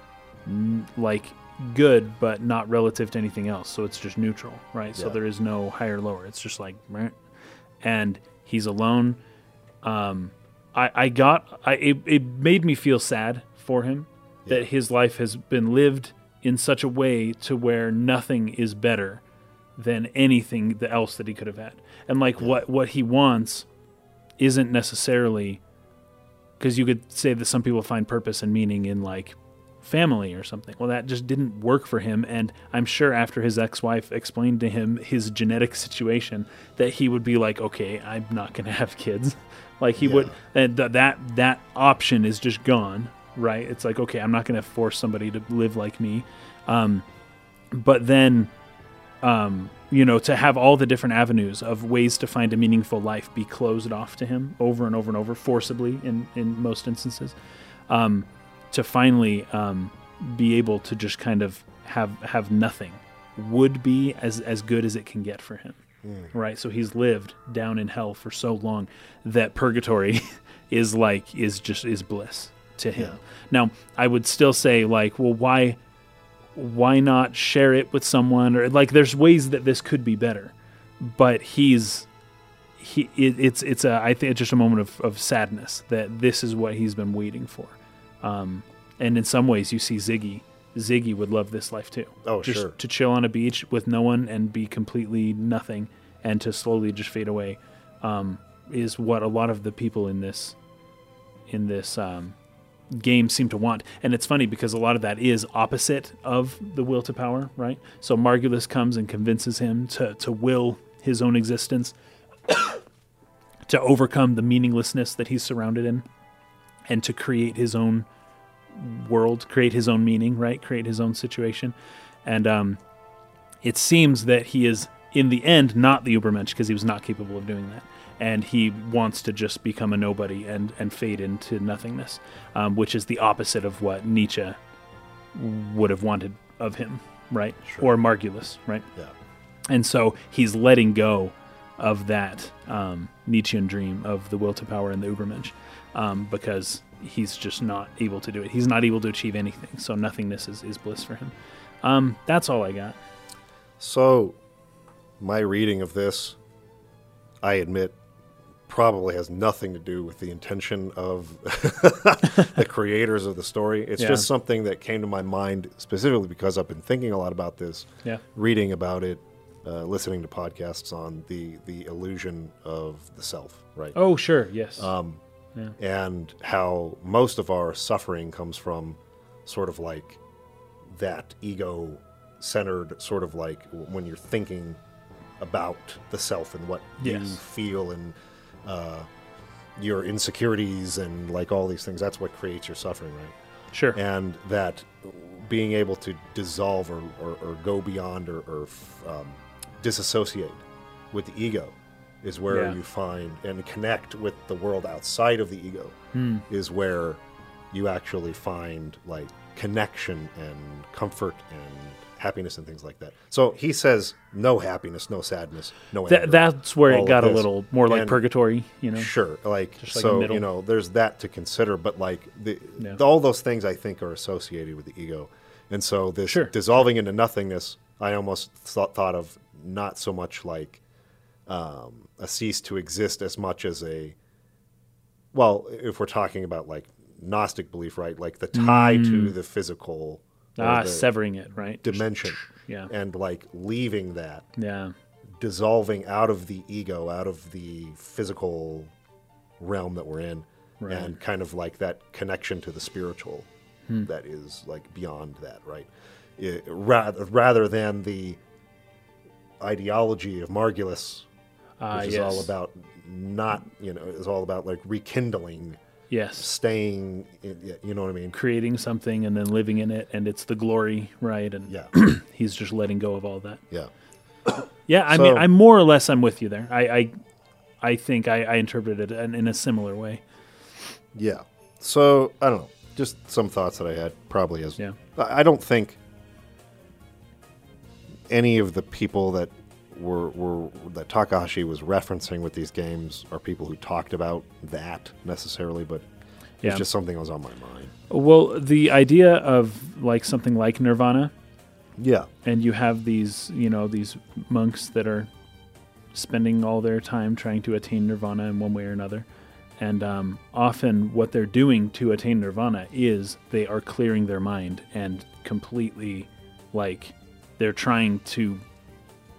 n- like good, but not relative to anything else. So it's just neutral, right? So
Yeah.
there is no higher lower. It's just like, meh. and he's alone. I, I got I it, it made me feel sad for him that his life has been lived in such a way to where nothing is better than anything th- else that he could have had. And like what what he wants isn't necessarily because you could say that some people find purpose and meaning in like family or something. Well, that just didn't work for him. And I'm sure after his ex wife explained to him his genetic situation, that he would be like, okay, I'm not going to have kids. Like he would, and th- that, that option is just gone, right? It's like, okay, I'm not going to force somebody to live like me. Um, but then, um, you know, to have all the different avenues of ways to find a meaningful life be closed off to him over and over and over, forcibly in, in most instances um, to finally um, be able to just kind of have have nothing would be as as good as it can get for him right so he's lived down in hell for so long that purgatory is like is just is bliss to him now i would still say like well why why not share it with someone or like there's ways that this could be better but he's he it, it's it's a i think it's just a moment of, of sadness that this is what he's been waiting for um, and in some ways, you see Ziggy. Ziggy would love this life too.
Oh,
just
sure.
To chill on a beach with no one and be completely nothing, and to slowly just fade away, um, is what a lot of the people in this in this um, game seem to want. And it's funny because a lot of that is opposite of the will to power, right? So Margulis comes and convinces him to to will his own existence, to overcome the meaninglessness that he's surrounded in and to create his own world, create his own meaning, right? Create his own situation. And um, it seems that he is, in the end, not the Ubermensch because he was not capable of doing that. And he wants to just become a nobody and, and fade into nothingness, um, which is the opposite of what Nietzsche would have wanted of him, right? Or Margulis, right?
Yeah.
And so he's letting go of that um, Nietzschean dream of the will to power and the Ubermensch um, because he's just not able to do it. He's not able to achieve anything. So nothingness is, is bliss for him. Um, that's all I got.
So, my reading of this, I admit, probably has nothing to do with the intention of the creators of the story. It's
Yeah.
just something that came to my mind specifically because I've been thinking a lot about this,
Yeah.
reading about it, uh, listening to podcasts on the the illusion of the self, right?
Oh, sure. Yes.
Um, and how most of our suffering comes from sort of like that ego centered sort of like w- when you're thinking about the self and what you
Yes.
feel and uh, your insecurities and like all these things that's what creates your suffering right
sure.
and that being able to dissolve or, or, or go beyond or, or f- um, disassociate with the ego is where
Yeah.
you find and connect with the world outside of the ego
Hmm.
is where you actually find like connection and comfort and happiness and things like that. So he says no happiness, no sadness, no
That,
anger.
that's where
all
it
of
got a
this.
little more like
And-
purgatory, you know?
Sure, like,
Just like a
so
middle.
you know, there's that to consider, but like the,
Yeah.
all those things I think are associated with the ego, and so this
Sure.
dissolving into nothingness, I almost thought, thought of not so much like um, a cease to exist as much as a, well, if we're talking about like Gnostic belief, right, like the tie to the physical or
Mm. Ah,
the
severing it, right?
dimension,
Yeah.
and like leaving that
Yeah.
dissolving out of the ego, out of the physical realm that we're in, and
Hmm.
kind of like that connection to the spiritual that is like beyond that, right? i- rather rather than the ideology of Margulis,
Ah,
which is
yes.
all about not you know is all about like rekindling,
yes,
staying. In, you know what I mean?
creating something and then living in it, and it's the glory, right? And
Yeah,
he's just letting go of all that.
yeah.
Yeah, I
So-
mean, I more or less I'm with you there. I, I, I think I, I interpreted it in, in a similar way.
Yeah. So I don't know. Just some thoughts that I had probably is.
Yeah.
I I don't think any of the people that were were that Takahashi was referencing with these games are people who talked about that necessarily, but
Yeah.
it's just something that was on my mind.
Well, the idea of like something like Nirvana,
Yeah.
and you have these, you know, these monks that are spending all their time trying to attain Nirvana in one way or another. And um, often, what they're doing to attain Nirvana is they are clearing their mind and completely, like, they're trying to,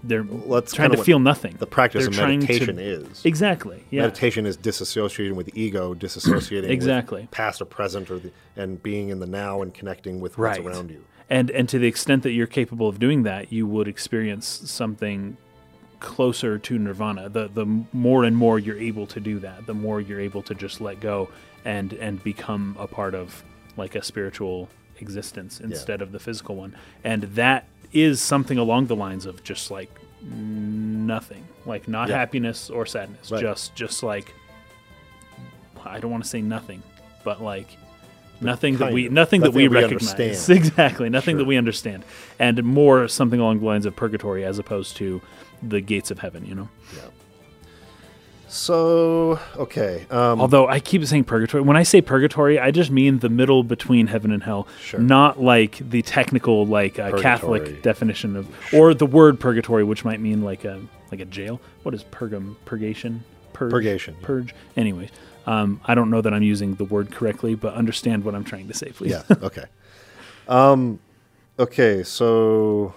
they're
that's
trying
kinda
to
what
feel nothing.
The practice
They're
of
trying to-
meditation is.
Exactly. Yeah.
Meditation is disassociating with ego, disassociating with
Exactly.
past or present, or the, and being in the now and connecting with
Right.
what's around you.
and and to the extent that you're capable of doing that you would experience something closer to nirvana the the more and more you're able to do that the more you're able to just let go and and become a part of like a spiritual existence instead of the physical one and that is something along the lines of just like nothing like not
Yeah.
happiness or sadness
Right.
just just like i don't want to say nothing but like nothing that
kind
we
of.
nothing that
Nothing
we
that we
recognize
understand.
exactly nothing that
Sure.
we understand and more something along the lines of purgatory as opposed to the gates of heaven you know
So, okay. Um,
although i keep saying purgatory when i say purgatory i just mean the middle between heaven and hell
Sure.
not like the technical like uh,
Purgatory.
catholic definition of or the word purgatory which might mean like a like a jail what is purgum purgation purge,
Purgation, yeah.
purge anyways um, i don't know that i'm using the word correctly but understand what i'm trying to say please
Yeah. Okay. um, okay. So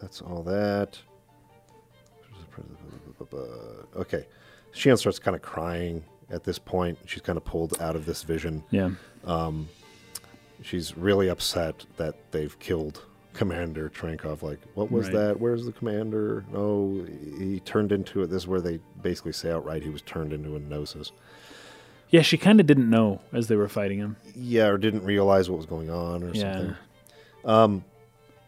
that's all that. Okay. Shion starts kind of crying at this point. She's kind of pulled out of this vision.
yeah
She's really upset that they've killed Commander Trankov. Like, what was
Right.
that? Where's the commander? Oh, he turned into it. This is where they basically say outright he was turned into a gnosis.
yeah she kind of didn't know as they were fighting him
Yeah, or didn't realize what was going on or
Yeah.
something. Um,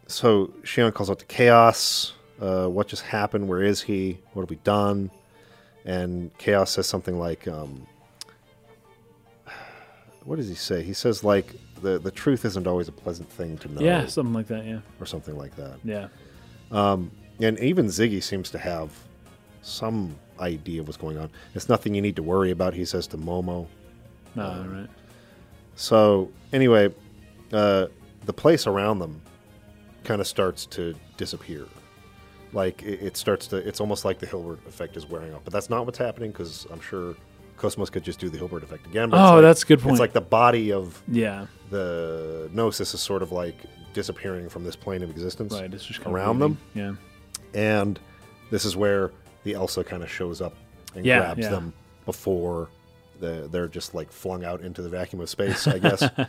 so Shion calls out to Chaos. Uh, what just happened? Where is he? What have we done? And Chaos says something like, um, "What does he say?" He says like, "the the truth isn't always a pleasant thing to know,"
Yeah, something like that. Yeah,
or something like that.
yeah,
And even Ziggy seems to have some idea of what's going on. It's nothing you need to worry about, he says to Momo.
no,
Uh,
right.
So anyway, uh, the place around them kind of starts to disappear. Like it, it starts to. It's almost like the Hilbert effect is wearing off. But that's not what's happening because I'm sure Cosmos could just do the Hilbert effect again. But it's
Oh,
like-
that's a good point.
It's like the body of
Yeah,
the gnosis is sort of like disappearing from this plane of existence.
right. It's just kind
Around
of them.
And this is where the Elsa kind of shows up and
Yeah,
grabs
yeah.
them before the, they're just like flung out into the vacuum of space. I guess.
Yeah,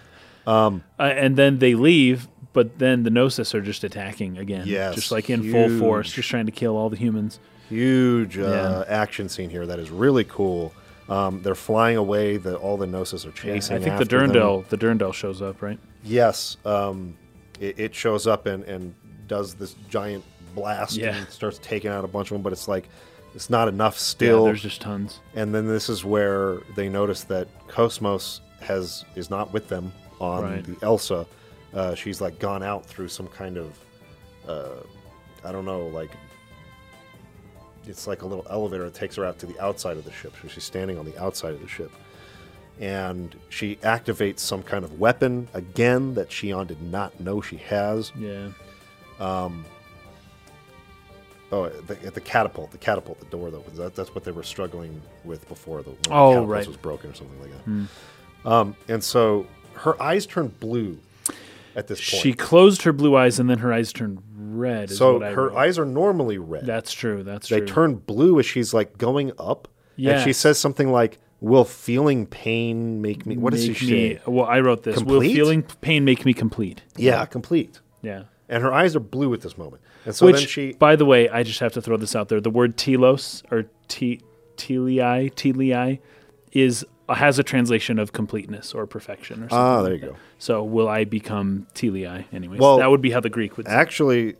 uh, and then they leave, but then the Gnosis are just attacking again.
Yes,
just like in full force,
huge.
just trying to kill all the humans.
huge uh, action scene here that is really cool. Um, they're flying away. The, all the Gnosis are
Yeah, I
chasing.
think the
after them.
Durndal, the Durndal shows up, right?
Yes, um, it, it shows up and, and does this giant blast
Yeah.
and starts taking out a bunch of them. But it's like it's not enough still.
yeah, there's just tons.
and then this is where they notice that Cosmos has is not with them on
Right.
the Elsa. Uh, she's like gone out through some kind of, uh, I don't know, like it's like a little elevator that takes her out to the outside of the ship. So she's standing on the outside of the ship, and she activates some kind of weapon again that Shion did not know she has.
Yeah,
Oh, the, the catapult, the catapult, the door though. 'cause That, that's what they were struggling with before the, when the
Oh,
catapult
right. Hmm.
was broken or something like that. Um, and so her eyes turn blue at this point.
she closed her blue eyes, and then her eyes turned red. Is
so
what I
her
wrote.
eyes are normally red.
That's true. That's
they
true.
turn blue as she's like going up, and she
Yes.
says something like, "Will feeling pain make me?" What does
Make
she
me-
say?
Well, I wrote this. Will
Complete?
feeling pain make me complete?
Yeah, complete.
Yeah.
and her eyes are blue at this moment. And so
Which,
then she
by the way, I just have to throw this out there. The word telos or te, telei, telei, is has a translation of completeness or perfection or something.
ah, there you go.
so will I become telei? Anyways,
Well,
that would be how the Greek would. say
Actually,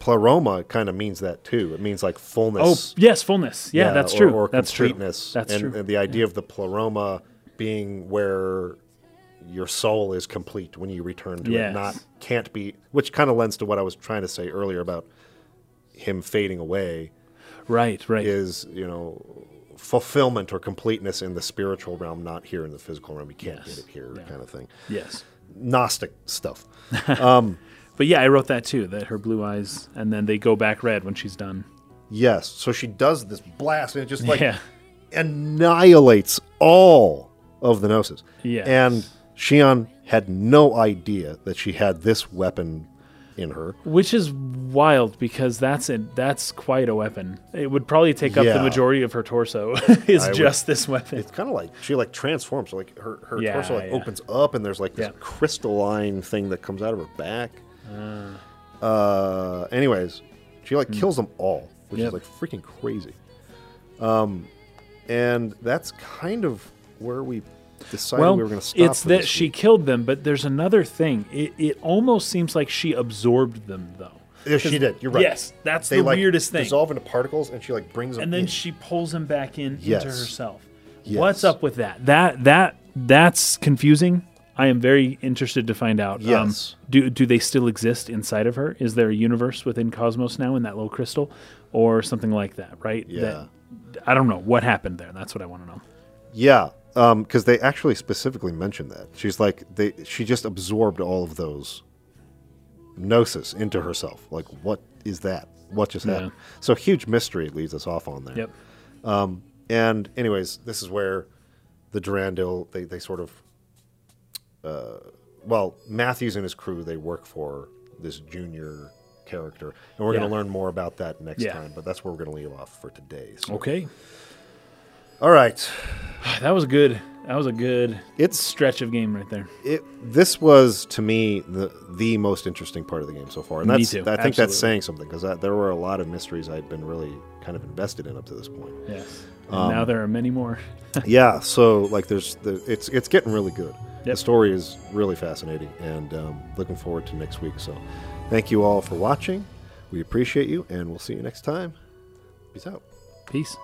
pleroma kind of means that too. It means like
Oh
fullness.
yes, fullness. Yeah, that's
or-
true.
Or
that's true.
completeness.
That's
and,
true.
and the idea of the pleroma being where your soul is complete when you return to
Yes.
it, not can't be, which kind of lends to what I was trying to say earlier about him fading away.
right, right.
Is you know fulfillment or completeness in the spiritual realm, not here in the physical realm. You can't
Yes.
get it here, kind of thing.
Yes.
Gnostic stuff.
But yeah, I wrote that too. That her blue eyes, and then they go back red when she's done.
Yes. So she does this blast, and it just like
yeah,
annihilates all of the Gnosis.
Yes.
And Shion had no idea that she had this weapon in her.
which is wild because that's a, that's quite a weapon. It would probably take up the
Yeah.
majority of her torso. is just this weapon.
It's kind of like she like transforms, like her, her
Yeah,
torso like
yeah.
opens up, and there's like this
Yeah.
crystalline thing that comes out of her back. Uh, anyways, she like kills them all, which
Hmm. Yep.
is like freaking crazy. Um, and that's kind of where we decided
well,
we were going to stop.
it's
for
that
this
she
week.
killed them, but there's another thing. It, it almost seems like she absorbed them though.
Yeah, she did. You're right.
Yes, that's
they
the
like
weirdest thing.
dissolve into particles and she like brings them
and then
in.
she pulls him back in
Yes.
into herself.
Yes.
What's up with that? That that that's confusing. I am very interested to find out. um,
Yes.
do do they still exist inside of her? Is there a universe within Cosmos now in that little crystal, or something like that? Right?
Yeah.
That- I don't know what happened there. That's what I want to know.
yeah um because they actually specifically mentioned that she's like they she just absorbed all of those gnosis into herself like what is that what just happened so huge mystery leads us off on there
Yep.
and anyways this is where the durandal they, they sort of uh well matthews and his crew they work for this junior character and we're going
Yeah.
to learn more about that next
Yeah.
time but that's where we're going to leave off for today so
Okay.
All right.
That was good. That was a good
It's
stretch of game right there.
it. This was to me the the most interesting part of the game so far, and
Me
that's
too,
I think
absolutely.
that's saying something because there were a lot of mysteries I'd been really kind of invested in up to this point.
Yes. And
Um,
now there are many more.
yeah. So like, there's the, it's it's getting really good. The
Yep.
story is really fascinating, and um, looking forward to next week. So, thank you all for watching. We appreciate you, and we'll see you next time. Peace out.
Peace.